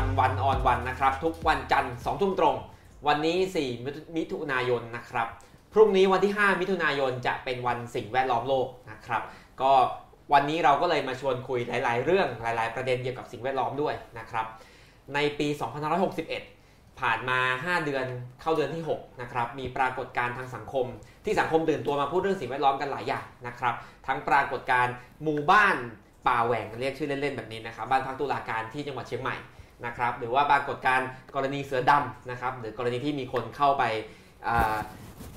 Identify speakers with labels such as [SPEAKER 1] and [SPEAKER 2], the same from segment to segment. [SPEAKER 1] นะครับ ทุกวันจันทร์2ทุ่มตรง วันนี้ 4 มิถุนายนนะครับ พรุ่งนี้วันที่ 5 มิถุนายนจะเป็นวันสิ่งแวดล้อมโลกนะครับ ก็วันนี้เราก็เลยมาชวนคุยหลาย ๆ เรื่องหลาย ๆ ประเด็นเกี่ยวกับสิ่งแวดล้อมด้วยนะครับ ในปี 2561 ผ่านมา 5 เดือนเข้าเดือนที่6นะครับ มีปรากฏการณ์ทางสังคม ที่สังคมตื่นตัวมาพูดเรื่องสิ่งแวดล้อมกันหลายอย่างนะครับ ทั้งปรากฏการณ์หมู่บ้านป่าแหว่งเรียกชื่อเล่น ๆ แบบนี้นะครับ บ้านพักตุลาการที่จังหวัดเชียงใหม่นะครับ หรือว่าปรากฏการณ์กรณีเสือดำนะครับ หรือกรณีที่มีคนเข้าไปอ่า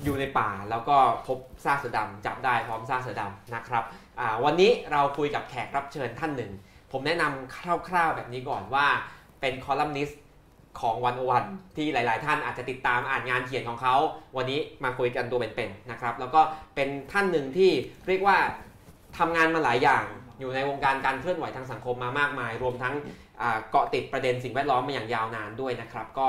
[SPEAKER 1] อยู่ในป่าแล้วก็พบซากเสือดำจับได้พร้อมซากเสือดำนะครับอ่าวันนี้เราคุยกับแขกรับเชิญท่านหนึ่ง ผมแนะนำคร่าวๆแบบนี้ก่อนว่า เป็นคอลัมนิสต์ของวันวันที่หลาย ๆ ท่านอาจจะติดตามอ่านงานเขียนของเขา วันนี้มาคุยกันตัวเป็นๆนะครับ แล้วก็เป็นท่านหนึ่งที่เรียกว่าทำงานมาหลายอย่าง อยู่ในวงการการเคลื่อนไหวทางสังคมมามากมาย รวมทั้งอ่าเกาะติดประเด็นสิ่งแวดล้อมมาอย่างยาวนานด้วยนะครับ ก็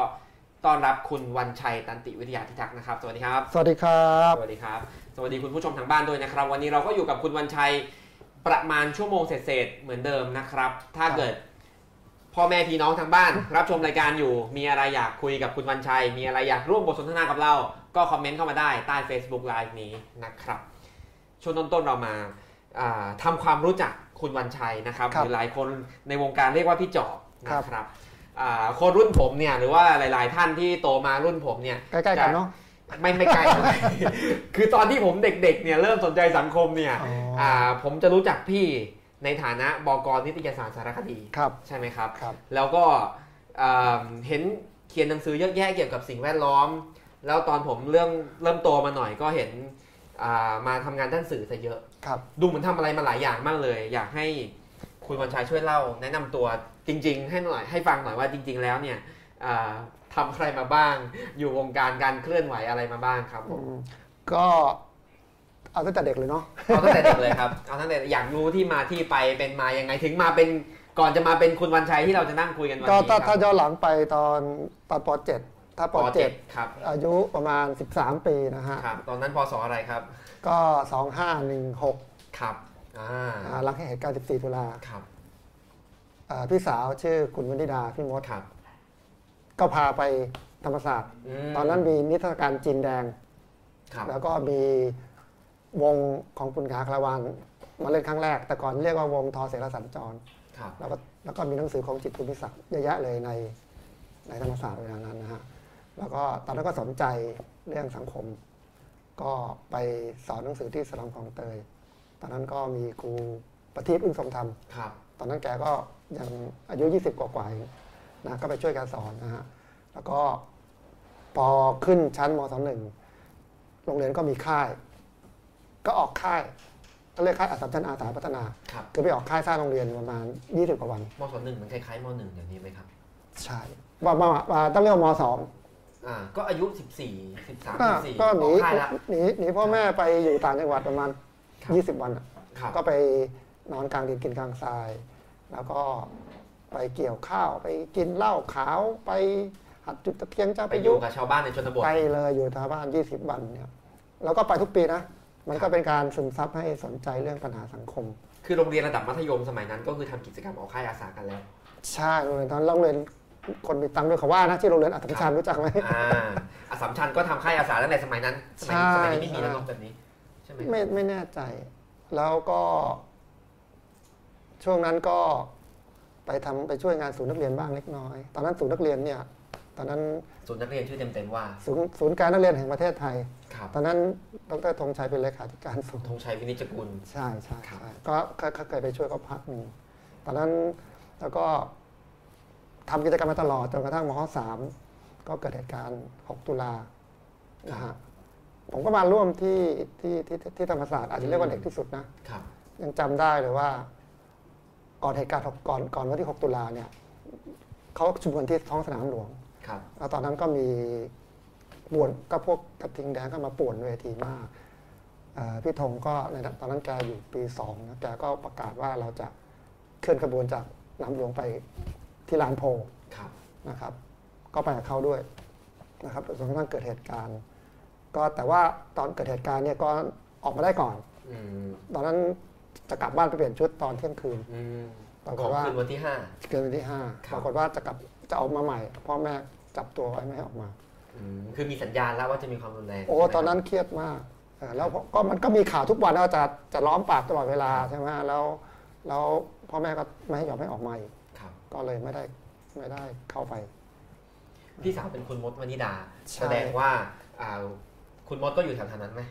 [SPEAKER 1] ต้อนรับคุณวันชัยตันติวิทยาธิทักษ์นะครับ สวัสดีครับ
[SPEAKER 2] สวัสดีครับ
[SPEAKER 1] สวัสดีครับ สวัสดีคุณผู้ชมทางบ้านด้วยนะครับ วันนี้เราก็อยู่กับคุณวันชัยประมาณชั่วโมงเศษๆเหมือนเดิมนะครับ ถ้า
[SPEAKER 2] ครับ
[SPEAKER 1] เกิดพ่อแม่พี่น้องทางบ้าน รับชมรายการอยู่ มีอะไรอยากคุยกับคุณวันชัย มีอะไรอยากร่วมบทสนทนากับเรา ก็คอมเมนต์เข้ามาได้ใต้ Facebook Live นี้นะครับ ช่วงต้นๆเรามาอ่าทำาความรู้จักคุณวันชัยนะครับ
[SPEAKER 2] ครั
[SPEAKER 1] ห
[SPEAKER 2] บ
[SPEAKER 1] รือหลายคนในวงการเรียกว่าพี่จอบ
[SPEAKER 2] ครั
[SPEAKER 1] นะ
[SPEAKER 2] บ
[SPEAKER 1] ครับอ่าคนรุ่นผมเนี่ยหรือว่าหลาย ๆ ท่านที่โตมารุ่นผมเนี่ย
[SPEAKER 2] ใกล้ๆกันเนาะ
[SPEAKER 1] ไม่ไม่ไกล คือตอนที่ผมเด็กๆ เนี่ยเริ่มสนใจสังคมเนี่ย
[SPEAKER 2] อ๋ออ่
[SPEAKER 1] ่าผมจะรู้จักพี่ในฐานะบอกรนิตยสารสารคดี
[SPEAKER 2] ครับ
[SPEAKER 1] ใช่ไหมครับ
[SPEAKER 2] ครับ
[SPEAKER 1] แล้วก็อ่าเห็นเขียนหนังสือเยอะแยะเกี่ยวกับสิ่งแวดล้อม แล้วตอนผมเรื่องเริ่มโตมาหน่อยก็เห็นอ่ามาทำงานด้านสื่อซะเยอะ
[SPEAKER 2] ครับ
[SPEAKER 1] ดูเหมือนทำอะไรมาหลายอย่างมากเลย อยากให้คุณวันชัยช่วยเล่า แนะนำตัวจริง ๆ ให้หน่อยให้ฟังหน่อยว่าจริง ๆ แล้วเนี่ยอ่าทำอะไรมาบ้าง อยู่วงการการเคลื่อนไหวอะไรมาบ้างครับผม
[SPEAKER 2] ก็เอาตั้งแต่เด็กเลยเนาะ
[SPEAKER 1] เอาตั้งแต่เด็กเลยครับเอาตั้งแต่อยากรู้ที่มาที่ไปเป็นมายังไงถึงมาเป็นก่อนจะมาเป็นคุณวันชัยที่เราจะนั่งคุยกันวัน
[SPEAKER 2] ก็
[SPEAKER 1] นี้
[SPEAKER 2] ถ้า
[SPEAKER 1] ค
[SPEAKER 2] ถ้า
[SPEAKER 1] รับ
[SPEAKER 2] ย้อนหลังไปตอนตอนป .7 ถ้าป
[SPEAKER 1] ป
[SPEAKER 2] .7
[SPEAKER 1] .7 ครับ
[SPEAKER 2] อายุประมาณ 13 ปีนะฮะ
[SPEAKER 1] ครับ ตอนนั้นพศอะไรครับ
[SPEAKER 2] ก็ 2516
[SPEAKER 1] ครับอ่า
[SPEAKER 2] อ่าหลังเหตุการณ์ 14 ตุลา
[SPEAKER 1] ครับ
[SPEAKER 2] อ่าพี่สาวชื่อคุณวนิดา พี่มด
[SPEAKER 1] ครับ
[SPEAKER 2] ก็พาไปธรรมศาสตร์
[SPEAKER 1] ม
[SPEAKER 2] ตอนนั้นมีนิทรรศการจีนแดง
[SPEAKER 1] ครับ
[SPEAKER 2] แล้วก็มีวงของคุณขาคาราวานมาเล่นครั้งแรก แต่ก่อนเรียกว่าวงทอเสรสัญจร
[SPEAKER 1] ครับ
[SPEAKER 2] แล้วก็แล้วก็มีหนังสือของจิตรภูมิศักดิ์เยอะแยะเลยในในธรรมศาสตร์เวลานั้นนะฮะ แล้วก็ตอนนั้นก็สนใจเรื่องสังคม ก็ไปสอนหนังสือที่สลัมคลองเตย ตอนนั้นก็มีครูประทีปอึ้งทรงธรรม
[SPEAKER 1] ครับ
[SPEAKER 2] ตอนนั้นแกก็ยังอายุ 20 กว่ากว่าๆเองนะก็ไปช่วยการสอนนะฮะ แล้วก็พอขึ้นชั้นมสหนึ่งโรงเรียนก็มีค่าย ก็ออกค่ายก็เรียกค่ายอาสาชันอาสาพัฒนา
[SPEAKER 1] ครับ
[SPEAKER 2] คือไปออกค่ายสร้างโรงเรียนประมาณ 20 กว่าวัน
[SPEAKER 1] มศหนึ่งมันคล้ายๆมหนึ่งอย่างนี้ไหมครับ
[SPEAKER 2] ใช่ว่าว่าว่าต้องเรียกว่ามสอง
[SPEAKER 1] อ่าก็อายุ 14 13
[SPEAKER 2] ก็
[SPEAKER 1] 14
[SPEAKER 2] ก็หนี
[SPEAKER 1] ออค่ายละ
[SPEAKER 2] หนีหนีพ่อแม่ไปอยู่ต่างจังหวัดประมาณ
[SPEAKER 1] ครับ
[SPEAKER 2] 20 วันอะ
[SPEAKER 1] ครับ
[SPEAKER 2] ก็ไปนอนกลางดินกินกลางทราย แล้วก็ไปเกี่ยวข้าวไปกินเหล้าขาวไปหัดจุดตะเกียงเจ้า
[SPEAKER 1] ไป
[SPEAKER 2] ไป
[SPEAKER 1] อ
[SPEAKER 2] ยุ
[SPEAKER 1] ยู่กับชาวบ้านในชนบท
[SPEAKER 2] ไปเลยอยู่ทางบ้าน 20 วันเนี่ยแล้วก็ไปทุกปีนะ มันก็เป็นการซึมซับให้สนใจเรื่องปัญหาสังคม
[SPEAKER 1] คือโรงเรียนระดับมัธยมสมัยนั้นก็คือทำกิจกรรมออกค่ายอาสา กันแล้ว
[SPEAKER 2] ใช่โรงเรียนตอนนั้นโรงเรียนคนมีตังค์ด้วยเขาว่านะที่โรงเรียนอัตมชานรู้จักไหม
[SPEAKER 1] อ่าอาสามชันก็ทำค่ายอาสาตั้งแต่สมัยนั้น สมัยนี้
[SPEAKER 2] ใช่
[SPEAKER 1] สมัยนี้ไม่มีแล้วเนอะแบบนี้ ใช่ไหม
[SPEAKER 2] ไม่ไม่แน่ใจ แล้วก็ช่วงนั้นก็ไปทำไปช่วยงานศูนย์นักเรียนบ้างเล็กน้อย ตอนนั้นศูนย์นักเรียนเนี่ย ตอนนั้น
[SPEAKER 1] ศูนย์นักเรียนชื่อเต็มๆว่า
[SPEAKER 2] ศูนย์ศูนย์การนักเรียนแห่งประเทศไทย
[SPEAKER 1] ครับ
[SPEAKER 2] ตอนนั้นดรธงชัยเป็นเลขาธิการศูนย์
[SPEAKER 1] ธงชัยวินิจฉัยกุล
[SPEAKER 2] ใช่ใช่
[SPEAKER 1] ครับ
[SPEAKER 2] ใช่ก็เคยเคยเคยไปช่วยเขาพักหนึ่งตอนนั้นแล้วก็ทำกิจกรรมมาตลอดจนกระทั่งมห้สามก็เกิดเหตุการณ์ 6 ตุลานะฮะผมก็มาร่วมที่ที่ที่ที่ธรรมศาสตร์อาจจะเรียกว่าเด็กที่สุดนะ
[SPEAKER 1] ครับ
[SPEAKER 2] ยังจำได้เลยว่า ก่อนเหตุการณ์ก่อนก่อนวันที่ 6 ตุลาเนี่ยเขาชุมนุมที่ท้องสนามหลวง
[SPEAKER 1] ครับ
[SPEAKER 2] แล้วตอนนั้นก็มีป่วนก็พวกกระทิงแดงก็มาป่วนเวทีมากเอ่อพี่ธงก็ในตอนนั้นแกอยู่ปีสองนะแกก็ประกาศว่าเราจะเคลื่อนขบวนจากสนามหลวงไปที่ลานโพล
[SPEAKER 1] ครับ
[SPEAKER 2] นะครับ ก็ไปกับเขาด้วยนะครับจนกระทั่งเกิดเหตุการณ์ ก็แต่ว่าตอนเกิดเหตุการณ์เนี่ยก็ออกมาได้ก่อน
[SPEAKER 1] อืม
[SPEAKER 2] ตอนนั้นจะกลับบ้านไปเปลี่ยนชุดตอนเที่ยงคืน
[SPEAKER 1] อืม
[SPEAKER 2] ปราก
[SPEAKER 1] ข
[SPEAKER 2] ฏ
[SPEAKER 1] อง
[SPEAKER 2] ว่า
[SPEAKER 1] คืนวันที่ห้า
[SPEAKER 2] เกินวันที่ห้า
[SPEAKER 1] ครับ
[SPEAKER 2] ปรากฏว่าจะกลับ จะออกมาใหม่ พ่อแม่จับตัวไว้ไม่ให้ออกมา
[SPEAKER 1] อืมคือมีสัญญาณแล้วว่าจะมีความรุนแรง
[SPEAKER 2] โอ้
[SPEAKER 1] ใช่ไหม
[SPEAKER 2] ตอนนั้นเครียดมากเออแล้วก็มันก็มีข่าวทุกวันว่าจะจะล้อมปากตลอดเวลาใช่ไหมแล้วแล้วพ่อแม่ก็ไม่ให้ยอมให้ออกมาอีก
[SPEAKER 1] ครับ
[SPEAKER 2] ก็เลยไม่ได้ไม่ได้เข้าไป
[SPEAKER 1] พี่สาวเป็นคุณมดวนิดา
[SPEAKER 2] ใช่
[SPEAKER 1] แสดงว่าอ่าคุณมดก็อยู่แถวๆนั้นไหม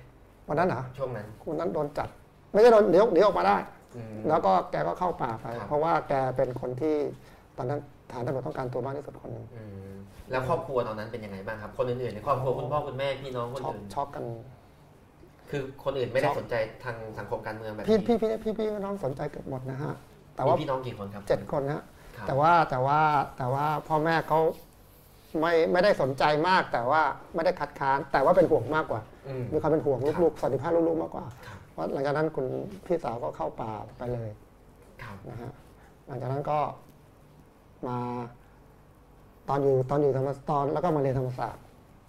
[SPEAKER 2] วันนั้นเหรอ
[SPEAKER 1] ช่วงนั้น
[SPEAKER 2] คนนั้นโดนจัด ไม่ใช่โดนเดี๋ยวเดี๋ยวออกมาได้
[SPEAKER 1] อืม
[SPEAKER 2] แล้วก็แกก็เข้าป่าไป
[SPEAKER 1] ครับ
[SPEAKER 2] เพราะว่าแกเป็นคนที่ตอนนั้นฐานตำรวจต้องการตัวมากที่สุดคนหนึ่ง
[SPEAKER 1] อืมแล้วครอบครัวตอนนั้นเป็นยังไงบ้างครับ คนอื่นๆในครอบครัวคุณพ่อคุณแม่พี่น้องคน
[SPEAKER 2] ช็อก
[SPEAKER 1] อื่น
[SPEAKER 2] ช็อกกัน
[SPEAKER 1] คือคนอื่นไม่ได้
[SPEAKER 2] ช็อก
[SPEAKER 1] สนใจทางสังคมการเมืองแบบ
[SPEAKER 2] พี่
[SPEAKER 1] นี้
[SPEAKER 2] พี่พี่พี่พี่น้องสนใจเกือบหมดนะฮะ แต่
[SPEAKER 1] มี
[SPEAKER 2] ว่า
[SPEAKER 1] พี่น้องกี่คนครับ
[SPEAKER 2] เจ็ดคนนะฮะ
[SPEAKER 1] ครับ
[SPEAKER 2] แต่ว่าแต่ว่าแต่ว่าพ่อแม่เขาไม่ไม่ได้สนใจมาก แต่ว่าไม่ได้คัดค้าน แต่ว่าเป็นห่วงมากกว่า
[SPEAKER 1] อืม
[SPEAKER 2] มีความเป็นห่วง
[SPEAKER 1] ครับ
[SPEAKER 2] ลูกๆสันติภาพลูกๆมากกว่า
[SPEAKER 1] ครับ
[SPEAKER 2] เพราะหลังจากนั้นคุณพี่สาวก็เข้าป่าไปเลย
[SPEAKER 1] ครับ
[SPEAKER 2] นะฮะหลังจากนั้นก็มา ตอนอยู่ตอนอยู่ธรรมตอนแล้วก็มาเรียนธรรมศาสตร์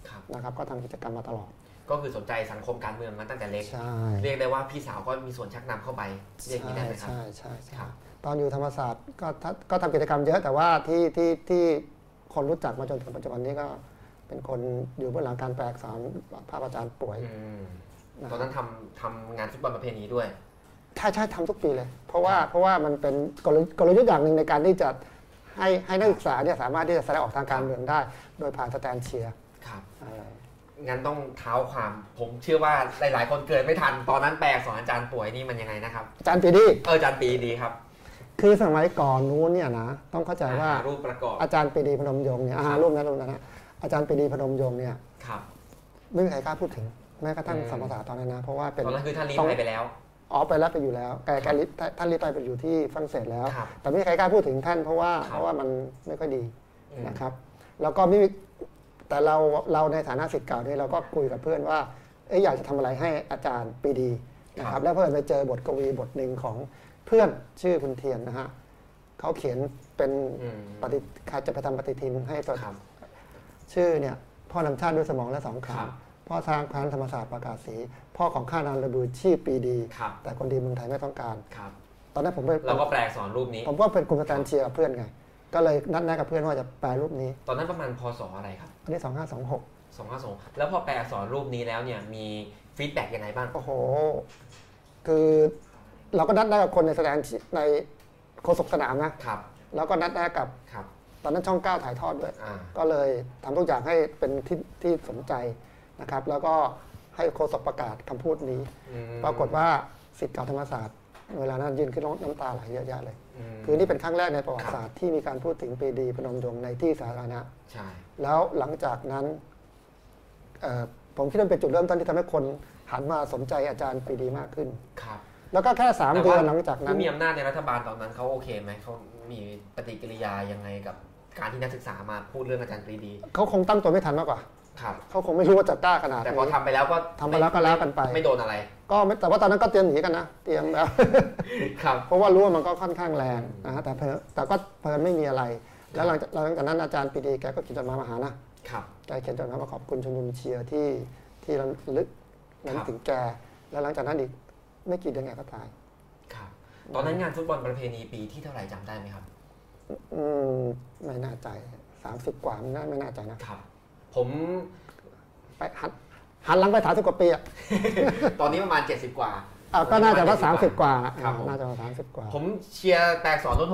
[SPEAKER 1] ครับ
[SPEAKER 2] นะครับ ก็ทำกิจกรรมมาตลอด
[SPEAKER 1] ก็คือสนใจสังคมการเมืองมาตั้งแต่เล็ก
[SPEAKER 2] ใช่
[SPEAKER 1] เรียกได้ว่าพี่สาวก็มีส่วนชักนำเข้าไปเรียกอย่างนี้
[SPEAKER 2] ใช่
[SPEAKER 1] ได้ไหมครับ
[SPEAKER 2] ใช่ใช่ใช่
[SPEAKER 1] ครับ
[SPEAKER 2] ตอนอยู่ธรรมศาสตร์ก็ทัดก็ทำกิจกรรมเยอะแต่ว่าที่ที่ที่คนรู้จักมาจนถึงปัจจุบันนี้ก็เป็นคนอยู่เบื้องหลังการแปลอักษรภาพอาจารย์ป่วย
[SPEAKER 1] อืม
[SPEAKER 2] นะ
[SPEAKER 1] ตอน
[SPEAKER 2] ฮะ
[SPEAKER 1] นั้นทำทำงานฟุตบอลประเพณีด้วย
[SPEAKER 2] ใช่ใช่ทำทุกปีเลย เพราะว่าเพราะว่ามันเป็นกลยุทธ์กลยุทธ์อย่างหนึ่งในการที่จะให้ให้นักศึกษาเนี่ยสามารถที่จะแสดงออกทางการเมืองได้ โดยผ่านสแตนเชียร์
[SPEAKER 1] ครับ
[SPEAKER 2] อะไร
[SPEAKER 1] งั้นต้องเท้าความ ผมเชื่อว่าหลาย ๆ คนเกิดไม่ทัน ตอนนั้นแปลสอนอาจารย์ป่วยนี่มันยังไงนะครับ
[SPEAKER 2] อาจารย์ปีดี
[SPEAKER 1] เอออาจารย์ปีดีครับ
[SPEAKER 2] คือสมัยก่อนนู้นเนี่ยนะต้องเข้าใจว่า
[SPEAKER 1] หรูปประกอบ
[SPEAKER 2] อาจารย์ปีดีพนมยงค์เนี่ยอ่ารูปนั้นรูปนั้นนะอาจารย์ปีดีพนมยงค์เนี่ย
[SPEAKER 1] ครับ
[SPEAKER 2] ไม่มีใครกล้าพูดถึงแม้กระทั่ง
[SPEAKER 1] อืม
[SPEAKER 2] สมศาสตร์ตอนนั้นนะเพราะว่าเป็น
[SPEAKER 1] ตอนนั้นคือท่านลีภัยไปแล้ว
[SPEAKER 2] อ๋อไปแล้วไปอยู่แล้วแกแกลิท่านลิไปไปอยู่ที่ฝรั่งเศสแล้ว
[SPEAKER 1] ครับ
[SPEAKER 2] แต่ไม่มีใครกล้าพูดถึงท่านเพราะว่า
[SPEAKER 1] ครับ
[SPEAKER 2] เพราะว่ามันไม่ค่อยดี
[SPEAKER 1] อืม
[SPEAKER 2] นะครับแล้วก็ไม่มีแต่เราเราในฐานะศิษย์เก่าเนี่ยเราก็คุยกับเพื่อนว่าเอ๊ะอยากจะทำอะไรให้อาจารย์ปรีดีนะครับแล้วเพื่อนไปเจอบทกวีบทหนึ่งของเพื่อนชื่อคุณเทียนนะฮะเขาเขียนเป็น
[SPEAKER 1] อืม
[SPEAKER 2] ปฏิใครจะไปทำปฏิทินให้ตัว
[SPEAKER 1] ครับ
[SPEAKER 2] ชื่อเนี่ยพ่อนำชาติด้วยสมองและสองขา
[SPEAKER 1] ครับ
[SPEAKER 2] พ่อทางพันธรรมศาสตร์ประกาศสีพ่อของข้านามระบือชื่อปรีดี
[SPEAKER 1] ครับ
[SPEAKER 2] แต่คนดีเมืองไทยไม่ต้องการ
[SPEAKER 1] ครับ
[SPEAKER 2] ตอนนั้นผมไป
[SPEAKER 1] เราก็แปลสอนรูปนี้
[SPEAKER 2] ผมก็เป็นกลุ่มสแตนเชียร์กับเพื่อนไงก็เลยนัดแนะกับเพื่อนว่าจะแปลรูปนี้
[SPEAKER 1] ตอนนั้นประมาณพศอะไรครับ
[SPEAKER 2] อันนี้สองห้าสองหก
[SPEAKER 1] สองห้าสองแล้วพอแปลสอนรูปนี้แล้วเนี่ย มีฟีดแบ็กยังไงบ้าง
[SPEAKER 2] โอ้โห คือเราก็นัดได้กับคนในแสดงในโฆษกสนามนะ
[SPEAKER 1] ครับ
[SPEAKER 2] แล้วก็นัดได้กับ
[SPEAKER 1] ครับ
[SPEAKER 2] ตอนนั้นช่องเก้าถ่ายทอดด้วย
[SPEAKER 1] อ่า
[SPEAKER 2] ก็เลยทำทุกอย่างให้เป็นที่ที่สนใจนะครับ แล้วก็ให้โฆษกประกาศคำพูดนี้
[SPEAKER 1] อืม
[SPEAKER 2] ปรากฏว่าสิทธิ์เก่าธรรมศาสตร์ เวลานั้นยืนขึ้นร้องน้ำตาไหลเยอะแยะเลย
[SPEAKER 1] อืม
[SPEAKER 2] คือนี่เป็นครั้งแรกในประวั
[SPEAKER 1] ครั
[SPEAKER 2] ติ
[SPEAKER 1] บ
[SPEAKER 2] ศาสตร์ที่มีการพูดถึงปรีดีพนมยงค์ในที่สาธารณะ
[SPEAKER 1] ใช่
[SPEAKER 2] แล้วหลังจากนั้นเอ่อผมคิดว่าเป็นจุดเริ่มต้นที่ทำให้คนหันมาสนใจอาจารย์ปรีดีมากขึ้น
[SPEAKER 1] ครับ
[SPEAKER 2] แล้วก็แค่สาม
[SPEAKER 1] แต่
[SPEAKER 2] เดื
[SPEAKER 1] ว่า
[SPEAKER 2] อนหลังจากนั้น
[SPEAKER 1] ผู้มีอำนาจในรัฐบาลตอนนั้นเขาโอเคไหม เขามีปฏิกิริยายังไงกับการที่นักศึกษามาพูดเรื่องอาจารย์ปรีดี
[SPEAKER 2] เขาคงตั้งตัวไม่ทันมากกว่า
[SPEAKER 1] ครับ
[SPEAKER 2] เขาคงไม่รู้ว่าจะกล้าขนาด
[SPEAKER 1] แต่
[SPEAKER 2] นี้
[SPEAKER 1] พอทำไปแล้วก็
[SPEAKER 2] ทำไปแล้วก็แล้วกันไป
[SPEAKER 1] ไม่โดนอะไร
[SPEAKER 2] ก็ไม่แต่ว่าตอนนั้นก็เตรียมหนีกันนะเตรียมแล้ว
[SPEAKER 1] ครับ
[SPEAKER 2] เพราะว่ารู้ว่ามันก็ค่อนข้างแรงนะฮะแต่เพอแต่ก็เพลินไม่มีอะไร แล้วหลังจากหลังจากนั้นอาจารย์ปรีดีแกก็เขียนจดหมายมาหานะครับ แกเขียนจดหมายมาขอบคุณชมรมเชียร์ที่ที่ระลึกระลึกถึงแกแล้วหลังจากนั้นอีกไม่กี่เดือนแกก็ตาย
[SPEAKER 1] ครับ ตอนนั้นงานฟุตบอลประเพณีปีที่เท่าไหร่จำได้ไหมครับ
[SPEAKER 2] อืมไม่น่าใจสามสิบกว่าไม่น่าไม่น่าใจนะครับ
[SPEAKER 1] ผม
[SPEAKER 2] ไปหันหันหลังไปสามสิบกว่าปีอ่ะ
[SPEAKER 1] ตอนนี้ประมาณ 70 กว่า
[SPEAKER 2] อ่ะก็น่าจะว่าสามสิบกว่า
[SPEAKER 1] ครับผม
[SPEAKER 2] อ่ะน่าจะว่าสามสิบกว่า
[SPEAKER 1] ผมเชียร์แตกสอนรุ่น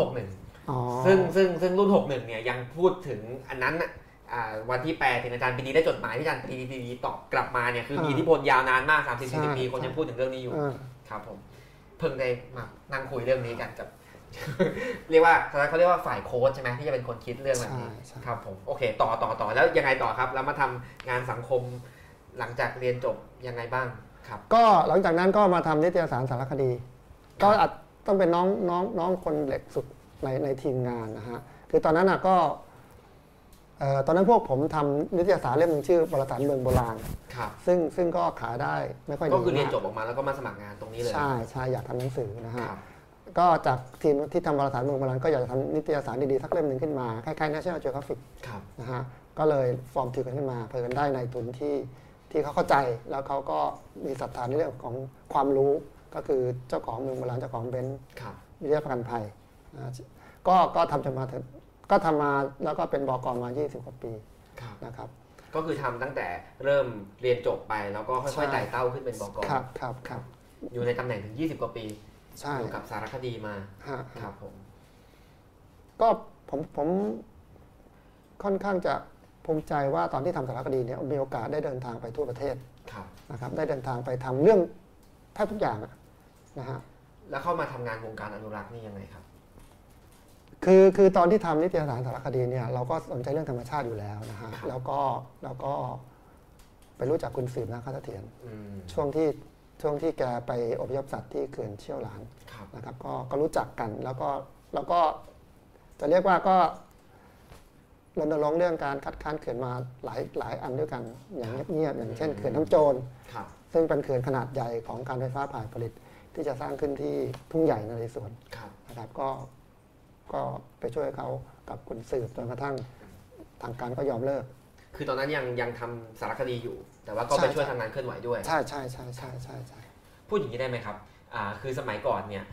[SPEAKER 2] อ๋อ
[SPEAKER 1] 61 ซึ่งซึ่งซึ่งรุ่น 61 เนี่ยยังพูดถึงอันนั้นน่ะอ่าวันที่แปลถึงอาจารย์ปรีดีได้จดหมายที่อาจารย์ปรีดีตอบกลับมาเนี่ยคือมีอิทธิพลยาวนานมาก30 40ปีคนยังพูดถึงเรื่องนี้อยู่
[SPEAKER 2] อ่า
[SPEAKER 1] ครับผมเพิ่งได้มานั่งคุยเรื่องนี้กันกับ เรียกว่าเขาเรียกว่าฝ่ายโค้ชใช่ไหมที่จะเป็นคนคิดเรื่องแบบ
[SPEAKER 2] ใช่
[SPEAKER 1] นี้
[SPEAKER 2] ใช่
[SPEAKER 1] ครับผมโอเค ต่อต่อต่อแล้วยังไงต่อครับ แล้วมาทำงานสังคมหลังจากเรียนจบยังไงบ้างครับ
[SPEAKER 2] ก็หลังจากนั้นก็มาทำนิตยสารสารคดี ก็อาจต้องเป็นน้องน้องน้องคนเล็กสุดในในทีมงานนะฮะคือตอนนั้นน่ะก็เอ่อตอนนั้นพวกผมทำนิตยสารเล่มหนึงชื่อประสานเมืองโบราณ
[SPEAKER 1] ครับ
[SPEAKER 2] ซึ่งซึ่งก็ขายได้ไม่ค่อยดี
[SPEAKER 1] ก็คือเรียน
[SPEAKER 2] มา
[SPEAKER 1] จบออกมาแล้วก็มาสมัครงานตรงนี้เลย
[SPEAKER 2] ใช่ใช่อยากทำหนังสือนะฮะ
[SPEAKER 1] ครับ
[SPEAKER 2] ก็จากทีมที่ทำวารสารเมืองโบราณก็อยากจะทำนิตยสารดีๆ สักเล่มหนึ่งขึ้นมา คล้ายๆ National Geographic
[SPEAKER 1] ครับ
[SPEAKER 2] นะฮะ ก็เลยฟอร์มถือกันขึ้นมา เพิ่นได้ในายทุนที่ที่เขาเข้าใจ แล้วเขาก็มีศรัทธาในเรื่องของความรู้ ก็คือเจ้าของเมืองโบราณเจ้าของเบนซ์
[SPEAKER 1] ครับ
[SPEAKER 2] วิทยาประกันภัยนะฮะก็ก็ทำจนมาถึง ก็ทำมาแล้วก็เป็นบอกอมา 20 กว่าปี
[SPEAKER 1] ครับ
[SPEAKER 2] นะครับ
[SPEAKER 1] ก็คือทำตั้งแต่เริ่มเรียนจบไปแล้วก็
[SPEAKER 2] ใช่
[SPEAKER 1] ค่อยๆไต่เต้าขึ้นเป็นบก
[SPEAKER 2] ครับครับครับ
[SPEAKER 1] อยู่ในตำแหน่งถึง 20 กว่าปี
[SPEAKER 2] ใช่
[SPEAKER 1] อยู่กับสารคดีมา
[SPEAKER 2] ฮะ
[SPEAKER 1] ค
[SPEAKER 2] ฮะ
[SPEAKER 1] รับผม
[SPEAKER 2] ก็ผมผมค่อนข้างจะภูมิใจว่าตอนที่ทำสารคดีเนี่ยมีโอกาสได้เดินทางไปทั่วประเทศ
[SPEAKER 1] ครับ
[SPEAKER 2] นะครับ ได้เดินทางไปทำเรื่องแทบทุกอย่างอะนะฮะ
[SPEAKER 1] แล้วเข้ามาทำงานวงการอนุรักษ์นี่ยังไงครับ
[SPEAKER 2] คือคือตอนที่ทำนิตยสารสารคดีเนี่ยเราก็สนใจเรื่องธรรมชาติอยู่แล้วนะฮะ
[SPEAKER 1] ครับ
[SPEAKER 2] แล้วก็แล้วก็ไปรู้จักคุณสืบนาคาเสถียร
[SPEAKER 1] อืม
[SPEAKER 2] ช่วงที่ช่วงที่แกไปอพยพสัตว์ที่เขื่อนเชี่ยวหลาน
[SPEAKER 1] ครับ
[SPEAKER 2] นะครับก็ก็รู้จักกันแล้วก็แล้วก็จะเรียกว่าก็รณรงค์เรื่องการคัดค้านเขื่อนมาหลายหลายอันด้วยกันอย่างเงียบๆอย่างเช่นเขื่อนน้ำโจร
[SPEAKER 1] ครับ
[SPEAKER 2] ซึ่งเป็นเขื่อนขนาดใหญ่ของการไฟฟ้าผ่านผลิต ที่จะสร้างขึ้นที่ทุ่งใหญ่นเรศวร
[SPEAKER 1] ครับ
[SPEAKER 2] นะครับก็ก็ไปช่วยเขากับคุณสืบจนกระทั่งทางการก็ยอมเลิก
[SPEAKER 1] คือตอนนั้นยังยังทำสารคดีอยู่ แต่ว่าก็ไป
[SPEAKER 2] ใช่
[SPEAKER 1] ช่วย
[SPEAKER 2] ใช่
[SPEAKER 1] ทำงานเคลื่อนไหวด้วย
[SPEAKER 2] ใช่ใช่ใช่ใช่ใช่ใช่
[SPEAKER 1] พูดอย่างนี้ได้ไหมครับอ่าคือสมัยก่อนเนี่ย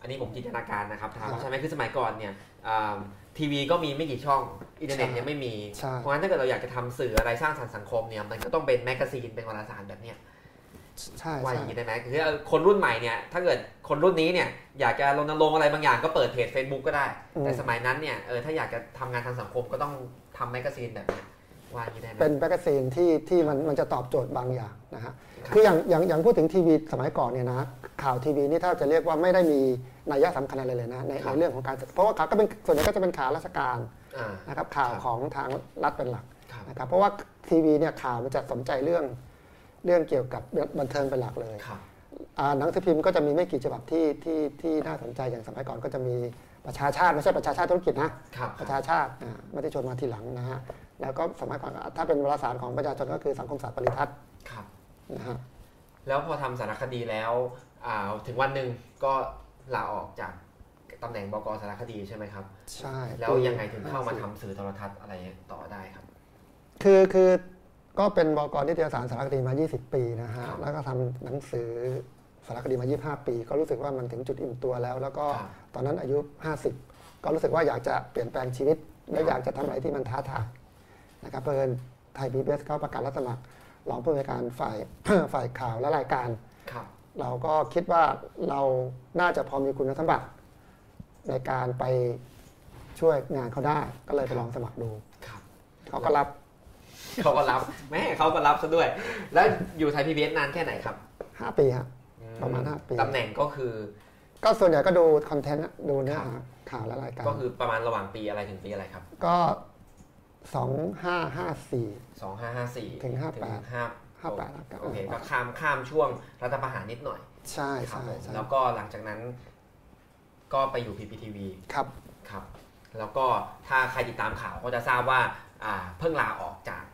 [SPEAKER 1] อันนี้ผมจินตนาการนะครับถาม
[SPEAKER 2] ครับ
[SPEAKER 1] ใช่ไหมคือสมัยก่อนเนี่ยอ่าทีวีก็มีไม่กี่ช่อง อินเทอร์เน็ตยังไม่มี
[SPEAKER 2] ใช่
[SPEAKER 1] เพราะฉะนั้นถ้าเกิดเราอยากจะทำสื่ออะไรสร้างสรรค์สังคมเนี่ย มันก็ต้องเป็นแมกกาซีน เป็นวารสารแบบเนี้ย
[SPEAKER 2] ใช่
[SPEAKER 1] ว่าอ
[SPEAKER 2] ใช่
[SPEAKER 1] ย่างนี้ได้ไหมคือคนรุ่นใหม่เนี่ย ถ้าเกิดคนรุ่นนี้เนี่ย อยากจะรณรงค์อะไรบางอย่างก็เปิดเพจ Facebook ก็ได้ แต่สมัยนั้นเนี่ย เออ ถ้าอยากจะทำงานทางสังคมก็ต้องทำแมกกาซีนแบบเนี้ยว่าอย่างนี้ได้ไหม
[SPEAKER 2] เป็นแมกกาซีนที่ที่มันมันจะตอบโจทย์บางอย่างนะฮะคืออย่างอย่างอย่างพูดถึงทีวีสมัยก่อนเนี่ยนะข่าวทีวีนี่ถ้าจะเรียกว่าไม่ได้มีนัยยะสำคัญอะไรเลยนะใน
[SPEAKER 1] ครับ
[SPEAKER 2] ในเรื่องของการเพราะว่าข่าวก็เป็นส่วนใหญ่ก็จะเป็นข่าวราชการ
[SPEAKER 1] อ่า
[SPEAKER 2] นะครับข่าว
[SPEAKER 1] ครับ
[SPEAKER 2] ของทางรัฐเป็นหลัก
[SPEAKER 1] ครับ
[SPEAKER 2] นะครับเพราะว่าทีวีเนี่ยข่าวมันจะสนใจเรื่องเรื่องเกี่ยวกับบันเทิงเป็นหลักเลย
[SPEAKER 1] ครับ
[SPEAKER 2] อ่าหนังสือพิมพ์ก็จะมีไม่กี่ฉบับที่ที่ที่น่าสนใจอย่างสมัยก่อนก็จะมีประชาชาติไม่ใช่ประชาชาติธุรกิจนะครับ ประชาชาติอ่าไม่ได้ชนมาทีหลังนะฮะแล้วก็สมัยก่อนถ้าเป็นวารสารของประชาชนก็คือสังคมศาสตร์ปริทัศน์
[SPEAKER 1] ครับ
[SPEAKER 2] นะฮะ
[SPEAKER 1] แล้วพอทำสารคดีแล้วอ่าถึงวันหนึ่งก็ลาออกจากตำแหน่งบกสารคดีใช่ไหมครับ
[SPEAKER 2] ใช่
[SPEAKER 1] แล้วยังไงถึงเข้ามาทำสื่อโทรทัศน์อะไรต่อได้ครับ
[SPEAKER 2] คือคือก็เป็นบกนิตยสารสารคดีมา 20 ปีนะฮะ
[SPEAKER 1] ครับ
[SPEAKER 2] แล้วก็ทำหนังสือสารคดีมา 25 ปี ก็รู้สึกว่ามันถึงจุดอิ่มตัวแล้ว แล้วก็
[SPEAKER 1] ครับ
[SPEAKER 2] ตอนนั้นอายุ 50 ก็รู้สึกว่าอยากจะเปลี่ยนแปลงชีวิต และอยากจะทำอะไรที่มันท้าทาย นะครับเพิ่นไทยพีบีเอสเขาประกาศรับสมัครรองผู้อำนวยการฝ่าย ฝ่ายข่าวและรายการ
[SPEAKER 1] ครับ
[SPEAKER 2] เราก็คิดว่าเราน่าจะพอมีคุณสมบัติ ในการไปช่วยงานเขาได้ ก็เลยไปลองสมัครดู
[SPEAKER 1] ครับ
[SPEAKER 2] เขาก็รับ
[SPEAKER 1] เขาก็รับ แม่เขาก็รับซะด้วย แล้วอยู่ไทยพีบีเอสนานแค่ไหนครับ
[SPEAKER 2] 5 ปีฮะ
[SPEAKER 1] อื
[SPEAKER 2] ประมาณห้าปี
[SPEAKER 1] ตำแหน่งก็คือ
[SPEAKER 2] ก็ส่วนใหญ่ก็ดูคอนเทนต์อะดูเนื้อหาข่าวและรายการ
[SPEAKER 1] ก็คือประมาณระหว่างปีอะไรถึงปีอะไรครับ
[SPEAKER 2] ก็ 2554
[SPEAKER 1] 2554
[SPEAKER 2] ถึง
[SPEAKER 1] 5
[SPEAKER 2] 58 58แล้วก็
[SPEAKER 1] โอเคก็ข้ามข้ามช่วงรัฐประหารนิดหน่อย
[SPEAKER 2] ใช่
[SPEAKER 1] ครับ
[SPEAKER 2] ใช่
[SPEAKER 1] ผม
[SPEAKER 2] ใช่
[SPEAKER 1] แล้วก็หลังจากนั้น ก็ไปอยู่พีพีทีวี
[SPEAKER 2] ครับ
[SPEAKER 1] ครับแล้วก็ถ้าใครติดตามข่าวก็จะทราบว่าอ่าเพิ่งลาออกจาก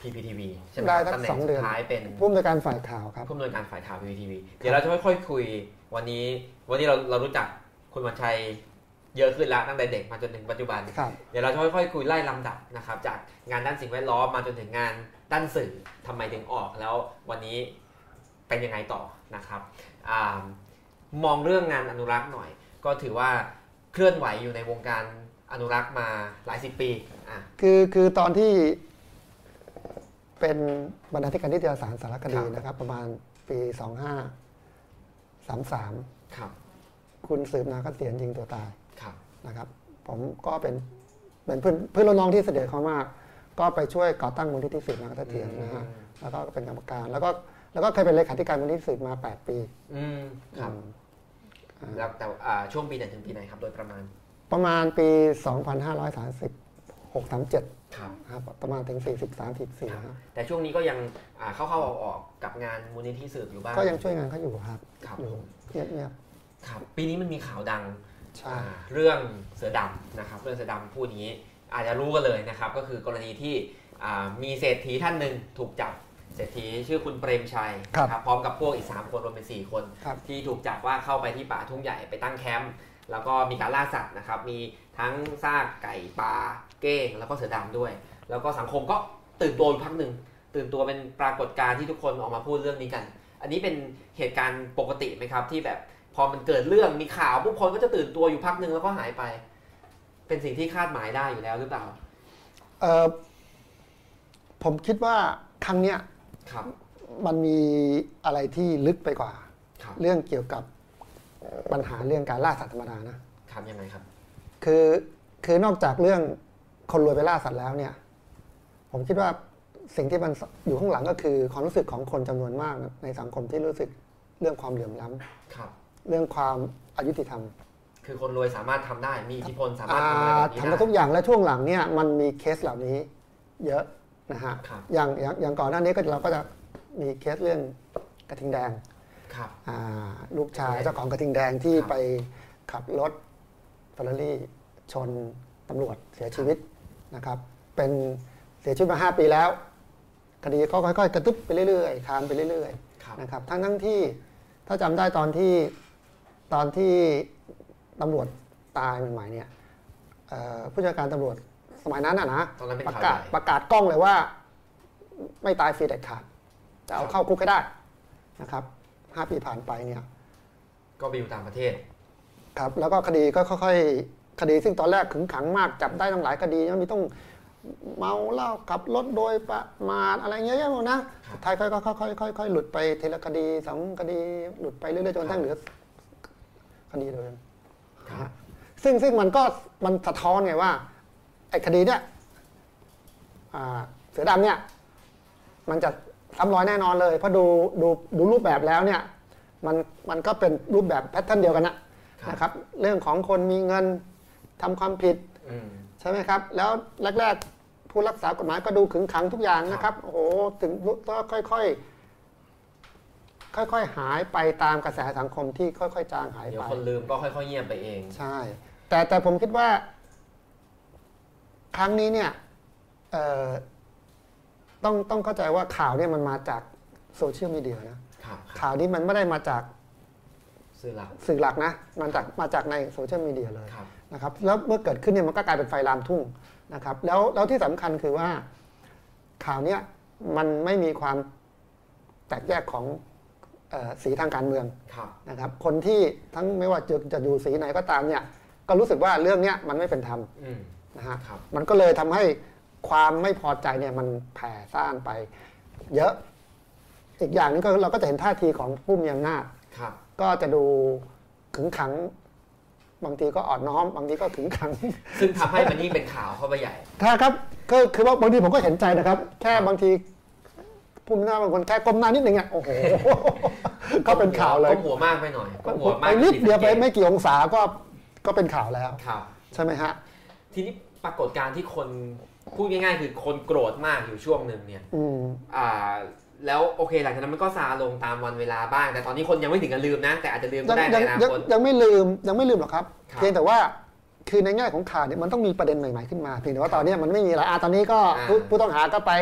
[SPEAKER 1] PPTV ใช่ไหมค
[SPEAKER 2] ได้
[SPEAKER 1] รับ
[SPEAKER 2] ทั้ง
[SPEAKER 1] ตำแหน่
[SPEAKER 2] สอง งเดื
[SPEAKER 1] สุ
[SPEAKER 2] อ
[SPEAKER 1] ด
[SPEAKER 2] น
[SPEAKER 1] ท้ายเป็น
[SPEAKER 2] ผู้อำนวยการฝ่ายข่าวครับ
[SPEAKER 1] ผู้อำนวยการฝ่ายข่าว PPTV เดี๋ยวเราจะค่อยๆคุยวันนี้วันนี้เราเรารู้จักคุณวันชัยเยอะขึ้นแล้วตั้งแต่เด็กมาจนถึงปัจจุบัน
[SPEAKER 2] ครับ
[SPEAKER 1] เดี๋ยวเราจะค่อยๆคุยไล่ลำดับนะครับจากงานด้านสิ่งแวดล้อมมาจนถึงงานด้านสื่อทำไมถึงออกแล้ววันนี้เป็นยังไงต่อนะครับอามองเรื่องงานอนุรักษ์หน่อย ก็ถือว่าเคลื่อนไหวอยู่ในวงการอนุรักษ์มาหลายสิบปีอ่ะ
[SPEAKER 2] คือคือตอนที่เป็นบรรณาธิการนิตยสารสารคดีนะครับ ประมาณปี 2533
[SPEAKER 1] ครับ
[SPEAKER 2] คุณสืบนาคเสียนยิงตัวตาย
[SPEAKER 1] ครับ
[SPEAKER 2] นะครับ ผมก็เป็นเป็นเพื่อนเพื่อนรุ่นน้องที่เสด็จเขามาก ก็ไปช่วยก่อตั้งมูลนิธิสืบนาคเสียนนะฮะแล้วก็เป็นกรรมการ แล้วก็แล้วก็เคยเป็นเลขาธิการมูลนิธิสืบมา 8 ปี
[SPEAKER 1] อืมครับ
[SPEAKER 2] อืมอ่า
[SPEAKER 1] แล้วแต่อ่าช่วงปีไหนถึงปีไหนครับโดยประมาณ
[SPEAKER 2] ประมาณปี 2536 37
[SPEAKER 1] ครับ
[SPEAKER 2] ครับประมาณถึง 43 44ฮะ
[SPEAKER 1] แต่ช่วงนี้ก็ยังอ่าเข้าๆออกๆกับงานมูลนิธิสืบอยู่บ้าง
[SPEAKER 2] ก็ยังช่วยงานเขาอยู่ครับ
[SPEAKER 1] ครับ
[SPEAKER 2] อยู่เงียบ
[SPEAKER 1] ครับปีนี้มันมีข่าวดัง
[SPEAKER 2] ๆใช่
[SPEAKER 1] เรื่องเสือดำนะครับเรื่องเสือดำพูดอย่างนี้ อาจจะรู้กันเลยนะครับ ก็คือกรณีที่อ่ามีเศรษฐีท่านหนึ่งถูกจับเศรษฐีชื่อคุณเปรมชัย
[SPEAKER 2] ครับ
[SPEAKER 1] นะพร้อมกับพวกอีก 3 คนรวมเป็น 4 คน
[SPEAKER 2] ครับ
[SPEAKER 1] ที่ถูกจับว่าเข้าไปที่ป่าทุ่งใหญ่ไปตั้งแคมป์แล้วก็มีการล่าสัตว์นะครับ มีทั้งซากไก่ปลาเก้ง แล้วก็เสือดำด้วย แล้วก็สังคมก็ตื่นตัวอีกพักหนึ่งตื่นตัวเป็นปรากฏการณ์ที่ทุกคนออกมาพูดเรื่องนี้กัน อันนี้เป็นเหตุการณ์ปกติไหมครับที่แบบพอมันเกิดเรื่องมีข่าวปุ๊บคนก็จะตื่นตัวอยู่พักหนึ่งแล้วก็หายไป เป็นสิ่งที่คาดหมายได้อยู่แล้วหรือเปล่า
[SPEAKER 2] เอ่อผมคิดว่าครั้งเนี้ย
[SPEAKER 1] ครับ
[SPEAKER 2] มันมีอะไรที่ลึกไปกว่า
[SPEAKER 1] ครับ
[SPEAKER 2] เรื่องเกี่ยวกับปัญหาเรื่องการล่าสัตว์ธรรมดานะ
[SPEAKER 1] ครับยังไงครับ
[SPEAKER 2] คือคือนอกจากเรื่องคนรวยไปล่าสัตว์แล้วเนี่ย ผมคิดว่าสิ่งที่มันอยู่ข้างหลังก็คือความรู้สึกของคนจำนวนมากในสังคมที่รู้สึกเรื่องความเหลื่อมล้ำ
[SPEAKER 1] ครับ
[SPEAKER 2] เรื่องความอายุติธรรม
[SPEAKER 1] คือคนรวยสามารถทำได้ มีอิทธิพลสามารถ
[SPEAKER 2] อ่า
[SPEAKER 1] ทำอะไรแบบนี้
[SPEAKER 2] ทำได้
[SPEAKER 1] ได้
[SPEAKER 2] ทุกอย่างและช่วงหลังเนี่ยมันมีเคสเหล่านี้เยอะนะฮะ
[SPEAKER 1] ครับ
[SPEAKER 2] อย่างอย่างอย่างก่อนหน้านี้ก็เราก็จะมีเคสเรื่องกระทิงแดง
[SPEAKER 1] ครับ
[SPEAKER 2] อ่าลูกชายเจ้าของกระทิงแดงที่
[SPEAKER 1] ครับ
[SPEAKER 2] ไปขับรถฟอร์รี่ชนตำรวจเสียชีวิตนะครับ เป็นเสียชีวิตมา 5 ปีแล้ว คดีก็ค่อยๆ กระตุ้บไปเรื่อยๆคานไปเรื่อย
[SPEAKER 1] ครับ
[SPEAKER 2] ๆนะครับทั้งทั้งๆที่ถ้าจำได้ตอนที่ตอนที่ตำรวจตายใหม่ๆเนี่ยเอ่อผู้จัดการตำรวจสมัยนั้นอ่ะนะ
[SPEAKER 1] ตอนนั้นเป็น
[SPEAKER 2] ประ
[SPEAKER 1] ข่าว
[SPEAKER 2] กาศ
[SPEAKER 1] ใหญ่
[SPEAKER 2] ประกาศกล้องเลยว่าไม่ตายฟรีเด็ดขาดจะ
[SPEAKER 1] ค
[SPEAKER 2] เอา
[SPEAKER 1] รับ
[SPEAKER 2] เข้าคุกให้ได้นะครับห้าปีผ่านไปเนี่ย
[SPEAKER 1] ก็ไปอยู่ต่างประเทศ
[SPEAKER 2] ครับแล้วก็คดีก็ค่อยๆ คดีซึ่งตอนแรกขึงขังมากจับได้ตั้งหลายคดีนะมีต้องเมาเหล้าขับรถโดยประมาทอะไรเงี้ยอะๆหมดนะสุดท้ายค่อยๆค่อยๆค่อยๆหลุดไปทีละคดีสองคดีหลุดไปเรื่อยๆจนกระทั่งเหลือคดีเดิม
[SPEAKER 1] ครับ
[SPEAKER 2] ฮะซึ่งซึ่งมันก็มันสะท้อนไงว่าไอ้คดีเนี่ย อ่าเสือดำเนี่ย มันจะซ้ำรอยแน่นอนเลย เพราะดูดูดูรูปแบบแล้วเนี่ย มันมันก็เป็นรูปแบบแพทเทิร์นเดียวกันนะครับ นะครับ เรื่องของคนมีเงินทำความผิด
[SPEAKER 1] อืม
[SPEAKER 2] ใช่ไหมครับ แล้วแรก ๆ ผู้รักษากฎหมายก็ดูขึงขังทุกอย่างนะครับ โอ้โหถึงก็ค่อยๆ ค่อยๆ หายไปตามกระแสสังคมที่ค่อยๆ จางหาย
[SPEAKER 1] เดี๋ย
[SPEAKER 2] ไป
[SPEAKER 1] วคนลืมก็ค่อยๆเงียบไปเอง
[SPEAKER 2] ใช่ แต่แต่ผมคิดว่า ครั้งนี้เนี่ยเอ่อต้องต้องเข้าใจว่าข่าวเนี่ยมันมาจากโซเชียลมีเดียนะครับ
[SPEAKER 1] ครับ
[SPEAKER 2] ข่าวนี้มันไม่ได้มาจาก
[SPEAKER 1] สื่อหลัก
[SPEAKER 2] สื่อหลักนะ มันจากมาจากในโซเชียลมีเดียเลย
[SPEAKER 1] ครับ
[SPEAKER 2] นะครับ แล้วเมื่อเกิดขึ้นเนี่ยมันก็กลายเป็นไฟลามทุ่งนะครับ แล้วแล้วที่สำคัญคือว่า ข่าวเนี่ยมันไม่มีความแตกแยกของเออสีทางการเมือง
[SPEAKER 1] ครับ
[SPEAKER 2] นะครับคนที่ทั้งไม่ว่าจะจะอยู่สีไหนก็ตามเนี่ยก็รู้สึกว่าเรื่องเนี้ยมันไม่เป็นธรรม
[SPEAKER 1] อืม
[SPEAKER 2] นะฮะ
[SPEAKER 1] ครับ
[SPEAKER 2] มันก็เลยทำให้ความไม่พอใจเนี่ยมันแผ่ซ่านไป เยอะ อีกอย่างหนึงก็เราก็จะเห็นท่าทีของผู้มีอำนาจ
[SPEAKER 1] ครับ
[SPEAKER 2] ก็จะดูขึงขัง บางทีก็อ่อนน้อม บางทีก็ขึงขัง
[SPEAKER 1] ซึ่งทำให้มันยิ่งเป็นข่าวเข้าไปใหญ่
[SPEAKER 2] ถ้าครับก็คือว่าบางทีผมก็เห็นใจนะครับ แค่บางทีผู้มีอำนาจบางคนแค่ก้มหน้านิดนึงอ่ะโอ้โห ก็เป็นข่าวเลย
[SPEAKER 1] ก้มหัวมากไปหน่อยก้มหัว
[SPEAKER 2] ไป
[SPEAKER 1] มาก
[SPEAKER 2] นิดเดียวไป
[SPEAKER 1] ผิสังกต
[SPEAKER 2] ไม่กี่องศาก็ก็เป็นข่าวแล้ว
[SPEAKER 1] ครับ
[SPEAKER 2] ใช่ไหมฮะ
[SPEAKER 1] ทีนี้ปรากฏการณ์ที่คนพูดง่ายๆ คือคนโกรธมากอยู่ช่วงหนึ่งเนี่ย
[SPEAKER 2] อืม
[SPEAKER 1] อ่า แล้วโอเคหลังจากนั้นมันก็ซาลงตามวันเวลาบ้าง แต่ตอนนี้คนยังไม่ถึงกับลืมนะ แต่อาจจะลืมก็
[SPEAKER 2] ยัง
[SPEAKER 1] ได้ใน
[SPEAKER 2] ยัง
[SPEAKER 1] อนา
[SPEAKER 2] ยัง
[SPEAKER 1] คต
[SPEAKER 2] ยังไม่ลืมยังไม่ลืมหรอกครับ
[SPEAKER 1] ครับ
[SPEAKER 2] เพียงแต่ว่าคือในแง่ของข่าวเนี่ยมันต้องมีประเด็นใหม่ๆขึ้นมาเพียงแต่ว่าตอนเนี้ยมันไม่มีอะไรอ่ะตอนนี้ก็ผู้ผู้ต้องหาก็ไป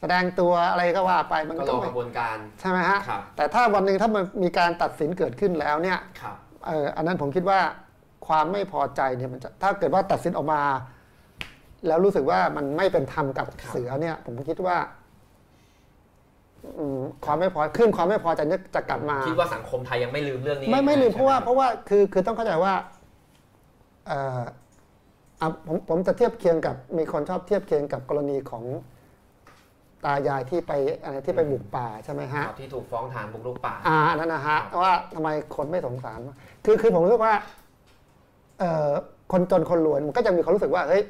[SPEAKER 2] แสดงตัวอะไรก็ว่าไปมัน
[SPEAKER 1] ก็
[SPEAKER 2] ก็
[SPEAKER 1] ร
[SPEAKER 2] ต้อ
[SPEAKER 1] อง ก
[SPEAKER 2] ไป
[SPEAKER 1] ระบวนการ
[SPEAKER 2] ใช่ไหมฮะ
[SPEAKER 1] ครับ
[SPEAKER 2] แต่ถ้าวันหนึ่งถ้ามันมีการตัดสินเกิดขึ้นแล้วเนี่ย
[SPEAKER 1] ครับ
[SPEAKER 2] เอออันนั้นผมคิดว่าความไม่พอใจเนี่ยมันจะถ้าเกิดว่าตัดสินออกมา แล้วรู้สึกว่ามันไม่เป็นธรรมกับ
[SPEAKER 1] ครับ
[SPEAKER 2] เสือเนี่ย ผมคิดว่าอืมความไม่พอขึ้นความไม่พอใจเนี่ยจะกลับมา
[SPEAKER 1] คิดว่าสังคมไทยยังไม่ลืมเรื่องนี้
[SPEAKER 2] ไม่ไม่ลืมเพราะว่าเพ
[SPEAKER 1] ใช่ไห
[SPEAKER 2] ราะว่าคือคือต้องเข้าใจว่าเอ่ออ่ะผมผมจะเทียบเคียงกับมีคนชอบเทียบเคียงกับกรณีของตายายที่ไปอะไรที่ไปบุกป่าใช่ไหม
[SPEAKER 1] ค
[SPEAKER 2] ฮะ
[SPEAKER 1] รับที่ถูกฟ้องฐานบุกรุกป่า
[SPEAKER 2] อ่าอันนั่นนะฮะ
[SPEAKER 1] ครับ
[SPEAKER 2] ว่าทำไมคนไม่สงสาร คือคือผมรู้สึกว่าเอ่อคนจนคนรวยมันก็ยังมีความรู้สึกว่าเฮ้ย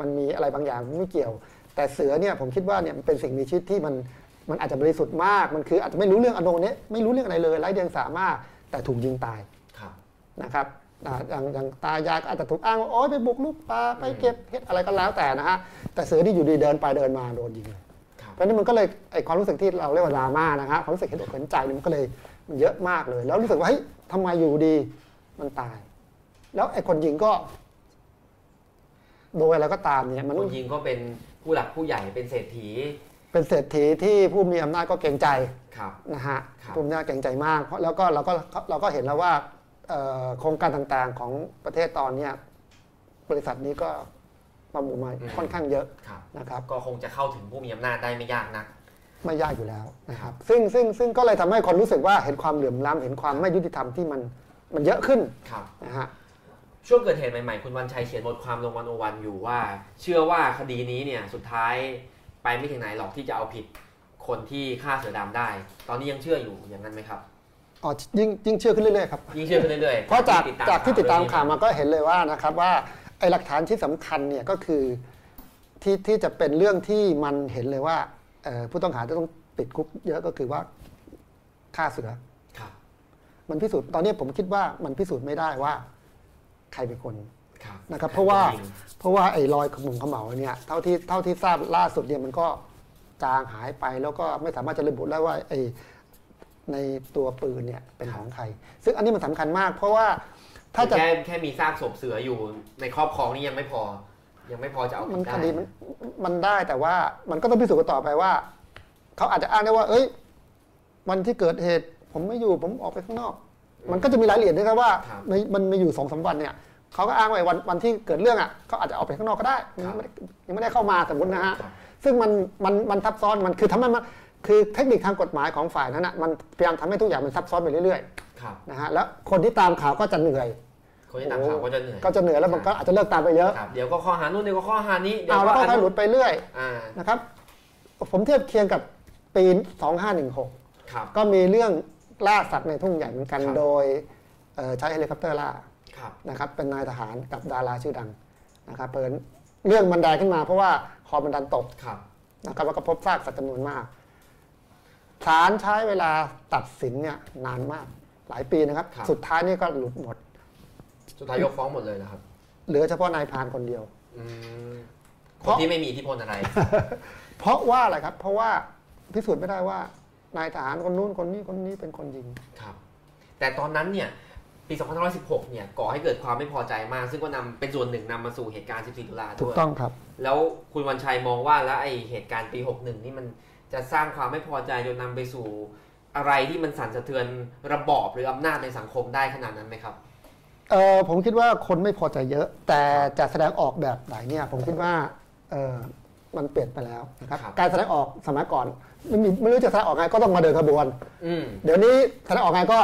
[SPEAKER 2] มันมีอะไรบางอย่างไม่เกี่ยว แต่เสือเนี่ยผมคิดว่าเนี่ยมันเป็นสิ่งมีชีวิตที่มันมันอาจจะบริสุทธิ์มากมันคืออาจจะไม่รู้เรื่องอนงเนี้ยไม่รู้เรื่องอะไรเลยไร้เดียงสามารถแต่ถูกยิงตาย
[SPEAKER 1] ครับ
[SPEAKER 2] นะครับอ่าอย่างอย่างตายายก็อาจจะถูกอ้างว่าโอ๊ยไปบุกลูกป่าไปเก็บเห็ดอะไรก็แล้วแต่นะฮะ แต่เสือนี่อยู่ดีเดินไปเดินมาโดนยิงเลย
[SPEAKER 1] ครับ
[SPEAKER 2] เพราะฉะนั้นมันก็เลยไอความรู้สึกที่เราเรียกว่าดราม่านะฮะความรู้สึกเห็นอกเห็นใจเนี่ยมันก็เลยมันเยอะมากเลย แล้วรู้สึกว่าเฮ้ยทำไมอยู่ดีมันตาย แล้วไอคนยิงก็ โดยอะไรก็ตามเนี่ยมัน
[SPEAKER 1] คนยิงก็เป็นผู้หลักผู้ใหญ่เป็นเศรษฐี
[SPEAKER 2] เป็นเศรษฐีที่ผู้มีอำนาจก็เกรงใจ
[SPEAKER 1] ครับ
[SPEAKER 2] นะฮะ
[SPEAKER 1] ครับ
[SPEAKER 2] ภูมิหน้าจเกรงใจมากเพราะแล้วก็เราก็เราก็เห็นแล้วว่าเอ่อโครงการต่างๆของประเทศตอนเนี้ยบริษัทนี้ก็มาบุกมาค่อนข้างเยอะ
[SPEAKER 1] ครับ
[SPEAKER 2] นะครับ
[SPEAKER 1] ก็คงจะเข้าถึงผู้มีอำนาจได้ไม่ยากนัก
[SPEAKER 2] ไม่ยากอยู่แล้วนะครับ ซึ่งซึ่งซึ่งก็เลยทำให้คนรู้สึกว่าเห็นความเหลื่อมล้ำเห็นความไม่ยุติธรรมที่มันมันเยอะขึ้น
[SPEAKER 1] ครับ
[SPEAKER 2] นะฮะ
[SPEAKER 1] ช่วงเกิดเหตุใหม่ๆ คุณวันชัยเขียนบทความลงวันโอวันอยู่ว่า เชื่อว่าคดีนี้เนี่ยสุดท้ายไปไม่ถึงไหนหรอกที่จะเอาผิดคนที่ฆ่าเสือดำได้ ตอนนี้ยังเชื่ออยู่อย่างนั้นไหมครับ
[SPEAKER 2] อ๋อยิ่งยิ่งเชื่อขึ้นเรื่อยๆครับ
[SPEAKER 1] ยิ่งเชื่อขึ้นเรื่อยๆ
[SPEAKER 2] เพราะจาก
[SPEAKER 1] ติดตม
[SPEAKER 2] จากที่ติดตามข่าว
[SPEAKER 1] เรื่
[SPEAKER 2] มา
[SPEAKER 1] องนี้
[SPEAKER 2] ก็เห็นเลยว่านะครับว่าไอ้หลักฐานที่สำคัญเนี่ยก็คือที่ที่จะเป็นเรื่องที่มันเห็นเลยว่าเอ่อผู้ต้องหาจะต้องติดคุกเยอะก็คือว่าฆ่าเสือ
[SPEAKER 1] ครับ
[SPEAKER 2] มันพิสูจน์ตอนนี้ผมคิดว่ามันพิสูจน์ไม่ได้ว่าใครเป็นคน
[SPEAKER 1] ครับ
[SPEAKER 2] นะครับเพราะว่า เพราะว่าไอ้รอยขมุงขมเหลาเนี่ยเท่าที่เท่าที่ทราบล่าสุดเนี่ยมันก็จางหายไปแล้วก็ไม่สามารถจะระบุได้ว่าไอ้ในตัวปืนเนี่ยเป็นของใคร ซึ่งอันนี้มันสำคัญมาก เพราะว่าถ้าจะ
[SPEAKER 1] แค่แค่มีซากศพเสืออยู่ในครอบครองนี่ยังไม่พอ ยังไม่พอจะเอาผิ
[SPEAKER 2] มัน
[SPEAKER 1] ดได้
[SPEAKER 2] คดีมันมันได้แต่ว่ามันก็ต้องพิสูจน์กันต่อไปว่า เขาอาจจะอ้างได้ว่า เอ้ย วันที่เกิดเหตุ ผมไม่อยู่ผมออกไปข้างนอก มันก็จะมีรายละเอียดด้วยครับว่าในมันมีอยู่สองสามวันเนี่ยเขาก็อ้างไว้วันวันที่เกิดเรื่องอ่ะเขาอาจจะออกไปข้างนอกก็ได้ยังไม่ได้ยังไม่ได้เข้ามาสมมตินะฮะ
[SPEAKER 1] ครับ
[SPEAKER 2] ซึ่งมันมันมันซับซ้อนมันคือทำให้มันคือเทคนิคทางกฎหมายของฝ่ายนั้นอ่ะมันพยายามทำให้ทุกอย่างมันซับซ้อนไปเรื่อย
[SPEAKER 1] ครับ
[SPEAKER 2] ๆนะฮะแล้วคนที่ตามข่าวก็จะเหนื่อย
[SPEAKER 1] คนที่ตามข่าว
[SPEAKER 2] โอ้
[SPEAKER 1] ก็จะเหนื่อย
[SPEAKER 2] ก็จะเหนื่อยแล้วมันก็อาจจะเลิกตามไปเยอะ
[SPEAKER 1] ครับเดี๋ยวก็ข้อหานู่นเดี๋ยวก็ข้อหานี้เดี๋ยว
[SPEAKER 2] เอาแล้วก็ค่อยหลุ
[SPEAKER 1] น
[SPEAKER 2] ดไปเรื่อย
[SPEAKER 1] อ่า
[SPEAKER 2] นะครับ ผมเทียบเคียงกับปี 2516
[SPEAKER 1] ครับ
[SPEAKER 2] ก็มีเรื่องล่าสัตว์ในทุ่งใหญ่เหมือนกัน
[SPEAKER 1] ครับ
[SPEAKER 2] โดยเอ่อใช้เฮลิคอปเตอร์ล่า
[SPEAKER 1] ครับ
[SPEAKER 2] นะครับ เป็นนายทหารกับดาราชื่อดังนะครับเปิดเรื่องบันไดขึ้นมาเพราะว่าคอมันดันตก
[SPEAKER 1] ครับ
[SPEAKER 2] นะครับแล้วก็พบซากสัตว์จำนวนมากศาลใช้เวลาตัดสินเนี่ยนานมากหลายปีนะครับ
[SPEAKER 1] ครับ
[SPEAKER 2] สุดท้ายนี่ก็หลุดหมด
[SPEAKER 1] สุดท้ายยกฟ้องหมดเลยนะครับ
[SPEAKER 2] เหลือเฉพาะนายพรานคนเดียว
[SPEAKER 1] อืมคน
[SPEAKER 2] เพราะ
[SPEAKER 1] ที่ไม่มีอิทธิพล อะไร
[SPEAKER 2] เพราะว่าอะไรครับ เพราะว่าพิสูจน์ไม่ได้ว่านายทหารคนนู้นคนนี้คนนี้เป็นคนยิง
[SPEAKER 1] ครับ แต่ตอนนั้นเนี่ยปี 2516 เนี่ยก่อให้เกิดความไม่พอใจมาก ซึ่งก็นำเป็นส่วนหนึ่งนำมาสู่เหตุการณ์ 14 ตุลา
[SPEAKER 2] ถู
[SPEAKER 1] ด้
[SPEAKER 2] ก
[SPEAKER 1] วย
[SPEAKER 2] ต้องครับ
[SPEAKER 1] แล้วคุณวันชัยมองว่าแล้วไอเหตุการณ์ปี 61 นี่มันจะสร้างความไม่พอใจจนนำไปสู่อะไรที่มันสั่นสะเทือนระบอบหรืออำนาจในสังคมได้ขนาดนั้นไหมครับ
[SPEAKER 2] เออผมคิดว่าคนไม่พอใจเยอะ แต่จะแสดงออกแบบไหนเนี่ยผมคิดว่าเออมันเปลี่ยนไปแล้วนะครับ
[SPEAKER 1] ครับ
[SPEAKER 2] การแสดงออกสมัยก่อนไม่มีไม่รู้จะแสดงออกไงก็ต้องมาเดินขบวน
[SPEAKER 1] อืม
[SPEAKER 2] เดี๋ยวนี้แสดงออกไงก็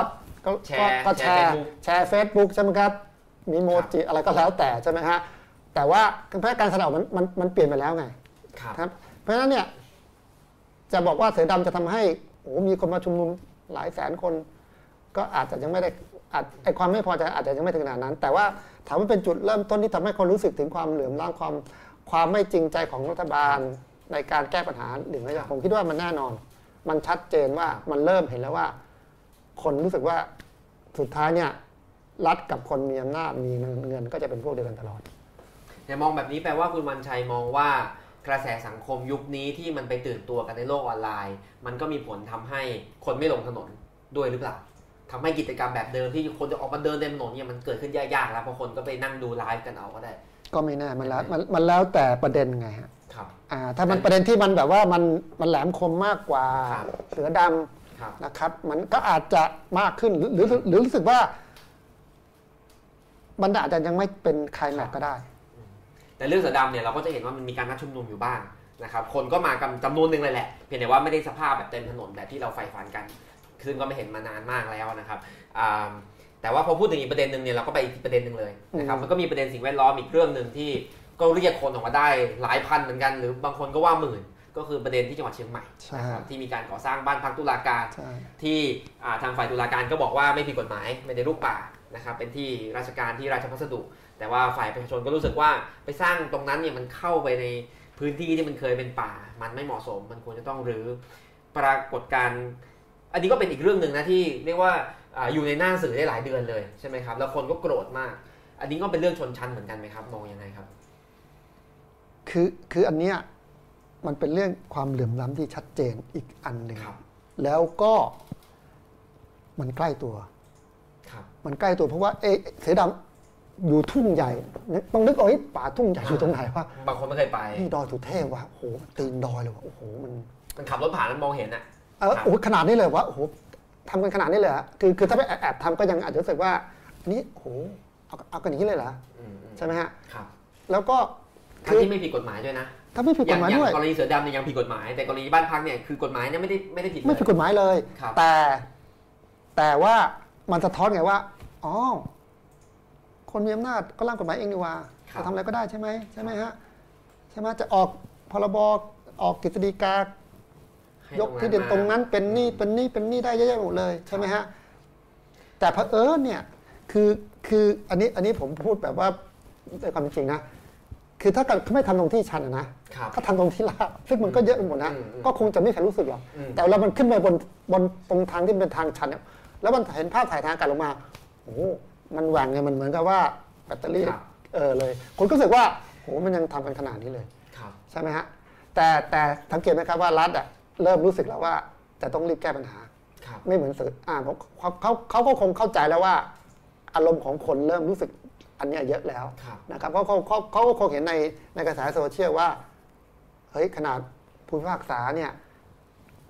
[SPEAKER 2] ก็
[SPEAKER 1] แชร์
[SPEAKER 2] ก็
[SPEAKER 1] แช
[SPEAKER 2] แช
[SPEAKER 1] ร์
[SPEAKER 2] ร์
[SPEAKER 1] Facebook
[SPEAKER 2] แชร์เฟซบุ๊กใช่ไหมครับ มีโมจิอะไรก็แล้วแต่ใช่ไหมฮะแต่ว่าเพราะการแสดงออกมันมันมันเปลี่ยนไปแล้วไง
[SPEAKER 1] ครับ
[SPEAKER 2] ครับเพราะฉะนั้นเนี่ยจะบอกว่าเสือดำจะทำให้โอ้โหมีคนมาชุมนุมหลายแสนคน ก็อาจจะยังไม่ได้อาจไอความไม่พอใจอาจจะยังไม่ถึงขนาดนั้น แต่ว่าถามว่าเป็นจุดเริ่มต้นที่ทำให้คนรู้สึกถึงความเหลื่อมล้ำความความไม่จริงใจของรัฐบาลในการแก้ปัญหาหรือไม่
[SPEAKER 1] ครับ
[SPEAKER 2] ผมคิดว่ามันแน่นอน มันชัดเจนว่ามันเริ่มเห็นแล้วว่า คนรู้สึกว่าสุดท้ายเนี่ยรัฐกับคนมีอำนาจมีเงินก็จะเป็นพวกเดียวกันตลอด
[SPEAKER 1] เนี่ยมองแบบนี้แปลว่าคุณวันชัยมองว่ากระแสสังคมยุคนี้ที่มันไปตื่นตัวกันในโลกออนไลน์ มันก็มีผลทำให้คนไม่ลงถนนด้วยหรือเปล่าทำให้กิจกรรมแบบเดิมที่คนจะออกมาเดินเต็มถนนเนี่ยมันเกิดขึ้นยากๆแล้วเพราะคนก็ไปนั่งดูไลฟ์กันเอาก็ได้
[SPEAKER 2] ก็ไม่แน่มันแล้วมันมันแล้วแต่ประเด็นไงฮะ
[SPEAKER 1] ครับ
[SPEAKER 2] อ่าถ้ามันประเด็นที่มันแบบว่ามันมันแหลมคมมากกว่า
[SPEAKER 1] ครับ
[SPEAKER 2] เสือดำ
[SPEAKER 1] ครับ
[SPEAKER 2] นะครับมันก็อาจจะมากขึ้นหรือหรือหรือรู้สึกว่า มันอาจจะยังไม่เป็นไคลายแม็กซ์ก็ได้
[SPEAKER 1] แต่เรื่องเสือดำเนี่ยเราก็จะเห็นว่ามันมีการนัดชุมนุมอยู่บ้างนะครับ คนก็มากันจำนวนหนึ่งเลยแหละ เพียงแต่ว่าไม่ได้สภาพแบบเต็มถนนแบบที่เราใฝ่ฝันกันซึ่งก็ไม่เห็นมานานมากแล้วนะครับอ่าแต่ว่าพอพูดถึงอีกประเด็นหนึ่งเนี่ยเราก็ไปอีกประเด็นหนึ่งเลยนะครับ
[SPEAKER 2] อืม
[SPEAKER 1] มันก็มีประเด็นสิ่งแวดล้อมอีกเรื่องหนึ่งที่ก็เรียกคนออกมาได้หลายพันเหมือนกัน หรือบางคนก็ว่าหมื่น ก็คือประเด็นที่จังหวัดเชียงใหม่
[SPEAKER 2] ใช่
[SPEAKER 1] นะครับที่มีการก่อสร้างบ้านพักตุลาการ
[SPEAKER 2] ใช่
[SPEAKER 1] ที่อ่าทางฝ่ายตุลาการก็บอกว่าไม่ผิดกฎหมายไม่ได้ลุกป่านะครับเป็นที่ราชการที่ราชพัสดุ แต่ว่าฝ่ายประชาชนก็รู้สึกว่าไปสร้างตรงนั้นเนี่ยมันเข้าไปในพื้นที่ที่มันเคยเป็นป่า มันไม่เหมาะสมมันควรจะต้องรื้อปรากฏการณ์อันนี้ก็เป็นอีกเรื่องหนึ่งนะที่เรียกว่าอาอยู่ในหน้าสื่อได้หลายเดือนเลยใช่ไหมครับแล้วคนก็โกรธมาก อันนี้ก็เป็นเรื่องชนชั้นเหมือนกันไหมครับมองยังไงครับ
[SPEAKER 2] คือคืออันเนี้ยมันเป็นเรื่องความเหลื่อมล้ำที่ชัดเจนอีกอันหนึ่ง
[SPEAKER 1] ครับ
[SPEAKER 2] แล้วก็ มันใกล้ตัว
[SPEAKER 1] ครับ
[SPEAKER 2] มันใกล้ตัวเพราะว่าเอะเสือดำอยู่ทุ่งใหญ่นึกต้องนึกเอาไอ้ยป่าทุ่งใหญ่อยู่ตรงไหนวะ
[SPEAKER 1] บางคนไม่เคยไป
[SPEAKER 2] นี่ดอยสุเทพวะโอ้โหตีนดอยเลยวะโอ้โหมัน
[SPEAKER 1] มันขับรถผ่านมันมองเห็นอะ
[SPEAKER 2] เออโอ้โหขนาดนี้เลยวะโอ้โหทำกันขนาดนี้เลยเหรอคือคือถ้าไปแอบแอบทำก็ยังอาจจะรู้สึกว่าอันนี้โอ้โหเอาเอากันอย่างนี้เลยเหรอ
[SPEAKER 1] อืมอืม
[SPEAKER 2] ใช่ไหมฮะ
[SPEAKER 1] ครับ
[SPEAKER 2] แล้วก็
[SPEAKER 1] ทั้
[SPEAKER 2] คื
[SPEAKER 1] ง
[SPEAKER 2] อ
[SPEAKER 1] ที่ไม่ผิดกฎหมายด้วยนะ
[SPEAKER 2] ถ้าไม่ผิดกฎหมาย
[SPEAKER 1] อ
[SPEAKER 2] ด้วย
[SPEAKER 1] งกรณีเสือดำเนี่ยยังผิดกฎหมาย แต่กรณีบ้านพักเนี่ยคือกฎหมายเนี่ยไม่ได้ไม่ได้ผิดเลย
[SPEAKER 2] ไม่ผิดกฎหมายเลย
[SPEAKER 1] ครับ
[SPEAKER 2] แต่แต่ว่ามันสะท้อนไงว่าอ๋อ คนมีอำนาจก็ร่างกฎหมายเองดีกว่า
[SPEAKER 1] ครับ
[SPEAKER 2] จะทำอะไรก็ได้ใช่ไหมใช่ไหมฮะใช่ไหมจะออกพรบออกกฤษฎีกา
[SPEAKER 1] ให้
[SPEAKER 2] ยกที่ดินตรงนั้นเป็นหนี้เป็นหนี้เป็นหนี้ได้เยอะแยะหมดเลยใช่ไหมฮะ แต่เผอิญเนี่ยคือคืออันนี้อันนี้ผมพูดแบบว่าด้วยความเป็นจริงนะ คือถ้าเกิดเขาไม่ทำตรงที่ชันอะนะครับ เขาทำตรงที่ลาดซึ่งมันก็เยอะไปหมดนะ
[SPEAKER 1] อืมอืม
[SPEAKER 2] ก็คงจะไม่มีใครรู้สึกหรอก
[SPEAKER 1] อืม
[SPEAKER 2] แต่เรามันขึ้นไปบนบนตรงทางที่เป็นทางชันเนี่ยแล้วมันเห็นภาพถ่ายทางอากาศลงมาโอ้โหมันแหว่งไงมันเหมือนกับว่าแบตเตอรี่เออเลยคนก็รู้สึกว่าโอ้โหมันยังทำกันขนาดนี้เลย
[SPEAKER 1] ครับ
[SPEAKER 2] ใช่ไหมฮะแต่แต่สังเกตไหมครับว่ารัฐอะเริ่มรู้สึกแล้วว่าจะต้องรีบแก้ปัญหา
[SPEAKER 1] ครับ
[SPEAKER 2] ไม่เหมือนสื่ออ่าผมเขาเขาเขาก็คงเข้าใจแล้วว่า อารมณ์ของคนเริ่มรู้สึกอันเนี้ยเยอะแล้ว
[SPEAKER 1] ครับ
[SPEAKER 2] นะครับเพราะเขาเขาเขาก็คงเห็นในในกระแสโซเชียลว่าเฮ้ยขนาดผู้พิพากษาเนี่ย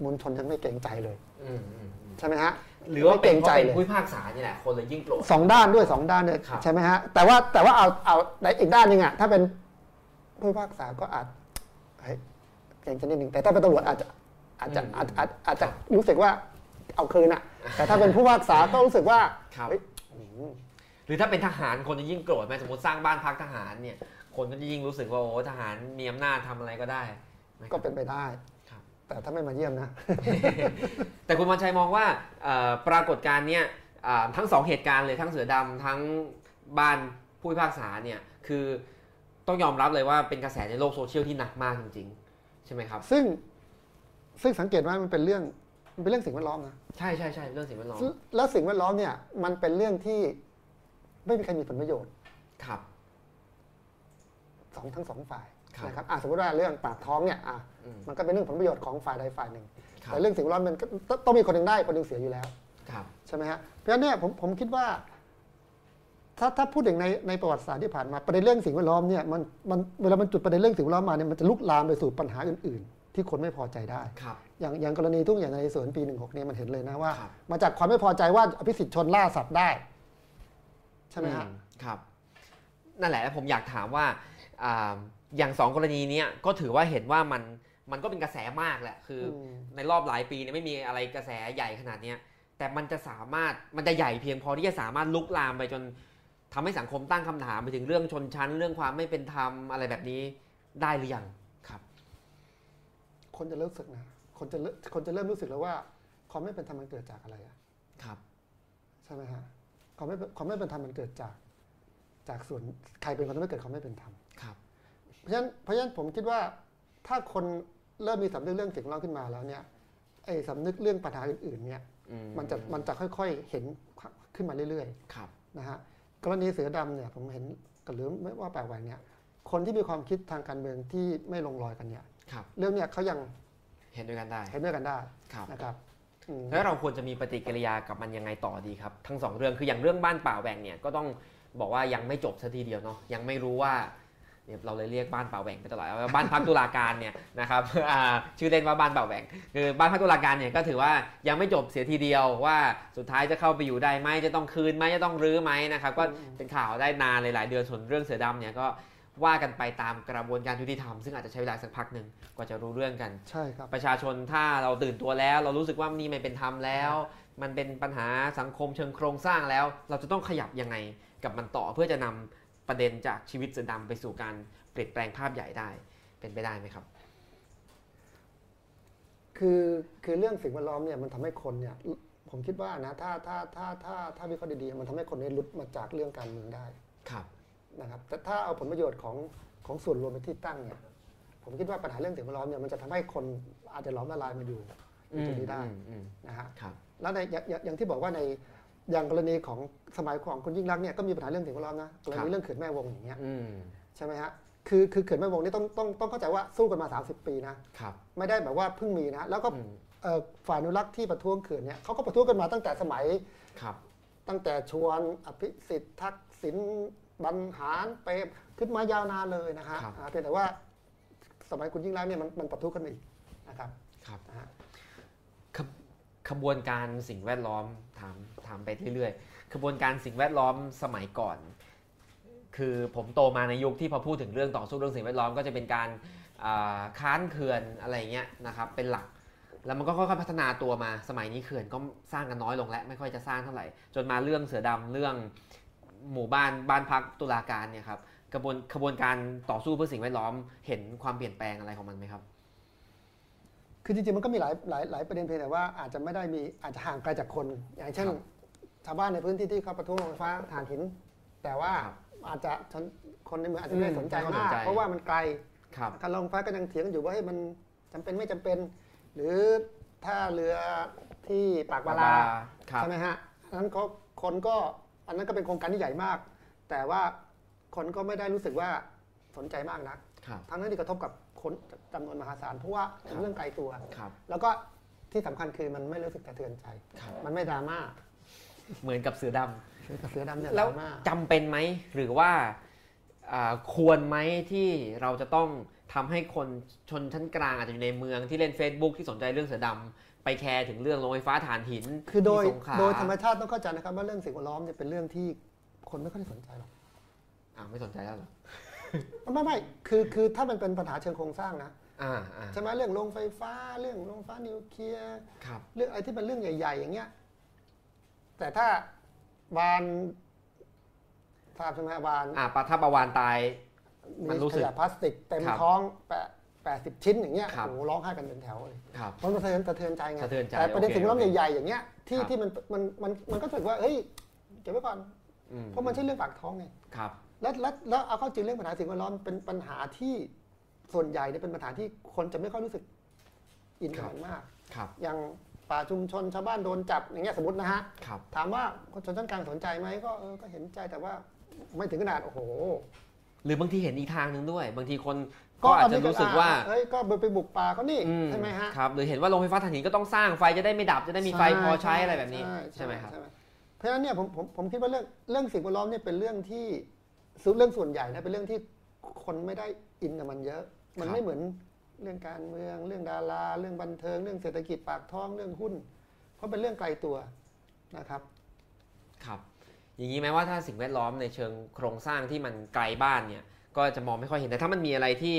[SPEAKER 2] มวลชนยังไม่เกรงใจเลย
[SPEAKER 1] อืมอืมอืม
[SPEAKER 2] ใช่ไหมฮะ
[SPEAKER 1] หรือว่า
[SPEAKER 2] ไม่เก
[SPEAKER 1] เป็
[SPEAKER 2] ร
[SPEAKER 1] น
[SPEAKER 2] ง
[SPEAKER 1] เพ
[SPEAKER 2] ใจ
[SPEAKER 1] ราะเป็น
[SPEAKER 2] เลย
[SPEAKER 1] ผู้พิพากษานี่แหละคนเลยยิ่งโกรธ
[SPEAKER 2] สองด้านด้วยสองด้านด้วย
[SPEAKER 1] ครับ
[SPEAKER 2] ใช่ไหมฮะแต่ว่าแต่ว่าเอาเอาในอีกด้านหนึงอะถ้าเป็นผู้พิพากษาก็อาจเฮ้ยเกรงใจนิดหนึ่งแต่ถ้าเป็นตำรวจอาจจะอาจจะอาจอาจอาจจะรู้สึกว่าเอาคืน อะแต่ถ้าเป็นผู้พิพากษาก็รู้สึกว่า
[SPEAKER 1] ครับ
[SPEAKER 2] เฮ้ย
[SPEAKER 1] หรือถ้าเป็นทหารคนจะยิ่งโกรธไหมสมมติสร้างบ้านพักทหารเนี่ย คนก็จะยิ่งรู้สึกว่าโอ้ทหารมีอำนาจทำอะไรก็ได้นะครับ
[SPEAKER 2] ก็เป็นไปได้
[SPEAKER 1] ครับ
[SPEAKER 2] แต่ถ้าไม่มาเยี่ยมนะ
[SPEAKER 1] แต่คุณวันชัยมองว่าเอ่อปรากฏการณ์เนี่ยเอ่อทั้งสองเหตุการณ์เลยทั้งเสือดำทั้งบ้านผู้พิพากษาเนี่ยคือต้องยอมรับเลยว่าเป็นกระแสในโลกโซเชียลที่หนักมากจริงๆ ใช่ไหมครับ
[SPEAKER 2] ซึ่งซึ่งสังเกตว่ามันเป็นเรื่องมันเป็นเรื่องสิ่งแวดล้อมนะ
[SPEAKER 1] ใช่ใช่ใช่เรื่องสิ่งแวดล้อม
[SPEAKER 2] แล้วสิ่งแวดล้อมเนี่ยมันเป็นเรื่องที่ไม่มีใครมีผลประโยชน์
[SPEAKER 1] ครับ
[SPEAKER 2] สองทั้งสองฝ่าย
[SPEAKER 1] ครับ
[SPEAKER 2] นะครับอ่ะสมมติว่าเรื่องปากท้องเนี่ยอ่ะ
[SPEAKER 1] อืม
[SPEAKER 2] มันก็เป็นเรื่องผลประโยชน์ของฝ่ายใดฝ่ายหนึ่ง
[SPEAKER 1] ครั
[SPEAKER 2] แต่
[SPEAKER 1] บ
[SPEAKER 2] เรื่องสิ่งแวดล้อมมันก็ต้องต้องมีคนหนึ่งได้คนหนึ่งเสียอยู่แล้ว
[SPEAKER 1] ครับ
[SPEAKER 2] ใช่ไหมฮะเพราะฉะนั้นเนี่ยผมผมคิดว่า ถ้าถ้าพูดถึงในในประวัติศาสตร์ที่ผ่านมาประเด็นเรื่องสิ่งแวดล้อมเนี่ยมันมันเวลามันจุดประเด็นเรื่องสิ่งแวดล้อมมาเนี่ยมันจะลุกลามไปสู่ปัญหาอื่น ๆ ที่คนไม่พอใจได้
[SPEAKER 1] ครับ
[SPEAKER 2] อย่างอย่างกรณีทุ่งอย่างในสวนปี 16เนี่ยมันเห็นเลยนะว่า
[SPEAKER 1] ครับ
[SPEAKER 2] มาจากความไม่พอใจว่าอภิสิทธิ์ชนล่าสัตว์ได้ ใช่ไหมฮะ
[SPEAKER 1] อืครับ นั่นแหละแล้วผมอยากถามว่าอ่าอย่างสองกรณีเนี้ยก็ถือว่าเห็นว่ามันมันก็เป็นกระแสมากแหละคืออ
[SPEAKER 2] ม
[SPEAKER 1] ในรอบหลายปีเนี่ยไม่มีอะไรกระแสใหญ่ขนาดเนี้ยแต่มันจะสามารถมันจะใหญ่เพียงพอที่จะสามารถลุกลามไปจนทำให้สังคมตั้งคำถามไปถึงเรื่องชนชั้น เรื่องความไม่เป็นธรรมอะไรแบบนี้ได้หรือยังครับ
[SPEAKER 2] คนจะเริ่มรู้สึกนะคนจะเริ่มคนจะเริ่มรู้สึกแล้วว่าความไม่เป็นธรรมมันเกิดจากอะไรอะ
[SPEAKER 1] ครับ
[SPEAKER 2] ใช่ไหมฮะความไม่เป็นความไม่เป็นธรรมมันเกิดจาก จากส่วนใครเป็นคนที่ไม่เกิดความไม่เป็นธรรม
[SPEAKER 1] ครับ
[SPEAKER 2] เพราะฉะนั้นเพราะฉะนั้นผมคิดว่าถ้าคนเริ่มมีสำนึกเรื่องสิ่งแวดล้อมขึ้นมาแล้วเนี่ยไอ้สำนึกเรื่องปัญหาอื่นๆเนี่ย
[SPEAKER 1] อื
[SPEAKER 2] มันจะมันจะค่อยๆเห็นขึ้นมาเรื่อย
[SPEAKER 1] ครับ
[SPEAKER 2] ๆนะฮะกรณีเสือดำเนี่ยผมเห็นกับหรือไม่ว่าแปลกแหวกเนี่ยคนที่มีความคิดทางการเมืองที่ไม่ลงรอยกันเนี่ย
[SPEAKER 1] ครับ
[SPEAKER 2] เรื่องเนี่ยเขายัง
[SPEAKER 1] เห็นด้วยกันได้
[SPEAKER 2] เห็นด้วยกันได้
[SPEAKER 1] ครับ
[SPEAKER 2] นะครับอืม
[SPEAKER 1] แล้วเราควรจะมีปฏิกิริยากับมันยังไงต่อดีครับ ทั้งสองเรื่องคืออย่างเรื่องบ้านป่าแหว่งเนี่ยก็ต้องบอกว่ายังไม่จบซะทีเดียวเนาะยังไม่รู้ว่าเนี่ยเราเลยเรียกบ้านป่าแหว่งไปตลอดเอาบ้านพักตุลาการเนี่ยนะครับ อ่าชื่อเล่นว่าบ้านป่าแหว่ง คือบ้านพักตุลาการเนี่ยก็ถือว่ายังไม่จบเสียทีเดียวว่าสุดท้ายจะเข้าไปอยู่ได้ไหมจะต้องคืนไหมจะต้องรื้อไหมนะครับก็
[SPEAKER 2] อืม
[SPEAKER 1] เป็นข่าวได้นานเลยหลายเดือนส่วนเรื่องเสือดำเนี่ยก็ว่ากันไปตามกระบวนการยุติธรรมซึ่งอาจจะใช้เวลาสักพักหนึ่งกว่าจะรู้เรื่องกัน
[SPEAKER 2] ใช่ครับ
[SPEAKER 1] ประชาชนถ้าเราตื่นตัวแล้ว เรารู้สึกว่านี่มันเป็นธรรมแล้ว มันเป็นปัญหาสังคมเชิงโครงสร้างแล้ว เราจะต้องขยับยังไงกับมันต่อเพื่อจะนำประเด็นจากชีวิตเสือดำไปสู่การเปลี่ยนแปลงภาพใหญ่ได้เป็นไปได้ไหมครับ
[SPEAKER 2] คือคือเรื่องสิ่งแวดล้อมเนี่ยมันทำให้คนเนี่ยผมคิดว่านะถ้าถ้าถ้าถ้าถ้าวิเคราะห์ดีๆมันทำให้คนเนี่ยหลุดมาจากเรื่องการเมืองได้
[SPEAKER 1] ครับ
[SPEAKER 2] นะครับแต่ถ้าเอาผลประโยชน์ของของส่วนรวมเป็นที่ตั้งเนี่ยผมคิดว่าปัญหาเรื่องสิ่งแวดล้อมเนี่ยมันจะทำให้คนอาจจะหล้อมละลายมาอยู่ในจุดนี้ได้นะฮะ
[SPEAKER 1] ครับ
[SPEAKER 2] แล้วในอย่างอย่างอย่างที่บอกว่าในอย่างกรณีของสมัยของคุณยิ่งรักษณ์เนี่ยก็มีปัญหาเรื่องสิ่งแวดล้อมนะกร
[SPEAKER 1] ครั
[SPEAKER 2] ณี
[SPEAKER 1] บ
[SPEAKER 2] เรื่องเขื่อนแม่วงอย่างเงี้ย
[SPEAKER 1] อืม
[SPEAKER 2] ใช่ไหมฮะคือคือเขื่อนแม่วงนี่ต้องต้องต้องเข้าใจว่าสู้กันมา 30 ปีนะครับ ไม่ได้แบบว่าเพิ่งมีนะแล้วก็
[SPEAKER 1] อืม
[SPEAKER 2] เอ่อฝ่ายอนุรักษ์ที่ประท้วงเขื่อนเนี่ยเขาก็ประท้วงกันมาตั้งแต่สมัย
[SPEAKER 1] ครับ
[SPEAKER 2] ตั้งแต่ชวนอภิสิทธิ์ทักษิณบรรหารเปรมขึ้นมายาวนานเลยนะฮะอ่าเพียงแต่ว่าสมัยคุณยิ่งรักษณ์เนี่ยมันมันปะทุขึ้นมาอีกนะครับ
[SPEAKER 1] ครับ
[SPEAKER 2] นะฮะ
[SPEAKER 1] ขบขบวนการสิ่งแวดล้อมถามถามไปเรื่อยๆขบวนการสิ่งแวดล้อมสมัยก่อน คือผมโตมาในยุคที่พอพูดถึงเรื่องต่อสู้เรื่องสิ่งแวดล้อมก็จะเป็นการอ่าค้านเขื่อนอะไรอย่างเงี้ยนะครับเป็นหลัก แล้วมันก็ค่อยๆพัฒนาตัวมาสมัยนี้เขื่อนก็สร้างกันน้อยลงแล้วไม่ค่อยจะสร้างเท่าไหร่ จนมาเรื่องเสือดำเรื่อง หมู่บ้านบ้านพักตุลาการเนี่ยครับกระบวนขบวนการต่อสู้เพื่อสิ่งแวดล้อมเห็นความเปลี่ยนแปลงอะไรของมันไหมครับ
[SPEAKER 2] คือจริงๆ มันก็มีหลายหลายหลายประเด็นเพียงแต่ว่าอาจจะไม่ได้มีอาจจะห่างไกลจากคน อย่างเช่น
[SPEAKER 1] ครับ
[SPEAKER 2] ชาวบ้านในพื้นที่ที่เขาประท้วงโรงไฟฟ้าถ่านหิน แต่ว่า
[SPEAKER 1] ครับ
[SPEAKER 2] อาจจะชนคนในเมืองอาจจะไม่ได้
[SPEAKER 1] อืม
[SPEAKER 2] สนใจ
[SPEAKER 1] ไม่ได้
[SPEAKER 2] มาก
[SPEAKER 1] สนใจ
[SPEAKER 2] เพราะว่ามันไกล
[SPEAKER 1] ครับ
[SPEAKER 2] การลงไฟฟ้าก็ยังเถียงอยู่ว่าเฮ้ยมันจำเป็นไม่จำเป็น หรือถ้าเรือที่ปากบาลา
[SPEAKER 1] ครับ
[SPEAKER 2] ใช่ไหมฮะอันนั้นก็คนก็อันนั้นก็เป็นโครงการที่ใหญ่มาก แต่ว่าคนก็ไม่ได้รู้สึกว่าสนใจมากนัก
[SPEAKER 1] ครับ
[SPEAKER 2] ทั้งนั้นที่กระทบกับคนจำนวนมหาศาลเพราะว่าเป็นเรื่องไกลตัว
[SPEAKER 1] ครับ
[SPEAKER 2] แล้วก็ที่สำคัญคือมันไม่รู้สึกสะเทือนใจ
[SPEAKER 1] ครับ
[SPEAKER 2] มันไม่ดราม่า
[SPEAKER 1] เหมือนกับเสือดำ
[SPEAKER 2] เสือดำเนี่ยด
[SPEAKER 1] แล้ว
[SPEAKER 2] ราม่า
[SPEAKER 1] จำเป็นไหมหรือว่าอ่าควรไหมที่เราจะต้องทำให้คนชนชั้นกลางอาจจะอยู่ในเมืองที่เล่น Facebook ที่สนใจเรื่องเสือดำไปแคร์ถึงเรื่องโรงไฟฟ้าถ่านหิน
[SPEAKER 2] คือโดย
[SPEAKER 1] ที่สงขลา
[SPEAKER 2] โดยธรรมชาติต้องเข้าใจนะครับว่าเรื่องสิ่งแวดล้อมเนี่ยเป็นเรื่องที่คนไม่ค่อยได้สนใจหรอก
[SPEAKER 1] อ่าไม่สนใจแล้วเหรอ
[SPEAKER 2] ไม่ไม่ไม่คือคือถ้ามันเป็นปัญหาเชิงโครงสร้างนะ
[SPEAKER 1] อ่าอ่า
[SPEAKER 2] ใช่ไหมเรื่องโรงไฟฟ้า เรื่องโรงไฟฟ้านิวเคลียร์
[SPEAKER 1] ครับ
[SPEAKER 2] เรื่องอะไรที่เป็นเรื่องใหญ่ ๆ อย่างเงี้ยแต่ถ้าบานทราบใช่ไหมฮะบาน
[SPEAKER 1] อ่าปลาทับปลาวานตาย มันรู้
[SPEAKER 2] มี
[SPEAKER 1] สึ
[SPEAKER 2] ข
[SPEAKER 1] ก
[SPEAKER 2] ยะพลาสติกเต็ม
[SPEAKER 1] ครับ
[SPEAKER 2] ท้องแปดแปดสิบชิ้นอย่างเงี้ย
[SPEAKER 1] ครับ
[SPEAKER 2] โอ้โหร้องไห้กันเป็นแถวเลย
[SPEAKER 1] ครับ
[SPEAKER 2] มันสะเทือนสะเทือนใจไง
[SPEAKER 1] สะเทือนใจ
[SPEAKER 2] แต่ประเด็น
[SPEAKER 1] โอเค
[SPEAKER 2] สิ่งแวดล้อม
[SPEAKER 1] โอเค
[SPEAKER 2] ใหญ่ๆอย่างเงี้ยที่
[SPEAKER 1] ครับ
[SPEAKER 2] ที่มันมันมันมันก็รู้สึกว่าเฮ้ยเก็บไว้ก่อน
[SPEAKER 1] อื
[SPEAKER 2] เพราะมันใช่เรื่องปากท้องไง
[SPEAKER 1] ครับ
[SPEAKER 2] แล้วแล้วแล้วเอาเข้าจริงเรื่องปัญหาสิ่งแวดล้อมเป็นปัญหาที่ส่วนใหญ่เนี่ยเป็นปัญหาที่คนจะไม่ค่อยรู้สึกอินกั
[SPEAKER 1] ค
[SPEAKER 2] บ
[SPEAKER 1] รับ
[SPEAKER 2] มันมาก
[SPEAKER 1] ครับ
[SPEAKER 2] อย่างป่าชุมชนชาวบ้านโดนจับอย่างเงี้ยสมมตินะฮะ
[SPEAKER 1] ครับ
[SPEAKER 2] ถามว่าคนชนชั้นกลางสนใจไหมก็เออก็เห็นใจแต่ว่าไม่ถึงขนาดโอ้โห
[SPEAKER 1] หรือบางทีเห็นอีกทางหนึ่งด้วย บางทีคนก็อาจจะรู้สึกว่า
[SPEAKER 2] เอ้ยก็ไปบุกป่าเขานี่
[SPEAKER 1] อื
[SPEAKER 2] ใช่ไหมฮะ
[SPEAKER 1] ครับหรือเห็นว่าโรงไฟฟ้าถ่านหินก็ต้องสร้างไฟจะได้ไม่ดับจะได้มีไฟพอใช้อะไรแบบนี้ ใช่ไหมครับ
[SPEAKER 2] เพราะฉะนั้นเนี่ยผมผมผมคิดว่าเรื่องเรื่องสิ่งแวดล้อมเนี่ยเป็นเรื่องที่ซึ่งเรื่องส่วนใหญ่นะเป็นเรื่องที่คนไม่ได้อินกับมันเยอะ มั
[SPEAKER 1] ค
[SPEAKER 2] น
[SPEAKER 1] รับ
[SPEAKER 2] ไม่เหมือนเรื่องการเมือง เรื่องดาราเรื่องบันเทิง เรื่องเศรษฐกิจปากท้องเรื่องหุ้น เพราะเป็นเรื่องไกลตัวนะครับ
[SPEAKER 1] ครับ อย่างนี้ไหมว่าถ้าสิ่งแวดล้อมในเชิงโครงสร้างที่มันไกลบ้านเนี่ย ก็จะมองไม่ค่อยเห็นแต่ถ้ามันมีอะไรที่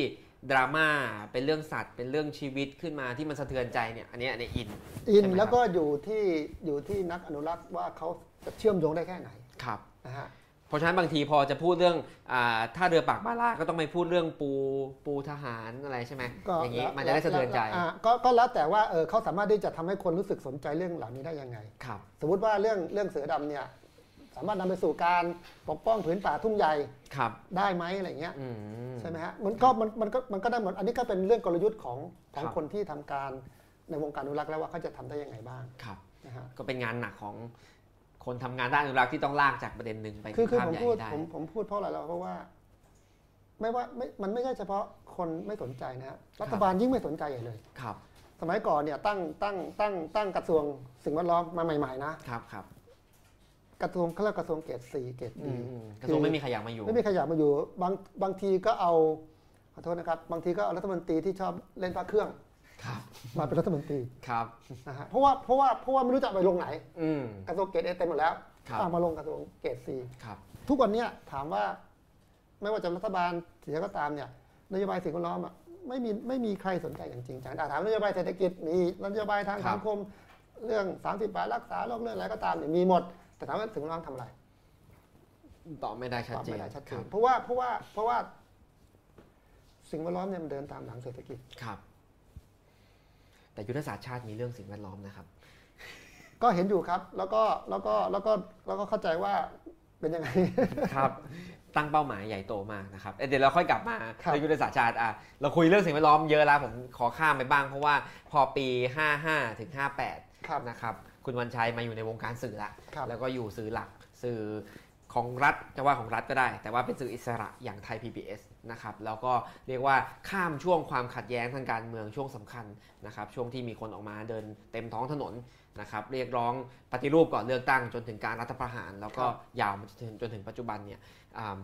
[SPEAKER 1] ดราม่าเป็นเรื่องสัตว์ เป็นเรื่องชีวิตขึ้นมาที่มันสะเทือนใจเนี่ยอันเนี้ยในอิน
[SPEAKER 2] อิน
[SPEAKER 1] ใช่ไหมครับ
[SPEAKER 2] แล้วก็อยู่ที่อยู่ที่นักอนุรักษ์ว่าเขาจะเชื่อมโยงได้แค่ไหน
[SPEAKER 1] ครับ
[SPEAKER 2] นะฮะ
[SPEAKER 1] เพราะฉะนั้นบางทีพอจะพูดเรื่องอาถ้าเรือปากบาล่าก็ต้องไปพูดเรื่องปูปูทหารอะไรใช่ไหม
[SPEAKER 2] ก็
[SPEAKER 1] อย่างนี้
[SPEAKER 2] แล้ว
[SPEAKER 1] มันจะได้สะเทือนใจ
[SPEAKER 2] แล้วอ่ะก็ก็แล้วแต่ว่าเออเขาสามารถที่จะทำให้คนรู้สึกสนใจเรื่องเหล่านี้ได้ยังไง
[SPEAKER 1] ครับ
[SPEAKER 2] สมมติว่าเรื่องเรื่องเสือดำเนี่ยสามารถนำไปสู่การปกป้องผืนป่าทุ่งใหญ่
[SPEAKER 1] ครับ
[SPEAKER 2] ได้ไหมอะไรเงี้ย
[SPEAKER 1] อืม
[SPEAKER 2] ใช่ไหมฮะมันก็มันมันก็มันก็ได้หมดอันนี้ก็เป็นเรื่องกลยุทธ์ของของ
[SPEAKER 1] ครับ
[SPEAKER 2] คนที่ทำการในวงการอนุรักษ์แล้วว่าเขาจะทำได้ยังไงบ้าง
[SPEAKER 1] ครับ
[SPEAKER 2] นะฮะ
[SPEAKER 1] ก็เป็นงานหนักของคนทำงานด้านอนุรักษ์ที่ต้องลากจากประเด็นหนึ่งไป
[SPEAKER 2] คือคือ
[SPEAKER 1] ภาพ
[SPEAKER 2] ผม
[SPEAKER 1] ใหญ่
[SPEAKER 2] พูด
[SPEAKER 1] ให้ได้
[SPEAKER 2] ผมผมพูดเพราะอะไรเราเพราะว่า ไม่ว่าไม่มันไม่ใช่เฉพาะคนไม่สนใจนะฮะรัฐบาลยิ่งไม่สนใจใหญ่เลย
[SPEAKER 1] ครับ
[SPEAKER 2] สมัยก่อนเนี่ยตั้งตั้งตั้งตั้งกระทรวงสิ่งแวดล้อมมาใหม่ๆนะครับ
[SPEAKER 1] ครับ
[SPEAKER 2] กระทรวงเขาเรียกกระทรวงเกรดสี่เกรด
[SPEAKER 1] อื
[SPEAKER 2] ดี
[SPEAKER 1] มอืมกระทรวงไม่มีขยะมาอยู่
[SPEAKER 2] ไม่มีขยะมาอยู่บางบางทีก็เอาขอโทษนะครับ บางทีก็เอารัฐมนตรีที่ชอบเล่นพระเครื่อง
[SPEAKER 1] ครับ
[SPEAKER 2] มาเป็นรัฐมนตรี
[SPEAKER 1] ครับ
[SPEAKER 2] นะฮะเพราะว่าเพราะว่าเพราะว่าไม่รู้จะเอาไปลงไหน
[SPEAKER 1] อืม
[SPEAKER 2] กระทรวงเกรดเอเต็มหมดแล้ว
[SPEAKER 1] ครับ
[SPEAKER 2] เอามาลงกระทรวงเกรดซี
[SPEAKER 1] ครับ
[SPEAKER 2] ทุกวันเนี้ยถามว่าไม่ว่าจะรัฐบาลเสียก็ตามเนี่ยนโยบายสิ่งแวดล้อมอ่ะไม่มีไม่มีใครสนใจอย่างจริงจังอ่ะถามนโยบายเศรษฐกิจมีนโยบายทาง
[SPEAKER 1] ครับ
[SPEAKER 2] สังคมเรื่อง 30บาทรักษาโรคเรื่องอะไรก็ตามเนี่ยมีหมด แต่ถามว่าสิ่งแวดล้อมทำอะไร
[SPEAKER 1] ตอบไม่ได้ชัด
[SPEAKER 2] ตอบ
[SPEAKER 1] เจน
[SPEAKER 2] ไม่ได้ชัด
[SPEAKER 1] ค
[SPEAKER 2] เจ
[SPEAKER 1] น รับ
[SPEAKER 2] เพราะว่าเพราะว่าเพราะว่าสิ่งแวดล้อมเนี่ยมันเดินตามหลังเศรษฐกิจ
[SPEAKER 1] ครับ แต่ยุทธศาสตร์ชาติมีเรื่องสิ่งแวดล้อมนะครับ
[SPEAKER 2] ก็เห็นอยู่ครับ แล้วก็แล้วก็แล้วก็แล้วก็เข้าใจว่าเป็นยังไง
[SPEAKER 1] ครับ ตั้งเป้าหมายใหญ่โตมากนะครับเอ้ยเดี๋ยวเราค่อยกลับมา
[SPEAKER 2] ครับ
[SPEAKER 1] เรื่องยุทธศาสตร์ชาติอ่ะเราคุยเรื่องสิ่งแวดล้อมเยอะแล้วผมขอข้ามไปบ้างเพราะว่าพอปี 55 ถึง 58
[SPEAKER 2] ครับ
[SPEAKER 1] นะครับ คุณวันชัยมาอยู่ในวงการสื่อละ
[SPEAKER 2] ครับ
[SPEAKER 1] แล้วก็อยู่สื่อหลักสื่อของรัฐจะว่าของรัฐก็ได้ แต่ว่าเป็นสื่ออิสระอย่างไทย PBS นะครับแล้วก็เรียกว่าข้ามช่วงความขัดแย้งทางการเมืองช่วงสำคัญนะครับช่วงที่มีคนออกมาเดินเต็มท้องถนนนะครับเรียกร้องปฏิรูปก่อนเลือกตั้งจนถึงการรัฐประหาร แล้วก็ยาวมาจนถึงจนถึงปัจจุบันเนี่ยอ่า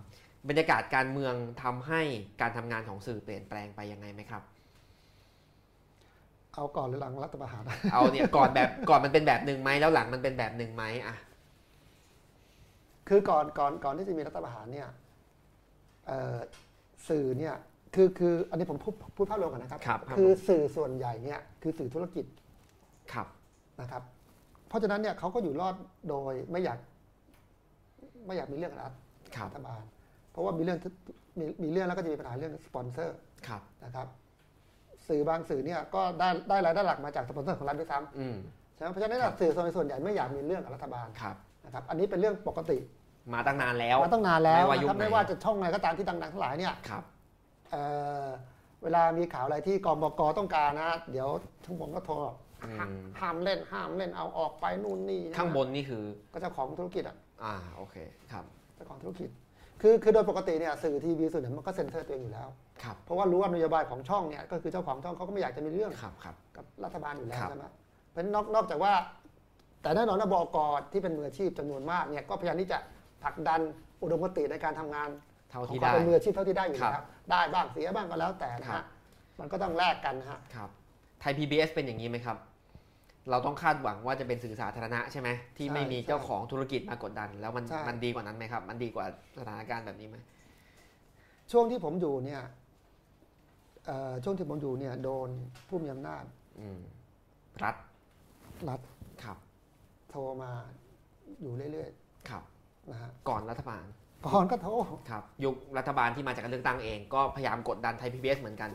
[SPEAKER 1] บรรยากาศการเมืองทำให้การทำงานของสื่อเปลี่ยนแปลงไปยังไงไหมครับ
[SPEAKER 2] เอาก่อนหรือหลังรัฐประหาร
[SPEAKER 1] เอาเนี่ยก่อนแบบก่อนมันเป็นแบบหนึ่งไหมแล้วหลังมันเป็นแบบหนึ่งไหมอ่ะ
[SPEAKER 2] คือก่อนก่อนก่อนที่จะมีรัฐประหารเนี่ยเอ่อสื่อเนี่ยคือคืออันนี้ผมพูดพูดภาพรวมก่อนนะครับ
[SPEAKER 1] ครับ
[SPEAKER 2] คือสื่อส่วนใหญ่เนี่ยคือสื่อธุรกิจ
[SPEAKER 1] ครับ
[SPEAKER 2] นะครับ เพราะฉะนั้นเนี่ยเขาก็อยู่รอดโดยไม่อยาก ไม่อยากมีเรื่องกับรัฐ
[SPEAKER 1] ครับ
[SPEAKER 2] รัฐบาล เพราะว่ามีเรื่องทุมีมีเรื่องแล้วก็จะมีปัญหาเรื่องสปอนเซอร์
[SPEAKER 1] ครับ
[SPEAKER 2] นะครับ สื่อบางสื่อเนี่ยก็ได้ได้รายได้หลักมาจากสปอนเซอร์ของรัฐด้วยซ้
[SPEAKER 1] อืม
[SPEAKER 2] ำใช่ไหมเพราะฉะนั้นเนี่ย
[SPEAKER 1] ครับ
[SPEAKER 2] สื่อส่วนใหญ่ไม่อยากมีเรื่องกับรัฐบาล
[SPEAKER 1] ครับ
[SPEAKER 2] นะครับอันนี้เป็นเรื่องปกติ
[SPEAKER 3] มาตั้งนานแล้ว
[SPEAKER 2] มาตั้งนานแล้ว
[SPEAKER 3] ไม่ว่ายุ
[SPEAKER 2] นะ
[SPEAKER 3] ค
[SPEAKER 2] ครับ
[SPEAKER 3] ไหน
[SPEAKER 2] ไม่ว่าจะช่องไหนก็ตามที่ดังๆทั้งหลายเนี่ย
[SPEAKER 1] ครับ
[SPEAKER 2] เอ่อเวลามีข่าวอะไรที่กองบกต้องการนะ เดี๋ยวทั้งผมก็โทรบอก
[SPEAKER 1] อืม
[SPEAKER 2] ห้าห้ามเล่นห้ามเล่นเอาออกไปนู่นนี่ะ
[SPEAKER 1] ข้างบนนี่คือ
[SPEAKER 2] ก็เจ้าของธุรกิจอ่ะ
[SPEAKER 1] อ่า โอเค ครับ
[SPEAKER 2] เจ้าของธุรกิจ คือคือโดยปกติเนี่ยสื่อทีวีส่วนใหญ่มันก็เซ็นเซอร์ตัวเองอยู่แล้ว
[SPEAKER 1] ครับ
[SPEAKER 2] เพราะว่ารู้ว่านโยบายของช่องเนี่ยก็คือเจ้าของช่องเขาก็ไม่อยากจะมีเรื่อง
[SPEAKER 1] ครับ ครับ
[SPEAKER 2] กับรัฐบาลอยู่แล้ว
[SPEAKER 1] ครับ
[SPEAKER 2] ใช่ไหมเพราะฉะนั้นนอกนอกจากว่า แต่แน่นอนนะบกที่เป็นมืออาชีพจำนวนมากเนี่ยก็พยายามที่จะผลักดันอุดมคติในการทำงาน
[SPEAKER 1] เท่า
[SPEAKER 2] เขา
[SPEAKER 1] ที่
[SPEAKER 2] ก็
[SPEAKER 1] ได้
[SPEAKER 2] เป็นมืออาชีพเท่าที่ได้อยู่
[SPEAKER 1] ครับ
[SPEAKER 2] แล้วได้บ้างเสียบ้างก็แล้วแต่นะ
[SPEAKER 1] ครั
[SPEAKER 2] ฮะ
[SPEAKER 1] บ
[SPEAKER 2] มันก็ต้องแลกกันนะฮะ
[SPEAKER 1] ครับ ไทย PBS เป็นอย่างนี้ไหมครับ เราต้องคาดหวังว่าจะเป็นสื่อสาธารณะใช่ไหมที่ไม่มีเจ้าของธุรกิจมากดดัน แล้วมัน มันดีกว่านั้นไหมครับ มันดีกว่าสถานการณ์แบบนี้ไหม
[SPEAKER 2] ช่วงที่ผมอยู่เนี่ยเอ่อช่วงที่ผมอยู่เนี่ยโดนผู้มีอำนาจ
[SPEAKER 1] อืม รัฐ
[SPEAKER 2] รัฐ
[SPEAKER 1] ครับ
[SPEAKER 2] โทรมาอยู่เรื่อย
[SPEAKER 1] ครับ
[SPEAKER 2] ๆนะฮ ะ
[SPEAKER 1] ก่อนรัฐบาล
[SPEAKER 2] ก่อนก็โทร
[SPEAKER 1] ครับ ยุครัฐบาลที่มาจากการเลือกตั้งเอง ก็พยายามกดดันไทย PBS เหมือนกัน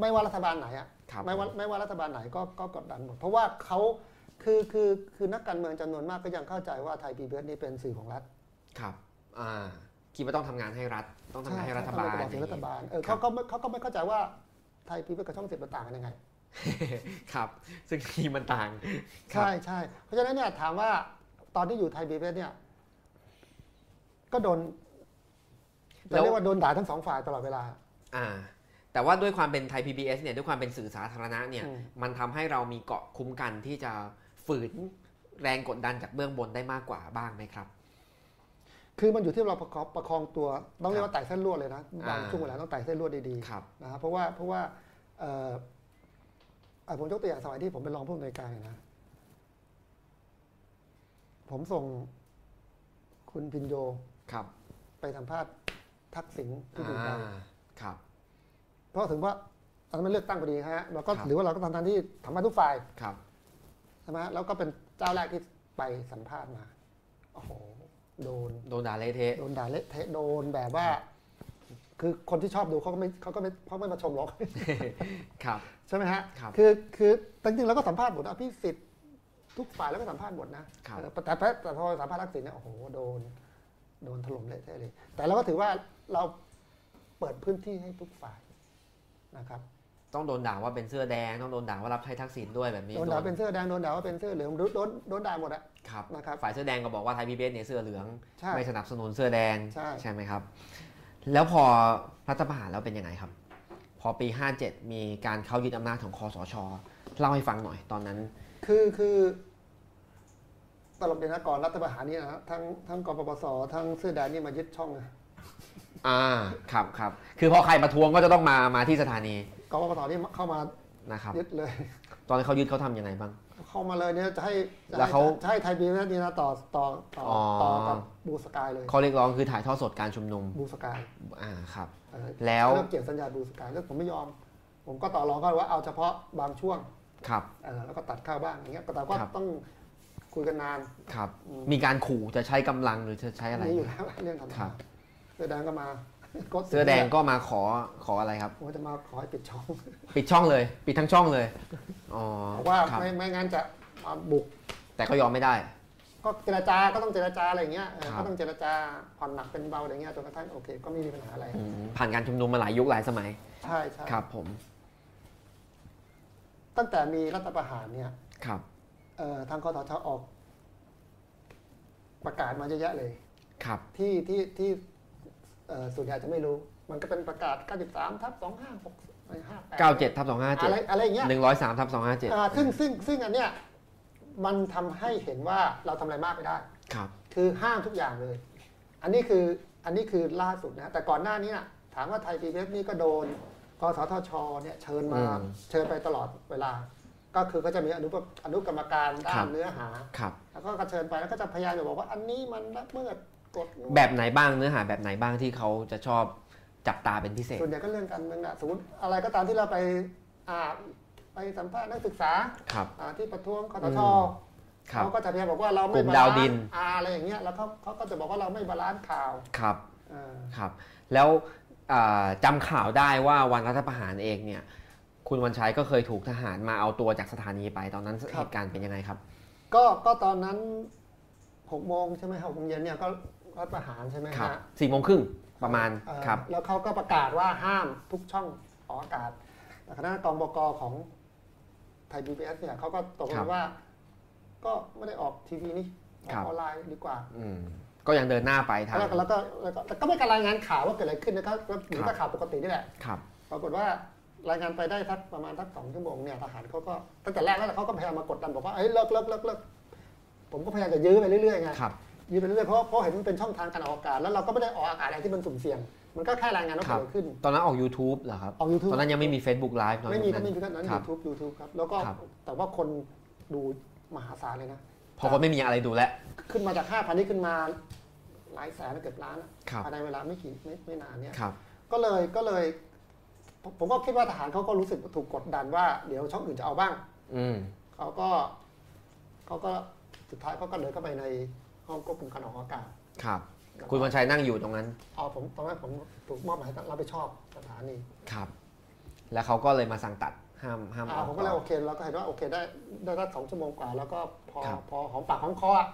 [SPEAKER 2] ไม่ว่ารัฐบาลไหนอะ
[SPEAKER 1] ครับ
[SPEAKER 2] ไม่ว่าไม่ว่ารัฐบาลไหนก็ก็กดดันหมดเพราะว่าเขาคือคือคือนักการเมืองจำนวนมากก็ยังเข้าใจว่าไทยพีบีนี่เป็นสื่อของรัฐ
[SPEAKER 1] ครับ อ่า คิดว่าต้องทำงานให้รัฐ ต้องทำงานให้รัฐบาล
[SPEAKER 2] ใช่ใช่ต้องเป็นกระบอกเสียงรัฐบาลเออ
[SPEAKER 1] ครั
[SPEAKER 2] เขาก็ไม่เขาก็ไม่เข้าใจว่าไทยพีบีกับช่องเจ็ดมันต่างกันยังไง
[SPEAKER 1] ครับ ซึ่งทีมันต่าง
[SPEAKER 2] ใช่ใช่เพราะฉะนั้นเนี่ยถามว่าตอนที่อยู่ไทยบีเอสเนี่ย ก็โดน
[SPEAKER 1] แล้
[SPEAKER 2] จะ
[SPEAKER 1] ว
[SPEAKER 2] เรียกว่าโดนด่าทั้งสองฝ่ายตลอดเวลา
[SPEAKER 1] อ่า แต่ว่าด้วยความเป็นไทย PBS เนี่ย ด้วยความเป็นสื่อสาธารณะเนี่ย
[SPEAKER 2] อืม
[SPEAKER 1] มันทำให้เรามีเกาะคุ้มกันที่จะฝืนแรงกดดันจากเบื้องบนได้มากกว่าบ้างไหมครับ
[SPEAKER 2] คือมันอยู่ที่เราประคองประคองตัว ต้องเรีย
[SPEAKER 1] ค
[SPEAKER 2] ก
[SPEAKER 1] รับ
[SPEAKER 2] ว่าไต่เส้นลวดเลยนะบาง
[SPEAKER 1] อ่า
[SPEAKER 2] ช่วงเวลาต้องไต่เส้นลวดดี
[SPEAKER 1] ครับ
[SPEAKER 2] ๆนะครับเพราะว่าเพราะว่าเอ่อเอ่อผมยกตัวอย่างสมัยที่ผมเป็นรองผู้อำนวยการเนี่ยนะ ผมส่งคุณพินโย
[SPEAKER 1] ครับ
[SPEAKER 2] ไปสัมภาษณ์ทักษิณที่ดู
[SPEAKER 1] อ่
[SPEAKER 2] ดาว
[SPEAKER 1] า ครับ
[SPEAKER 2] เพราะถึงว่าตอนนั้นมันเลือกตั้งพอดีฮะเราก็
[SPEAKER 1] ครับ
[SPEAKER 2] หรือว่าเราก็ทำทันที่ทำมาทุกฝ่าย
[SPEAKER 1] ครับ
[SPEAKER 2] ใช่ไหมแล้วก็เป็นเจ้าแรกที่ไปสัมภาษณ์มาโอ้โหโดน
[SPEAKER 1] โดนด่าเละเทะ
[SPEAKER 2] โดนด่าเละเทะโดนแบบว่า คือคนที่ชอบดูเขาก็ไม่เขาก็ไม่เขาไม่มาชมหรอก
[SPEAKER 1] ครับ
[SPEAKER 2] ใช่ไหมฮะ
[SPEAKER 1] ครับ
[SPEAKER 2] คือคือจริงๆเราก็สัมภาษณ์หมดอภิสิทธิ์ทุกฝ่ายแล้วก็สัมภาษณ์หมดนะครับ เออแต่แต่แต่พอสัมภาษณ์ทักษิณเนี่ยโอ้โหโดน โดนถล่มเละเทะเลย แต่เราก็ถือว่าเราเปิดพื้นที่ให้ทุกฝ่ายนะครับ
[SPEAKER 1] ต้องโดนด่าว่าเป็นเสื้อแดง ต้องโดนด่าว่ารับใช้ทักษิณด้วยแบบนี้
[SPEAKER 2] โดนด่าเป็นเสื้อแดงโดนด่าว่าเป็นเสื้อเหลืองโดนโดนโดนด่าหมดอะ
[SPEAKER 1] ครับ
[SPEAKER 2] นะครับ
[SPEAKER 1] ฝ่ายเสื้อแดงก็บอกว่าไทยพีบีเอสเนี่ยเสื้อเหลือง
[SPEAKER 2] ใช่
[SPEAKER 1] ไม่สนับสนุนเสื้อแดง
[SPEAKER 2] ใช่
[SPEAKER 1] ไหมครับ แล้วพอรัฐประหารแล้วเป็นยังไงครับ พอปี 57 มีการเข้ายึดอำนาจของคอสช เล่าให้ฟังหน่อยตอนนั้น
[SPEAKER 2] คือคือตลบเดนนะก่อนรัฐประหารนี่นะฮะทั้งทั้งกปปสทั้งเสื้อแดงนี่มายึดช่องนะ
[SPEAKER 1] อ่าครับครับ คือพอใครมาทวงก็จะต้องมามาที่สถานี
[SPEAKER 2] กปปสนี่เข้ามา
[SPEAKER 1] นะครับ
[SPEAKER 2] ยึดเลย
[SPEAKER 1] ตอนที่เขายึดเขาทำยังไงบ้าง
[SPEAKER 2] เข้ามาเลยเนี่ยจะให้จะ
[SPEAKER 1] แล้ว
[SPEAKER 2] ให้
[SPEAKER 1] เขา
[SPEAKER 2] จะให้ไทยบีนะนี่นะต่อต่อต่ออ
[SPEAKER 1] อ
[SPEAKER 2] ต่อกับบูสกายเลย
[SPEAKER 1] ข้อเรียกร้องคือถ่ายทอดสดการชุมนุม
[SPEAKER 2] บูสกาย
[SPEAKER 1] อ่าครับ
[SPEAKER 2] เออ
[SPEAKER 1] แล้ว
[SPEAKER 2] เริ่มเกลียดสัญญาบูสกายแล้วผมไม่ยอม ผมก็ต่อรองเขาว่าเอาเฉพาะบางช่วง
[SPEAKER 1] ครับ
[SPEAKER 2] เออแล้วก็ตัดข้าวบ้างอย่างเงี้ยแต่ก็
[SPEAKER 1] ครับ
[SPEAKER 2] ต้องคุยกันนาน
[SPEAKER 1] ครับ
[SPEAKER 2] อืม
[SPEAKER 1] มีการขู่จะใช้กำลังหรือจะใช้อะไร
[SPEAKER 2] มีอยู่แล้ว เรื่องธรรม
[SPEAKER 1] ครั
[SPEAKER 2] ดา
[SPEAKER 1] บ
[SPEAKER 2] เสื้อแดงก็มา ก็
[SPEAKER 1] เสื้อแดงก็มาขอขออะไรครับ
[SPEAKER 2] ผมจะมาขอให้ปิดช่อง
[SPEAKER 1] ปิดช่องเลย ปิดทั้งช่องเลยอ๋อ
[SPEAKER 2] บอกว่า
[SPEAKER 1] ครับ
[SPEAKER 2] ไม่ไม่งั้นจะเอาบุก
[SPEAKER 1] แต่ก็ยอมไม่ได้
[SPEAKER 2] ก็เจรจาก็ต้องเจรจาอะไรอย่างเงี้ยเออ
[SPEAKER 1] ครับ
[SPEAKER 2] ก็ต้องเจรจาผ่อนหนักเป็นเบาอะไรเงี้ยจนกระทั่งโอเค ก็ไม่มีปัญหาอะไร
[SPEAKER 1] อืมผ่านการชุมนุมมาหลายยุคหลายสมัย
[SPEAKER 2] ใช่ใช่
[SPEAKER 1] ครับผม
[SPEAKER 2] ตั้งแต่มีรัฐประหารเนี่ย
[SPEAKER 1] ครับ
[SPEAKER 2] เอ่อทางคอสชออก ประกาศมาเยอะแยะเลย
[SPEAKER 1] ครับ
[SPEAKER 2] ที่ที่ที่เอ่อส่วนใหญ่จะไม่รู้ มันก็เป็นประกาศ 93ทับ2568
[SPEAKER 1] 97ทับ
[SPEAKER 2] อะไรอะไรอย่างเงี้ย
[SPEAKER 1] 257 103ทับ
[SPEAKER 2] อ่า
[SPEAKER 1] 257
[SPEAKER 2] ซึ่งซึ่งซึ่งอันเนี้ยมันทำให้เห็นว่าเราทำอะไรมากไม่ได้
[SPEAKER 1] ครับ
[SPEAKER 2] คือห้ามทุกอย่างเลย อันนี้คืออันนี้คือล่าสุดนะ แต่ก่อนหน้านี้น่ะถามว่าไทยพีเว็บนี่ก็โดนกสทชเนี่ยเชิญมา
[SPEAKER 1] อืม
[SPEAKER 2] เชิญไปตลอดเวลา ก็คือก็จะมีอนุปอนุกรรมการด้านเนื้อหา
[SPEAKER 1] ครับ
[SPEAKER 2] แล้วก็กระเชิญไปแล้วก็จะพยายามจะบอกว่าอันนี้มันละเมิดกฎนู่น
[SPEAKER 1] แบบไหนบ้างเนื้อหาแบบไหนบ้างที่เขาจะชอบจับตาเป็นพิเศษ
[SPEAKER 2] ส่วนใหญ่ก็เรื่องการเมืองนะสมมติอะไรก็ตามที่เราไปอ่าไปสัมภาษณ์นักศึกษา
[SPEAKER 1] ครับ
[SPEAKER 2] อ่าที่ประท้วงคอสช
[SPEAKER 1] ครับ
[SPEAKER 2] เขาก็จะพยายามบอกว่าเรา
[SPEAKER 1] ก
[SPEAKER 2] ไม่
[SPEAKER 1] ลุ่ม
[SPEAKER 2] บลนซ์
[SPEAKER 1] ดาวดิน
[SPEAKER 2] อ่า อะไรอย่างเงี้ยแล้วเขาเขาก็จะบอกว่าเราไม่บาลานซ์ข่าว
[SPEAKER 1] ครับ
[SPEAKER 2] เออ
[SPEAKER 1] ครับ แล้วอ่าจำาข่าวได้ว่าวันรัฐประหารเองเนี่ย คุณวันชัยก็เคยถูกทหารมาเอาตัวจากสถานีไปตอนนั้นเหตุการณ์เป็นยังไงครับ
[SPEAKER 2] ก็ก็ตอนนั้นหกโมงใช่ไหมหกโมงเย็นเนี่ยก็รัฐประหารใช่ไหม
[SPEAKER 1] ครับ
[SPEAKER 2] ฮะ
[SPEAKER 1] สี่โมงครึ่งประมาณ
[SPEAKER 2] เอ่อ
[SPEAKER 1] ครับ
[SPEAKER 2] แล้วเขาก็ประกาศว่าห้ามทุกช่องออกอากาศแต่คณะกองบกของไทยบีบีเอสเนี่ยเขาก็ตกล
[SPEAKER 1] ครั
[SPEAKER 2] ง
[SPEAKER 1] บ
[SPEAKER 2] ว่า ก็ไม่ได้ออกทีวีนี่ออก
[SPEAKER 1] ครับ
[SPEAKER 2] ออนไลน์ดีกว่า
[SPEAKER 1] อืมก็ยังเดินหน้าไปทาง
[SPEAKER 2] แล้วก็แล้วก็แล้วก็แต่ก็ไม่การรายงานข่าวว่าเกิดอะไรขึ้นนะครับก็เหมือน
[SPEAKER 1] ครั
[SPEAKER 2] กับบ ข่าวปกตินี่แหละ
[SPEAKER 1] ครับ
[SPEAKER 2] ปรากฏว่ารายงานไปได้ทักประมาณทักสองชั่วโมงเนี่ยทหารเขาก็ตั้งแต่แรกแล้วแหละเขาก็พยายามมากดดันบอกว่าเอ้ยเลิกเลิกเลิกเลิกผมก็พยายามจะยื้อไปเรื่อยๆไง
[SPEAKER 1] ครับ
[SPEAKER 2] ยืนไปเรื่อยๆเพราะเพราะเห็นมันเป็นช่องทางการออกอากาศ แล้วเราก็ไม่ได้ออกอากาศอะไรที่มันสุ่มเสี่ยง มันก็แค่รายงานว่า
[SPEAKER 1] ครับ
[SPEAKER 2] เกิดอะไรขึ้น
[SPEAKER 1] ตอนนั้นออก YouTube เหรอครับ
[SPEAKER 2] ออก YouTube
[SPEAKER 1] ตอนนั้นยังไม่มี Facebook Live ตอนนั้
[SPEAKER 2] ไม่
[SPEAKER 1] น
[SPEAKER 2] มีก็ไม่มีเท่านั้น
[SPEAKER 1] ค
[SPEAKER 2] ยู
[SPEAKER 1] รับ
[SPEAKER 2] ทูบยูทูบครับ แล้วก็
[SPEAKER 1] ครับ
[SPEAKER 2] แต่ว่าคนดูมหาศาลเลยนะ
[SPEAKER 1] เพอคนไม่มีอะไรดูแล้ว
[SPEAKER 2] ขึ้นมาจาก 5,000 นี่ขึ้นมาหลายแสนเกือบล้านอะ
[SPEAKER 1] ครับ
[SPEAKER 2] ภายในเวลาไม่กี่ไม่ไม่นานเนี่ย
[SPEAKER 1] ครับ
[SPEAKER 2] ก็เลยก็เลยผมผมก็คิดว่าทหารเขาก็รู้สึกถูกกดดันว่าเดี๋ยวช่องอื่นจะเอาบ้าง
[SPEAKER 1] อืม
[SPEAKER 2] เขาก็เขาก็สุดท้ายเขาก็เดินเข้าไปในห้องควบคุมการออกอากาศ
[SPEAKER 1] ครับ คุณวันชัยนั่งอยู่ตรงนั้น
[SPEAKER 2] เอาผมตอนแรกผมถูกมอบหมายให้รับผิดชอบสถานี
[SPEAKER 1] ครับ แล้วเขาก็เลยมาสั่งตัดห้ามห้ามออ
[SPEAKER 2] อ่า
[SPEAKER 1] ก
[SPEAKER 2] ผมก็เลยโอเคเราก็เห็นว่าโอเคได้ได้สักสองชั่วโมงกว่า แล้วก็พอ
[SPEAKER 1] ครับ
[SPEAKER 2] พอหอมปากหอมคอ อ่ะ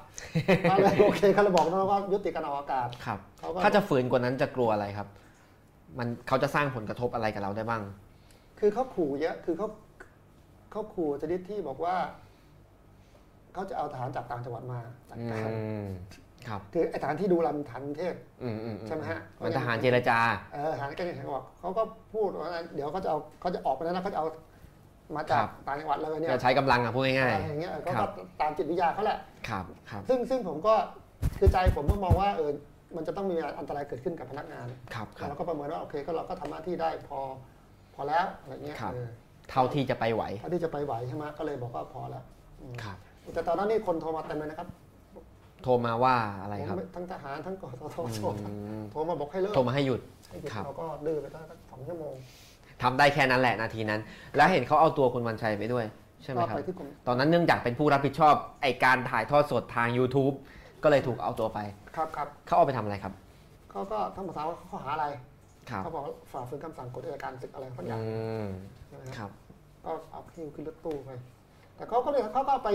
[SPEAKER 2] ก็เลยโอเคก็เลยบอกน้องว่ายุติการออกอากาศ
[SPEAKER 1] ครับ
[SPEAKER 2] เขาก็
[SPEAKER 1] ถ้าจะฝืนกว่านั้นจะกลัวอะไรครับ มันเขาจะสร้างผลกระทบอะไรกับเราได้บ้าง
[SPEAKER 2] คือเขาขู่เยอะคือเขาเขาขู่ชนิดที่บอกว่าเขาจะเอาทหารจากต่างจังหวัดมาจัด
[SPEAKER 1] อื
[SPEAKER 2] การ
[SPEAKER 1] มครับ
[SPEAKER 2] คือไอ้ทหารที่ดูเราเป็นทหารกรุงเทพ
[SPEAKER 1] อืมอืมอื
[SPEAKER 2] ใช่ไหมฮะ
[SPEAKER 1] เป็นทหารเจรจา
[SPEAKER 2] เออทหารก็ยังเห็นบอกเขาก็พูดว่าเดี๋ยวเขาจะเอาเขาจะออกไปแล้วนะเขาจะเอามา
[SPEAKER 1] ค
[SPEAKER 2] จาก
[SPEAKER 1] รับ
[SPEAKER 2] ต่างจังหวัดเลยเนี่ย
[SPEAKER 1] จะใช้กำลังอ่ะพูดง่าย
[SPEAKER 2] อะไรอย่างเงี้ยเออเขาก็ตามจิตวิทยาเขาแหละ
[SPEAKER 1] ๆครับครับ
[SPEAKER 2] ซึ่งซึ่งผมก็คือใจผมก็มองว่าเออมันจะต้องมีอันตรายเกิดขึ้นกับพนักงาน
[SPEAKER 1] ครับค
[SPEAKER 2] แล้
[SPEAKER 1] รับ
[SPEAKER 2] วเราก็ประเมินว่าโอเคก็เราก็ทำหน้าที่ได้พอพอแล้วอะไรเงี้ย
[SPEAKER 1] ครับ
[SPEAKER 2] เออ
[SPEAKER 1] เท่าที่จะไปไหว
[SPEAKER 2] เท่าที่จะไปไหวใช่ไหมก็เลยบอกว่าพอแล้วอืม
[SPEAKER 1] ครับ
[SPEAKER 2] แต่ตอนนั้นนี่คนโทรมาเต็มเลยนะครับ
[SPEAKER 1] โทรมาว่าอะไรครับ
[SPEAKER 2] ผมทั้งทหารทั้งกสทช
[SPEAKER 1] อืม
[SPEAKER 2] โทรมาบอกให้เลิก
[SPEAKER 1] โทรมาให้หยุด
[SPEAKER 2] ให้หยุด
[SPEAKER 1] ครับ
[SPEAKER 2] เราก็ดื้อไปตั้งสองชั่วโมง
[SPEAKER 1] ทำได้แค่นั้นแหละนาทีนั้น แล้วเห็นเขาเอาตัวคุณวันชัยไปด้วย ใช่ไหม
[SPEAKER 2] ก็
[SPEAKER 1] ครับ
[SPEAKER 2] ไปที่กรม
[SPEAKER 1] ตอนนั้นเนื่องจากเป็นผู้รับผิดชอบไอการถ่ายทอดสดทาง YouTube ก็เลยถูกเอาตัวไป
[SPEAKER 2] ครับครับ
[SPEAKER 1] เขาเอาไปทำอะไรครับ
[SPEAKER 2] เขาก็ทั้งภาษาว่าข้อหาอะไร
[SPEAKER 1] ครับ
[SPEAKER 2] เขาบอกว่าฝ่าฝืนคำสั่งกฎอัยการศึกอะไรบางอย่าง
[SPEAKER 1] อืม
[SPEAKER 2] ใช่ไหมฮะ
[SPEAKER 1] ครับ
[SPEAKER 2] ก็เอาคิวขึ้นรถตู้ไป แต่เขาก็เลยเขาก็ไป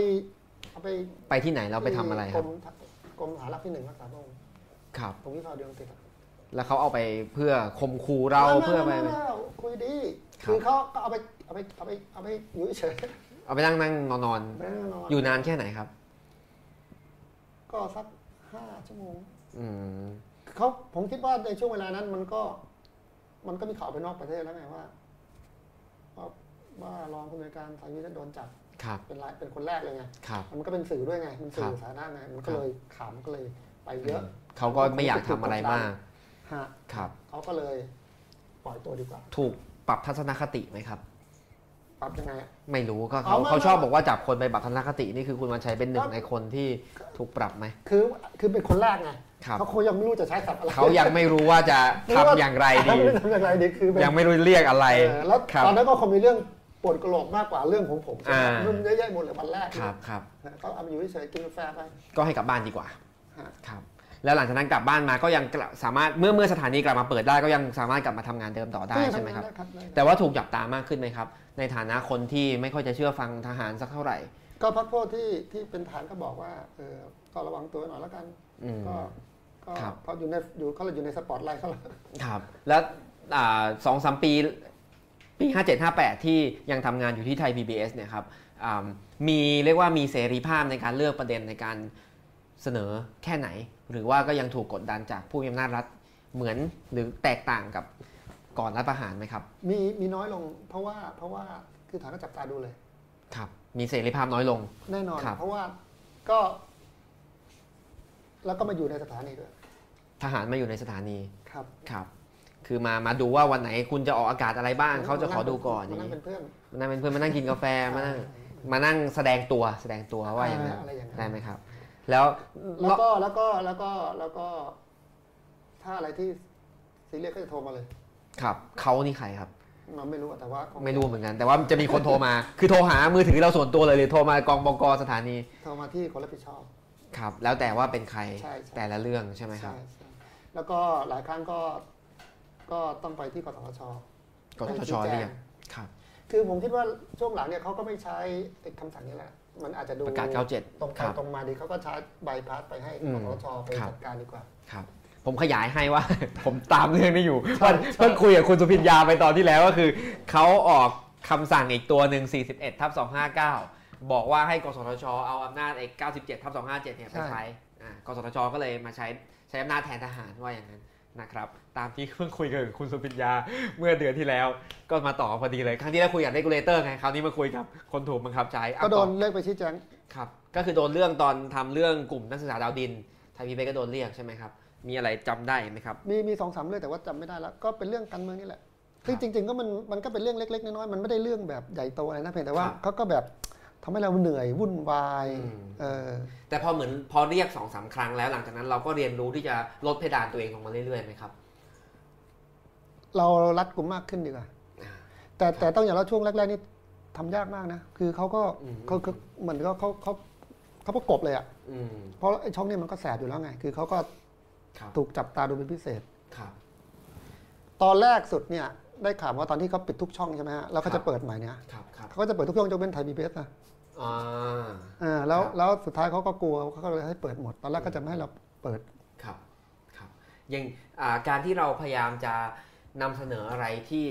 [SPEAKER 2] เอาไป
[SPEAKER 1] ไปที่ไหนเราไปทำอะไรครับ
[SPEAKER 2] กมกรมฐานรับที่หนึ่งรักษาพระองค์
[SPEAKER 1] ครับ
[SPEAKER 2] ตรงที่เราเดียวติดอะ
[SPEAKER 1] แล้วเขาเอาไปเพื่อข่มขู่เรา
[SPEAKER 2] ม่ม่
[SPEAKER 1] เพื่อไป
[SPEAKER 2] ม่ม่คุยดี
[SPEAKER 1] ครับ
[SPEAKER 2] คือเขาก็เอาไปเอาไปเอาไปเอาไปอยู่เฉย
[SPEAKER 1] เอาไปนั่งนั่งนอนนอน
[SPEAKER 2] ๆไม่ได้นอน
[SPEAKER 1] อยู่นานแค่ไหนครับ
[SPEAKER 2] ก็สักห้าชั่วโมง
[SPEAKER 1] อืม
[SPEAKER 2] เขาผมคิดว่าในช่วงเวลานั้นมันก็ มันก็มีข่าวไปนอกประเทศแล้วไงว่าว่าว่ารองผู้บริการสายยุทธโดนจับ
[SPEAKER 1] ครับ
[SPEAKER 2] เป็นรายเป็นคนแรกเลยไง
[SPEAKER 1] ครับ
[SPEAKER 2] มันก็เป็นสื่อด้วยไงมันสื่
[SPEAKER 1] ครั
[SPEAKER 2] อบ สาธารณะไงมันก็เลยข่าวมันก็เลยไปเยอะ
[SPEAKER 1] เขาก็ไม่อยากทำอะไรมาก
[SPEAKER 2] ฮะ
[SPEAKER 1] ครับ
[SPEAKER 2] เขาก็เลยปล่อยตัวดีกว่า
[SPEAKER 1] ถูกปรับทัศนคติไหมครับ
[SPEAKER 2] ปรับยังไงอะ
[SPEAKER 1] ไม่รู้ก็
[SPEAKER 2] อ๋อ
[SPEAKER 1] เขา
[SPEAKER 2] ไม่
[SPEAKER 1] เขาชอบ
[SPEAKER 2] ไม่
[SPEAKER 1] บอกว่าจับคนไปปรับทัศนคตินี่คือคุณวันชัยเป็นหนึ่
[SPEAKER 2] ก็
[SPEAKER 1] งในคนที่ถูกปรับไหม
[SPEAKER 2] คือคือเป็นคนแรกไง
[SPEAKER 1] ครับ
[SPEAKER 2] เขาคงยังไม่รู้จะใช้ศัพท์อะไร
[SPEAKER 1] เขายังไม่รู้ว่าจะทำอย่างไรดี
[SPEAKER 2] ไม่ทำอย่างไรดีคือเป็น
[SPEAKER 1] ยังไม่รู้เรียกอะไร
[SPEAKER 2] เออแล้ว
[SPEAKER 1] ครับ
[SPEAKER 2] ตอนนั้นก็คงมีเรื่องปวดกระโหลกมากกว่าเรื่องของผมใช่ไหม
[SPEAKER 1] อ่า
[SPEAKER 2] มันเยอะแยะหมดเลยวันแรก
[SPEAKER 1] ครับครับ
[SPEAKER 2] นะก็เอามาอยู่เฉยๆกินกาแฟไป
[SPEAKER 1] ก็ให้กลับบ้านดีกว่า
[SPEAKER 2] ฮะ
[SPEAKER 1] ครับ แล้วหลังจากนั้นกลับบ้านมาก็ยังกลับสามารถ เมื่อเมื่อสถานีกลับมาเปิดได้ก็ยังสามารถกลับมาทำงานเดิมต่อได้
[SPEAKER 2] ก็ยัง
[SPEAKER 1] ใช่
[SPEAKER 2] ทำ
[SPEAKER 1] ไหม
[SPEAKER 2] งาน
[SPEAKER 1] ครับ
[SPEAKER 2] ด้ครับได้
[SPEAKER 1] แต่ว่าถูกจับตามากขึ้นไหมครับ ในฐานะคนที่ไม่ค่อยจะเชื่อฟังทหารสักเท่าไหร่
[SPEAKER 2] ก็พักพวกที่ที่เป็นฐานก็บอกว่าเออก็ระวังตัวหน่อยแล้วกัน
[SPEAKER 1] อืม
[SPEAKER 2] ก็ก็
[SPEAKER 1] ครับ
[SPEAKER 2] เขาอยู่ในอยู่เขาเลยอยู่ในสปอตไลท์เขาเลย
[SPEAKER 1] ครับ แล้วอ่าสองสามปี ปี 5758 ที่ยังทำงานอยู่ที่ไทย PBS เนี่ยครับอ่ามีเรียกว่ามีเสรีภาพในการเลือกประเด็นในการเสนอแค่ไหน หรือว่าก็ยังถูกกดดันจากผู้มีอำนาจรัฐเหมือนหรือแตกต่างกับก่อนรัฐประหารไหมครับ
[SPEAKER 2] มีมีน้อยลง เพราะว่าเพราะว่าคือฐานก็จับตาดูเลย
[SPEAKER 1] ครับ มีเสรีภาพน้อยลง
[SPEAKER 2] แน่นอน
[SPEAKER 1] ครับ
[SPEAKER 2] เพราะว่าก็ แล้วก็มาอยู่ในสถานีด้วย
[SPEAKER 1] ทหารมาอยู่ในสถานี
[SPEAKER 2] ครับ
[SPEAKER 1] ครับ คือมา มาดูว่าวันไหนคุณจะออกอากาศอะไรบ้าง เขาจะขอดูก่อนอ
[SPEAKER 2] มา
[SPEAKER 1] ย่าง
[SPEAKER 2] นั่ง
[SPEAKER 1] นี้
[SPEAKER 2] เป็นเพื่อน
[SPEAKER 1] มานั่งเป็นเพื่อนมานั่งกินกาแฟ มานั่ง
[SPEAKER 2] อ่
[SPEAKER 1] มานั่งแสดงตัว แสดงตัวว่าอย่างนั้น
[SPEAKER 2] อะไรอย่าง
[SPEAKER 1] ได้
[SPEAKER 2] นั้น
[SPEAKER 1] ไหมครับ แล้ว
[SPEAKER 2] แล้วก็แล้วก็แล้วก็แล้วก็ ถ้าอะไรที่ซีเรียสก็จะโทรมาเลย
[SPEAKER 1] ครับ เขานี่ใครครับ
[SPEAKER 2] เราไม่รู้อะแต่ว่าคง
[SPEAKER 1] ไม่รู้เหมือนกัน แต่ว่าจะมีคนโทรมา คือโทรหามือถือเราส่วนตัวเลยหรือโทรมากองบกสถานี
[SPEAKER 2] โทรมาที่คนรับผิดชอบ
[SPEAKER 1] ครับ แล้วแต่ว่าเป็นใคร
[SPEAKER 2] ใช่ใช่
[SPEAKER 1] แต่ละเรื่องใช่ไหมครับ
[SPEAKER 2] ใช่ใช่แล้วก็หลายครั้งก็ก็ต้องไปที่กสทช
[SPEAKER 1] กสท
[SPEAKER 2] ให้
[SPEAKER 1] ช
[SPEAKER 2] ชี้แจง
[SPEAKER 1] เรียกครับ
[SPEAKER 2] คือผมคิดว่าช่วงหลังเนี่ยเขาก็ไม่ใช้ไอ้คำสั่งนี้แหละ มันอาจจะดู
[SPEAKER 1] ประกาศ 97
[SPEAKER 2] ตรงไป
[SPEAKER 1] ครับ
[SPEAKER 2] ตรงมาดีเขาก็ใช้ใบพัดไปให้
[SPEAKER 1] อื
[SPEAKER 2] ก
[SPEAKER 1] ม
[SPEAKER 2] สทชไป
[SPEAKER 1] ครับ
[SPEAKER 2] จัดการดีกว่า
[SPEAKER 1] ครับ ผมขยายให้ว่า ผมตามเรื่องนี้อยู่วันเพิ่งคุยกับคุณสุพิญญาไปตอนที่แล้วก็คือ เขาออกคำสั่งอีกตัวหนึ่ง 41 ทับ 259 บอกว่าให้กสทช เอาอำนาจไอ้97 ทับ 257 เนี่ยไป
[SPEAKER 2] ใช่
[SPEAKER 1] ใช้อ่ากสทช ก็เลยมาใช้ใช้อำนาจแทนทหารว่าอย่างนั้นนะครับ ตามที่เพิ่งคุยกับคุณสุพิญญาเมื่อเดือนที่แล้ว ก็มาต่อพอดีเลย ครั้งที่แล้วคุยกับเรกูเลเตอร์ไง คราวนี้มาคุยกับคนถูกบังคับใช้เอา
[SPEAKER 2] ก็โด
[SPEAKER 1] ต่อ
[SPEAKER 2] นเรียกไปชี้แจง
[SPEAKER 1] ครับ ก็คือโดนเรื่องตอนทำเรื่องกลุ่มนักศึกษาดาวดิน ไทยพีเบก็โดนเรียกใช่ไหมครับ มีอะไรจำได้ไหมครับ
[SPEAKER 2] มีมีสองสามเรื่องแต่ว่าจำไม่ได้แล้ว ก็เป็นเรื่องการเมืองนี่แหละซึ่ง
[SPEAKER 1] ครับ
[SPEAKER 2] จริง ๆ ก็มันมันก็เป็นเรื่องเล็กๆน้อยๆมันไม่ได้เรื่องแบบใหญ่โตอะไรนะเพียงแต่ว่า
[SPEAKER 1] ครับ
[SPEAKER 2] เขาก็แบบทำให้เราเหนื่อยวุ่นวาย
[SPEAKER 1] อืม
[SPEAKER 2] เออ
[SPEAKER 1] แต่พอเหมือนพอเรียก2อสาครั้งแล้วหลังจากนั้นเราก็เรียนรู้ที่จะลดเพดานตัวเองลงมาเรื่อยๆไหมครับ
[SPEAKER 2] เรารัดกลุ่มมากขึ้นดีกว่า
[SPEAKER 1] อ่า
[SPEAKER 2] แต่แต่ต้องอย่างเราช่วงแรกๆนี่ทำยากมากนะ คือเขาก็
[SPEAKER 1] อืม
[SPEAKER 2] เขาเขาเหมือนก็เขาเขาเขาประกบเลยอ่ะ
[SPEAKER 1] อืม
[SPEAKER 2] เพราะไอ้ช่องนี้มันก็แสบอยู่แล้วไง คือเขาก็
[SPEAKER 1] ครับ
[SPEAKER 2] ถูกจับตาดูเป็นพิเศษ
[SPEAKER 1] ครับ
[SPEAKER 2] ตอนแรกสุดเนี่ยได้ข่าวว่าตอนที่เขาปิดทุกช่องใช่ไหมฮะแล้วเขาจะเปิดใหม่เนี่ย
[SPEAKER 1] ครับ ครับ
[SPEAKER 2] เขาก็จะเปิดทุกช่องยกเว้นไทยบีบีเอสนะ
[SPEAKER 1] อ่า
[SPEAKER 2] อ่าแล้ว
[SPEAKER 1] ครับ
[SPEAKER 2] แล้วสุดท้ายเขาก็กลัวเขาก็เลยให้เปิดหมด ตอนแรกก็จะไม่ให้เราเปิด
[SPEAKER 1] ครับ ครับอย่างอ่าการที่เราพยายามจะนำเสนออะไรที่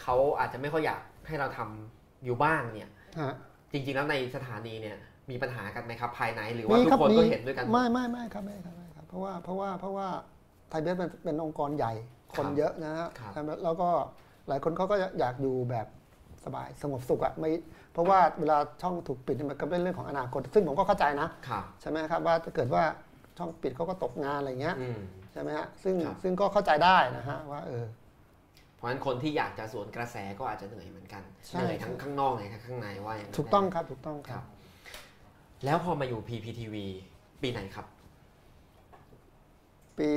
[SPEAKER 1] เขาอาจจะไม่ค่อยอยากให้เราทำอยู่บ้างเนี่ย
[SPEAKER 2] ฮะ
[SPEAKER 1] จริง ๆ แล้วในสถานีเนี่ย มีปัญหากันไหมครับ ภายในหรือว่าทุกคนก็เห็นด้วยกันหมด
[SPEAKER 2] ไม่ไม่ไม่ครับไม่ครับไม่ครับ เพราะว่าเพราะว่าเพราะว่าไทยเบสเป็นเป็นองค์กรใหญ่คน
[SPEAKER 1] ครับ
[SPEAKER 2] เยอะนะฮะ
[SPEAKER 1] ครับ
[SPEAKER 2] แล้วแล้วก็หลายคนเขาก็อยากอยู่แบบสบายสงบสุขอะไม่เพราะว่าเวลาช่องถูกปิดเนี่ยมันก็เป็นเรื่องของอนาคต ซึ่งผมก็เข้าใจนะครับ ใช่ไหมครับว่าถ้าเกิดว่าช่องปิดเขาก็ตกงานอะไรเงี้ย
[SPEAKER 1] อืม
[SPEAKER 2] ใช่ไหมฮะซึ่ง
[SPEAKER 1] ครับ
[SPEAKER 2] ซึ่งก็เข้าใจได้นะฮะว่าเออ
[SPEAKER 1] เพราะฉะนั้นคนที่อยากจะสวนกระแสก็อาจจะเหนื่อยเหมือนกัน
[SPEAKER 2] ใช่
[SPEAKER 1] เหนื่อยทั้งข้างนอกเหนื่อยทั้งข้างในว่าอย่างนั้น
[SPEAKER 2] ถูกต้องครับถูกต้องค
[SPEAKER 1] ค
[SPEAKER 2] รั
[SPEAKER 1] รับ บ แล้วพอมาอยู่ PPTV ปีไหนครับ
[SPEAKER 2] ปี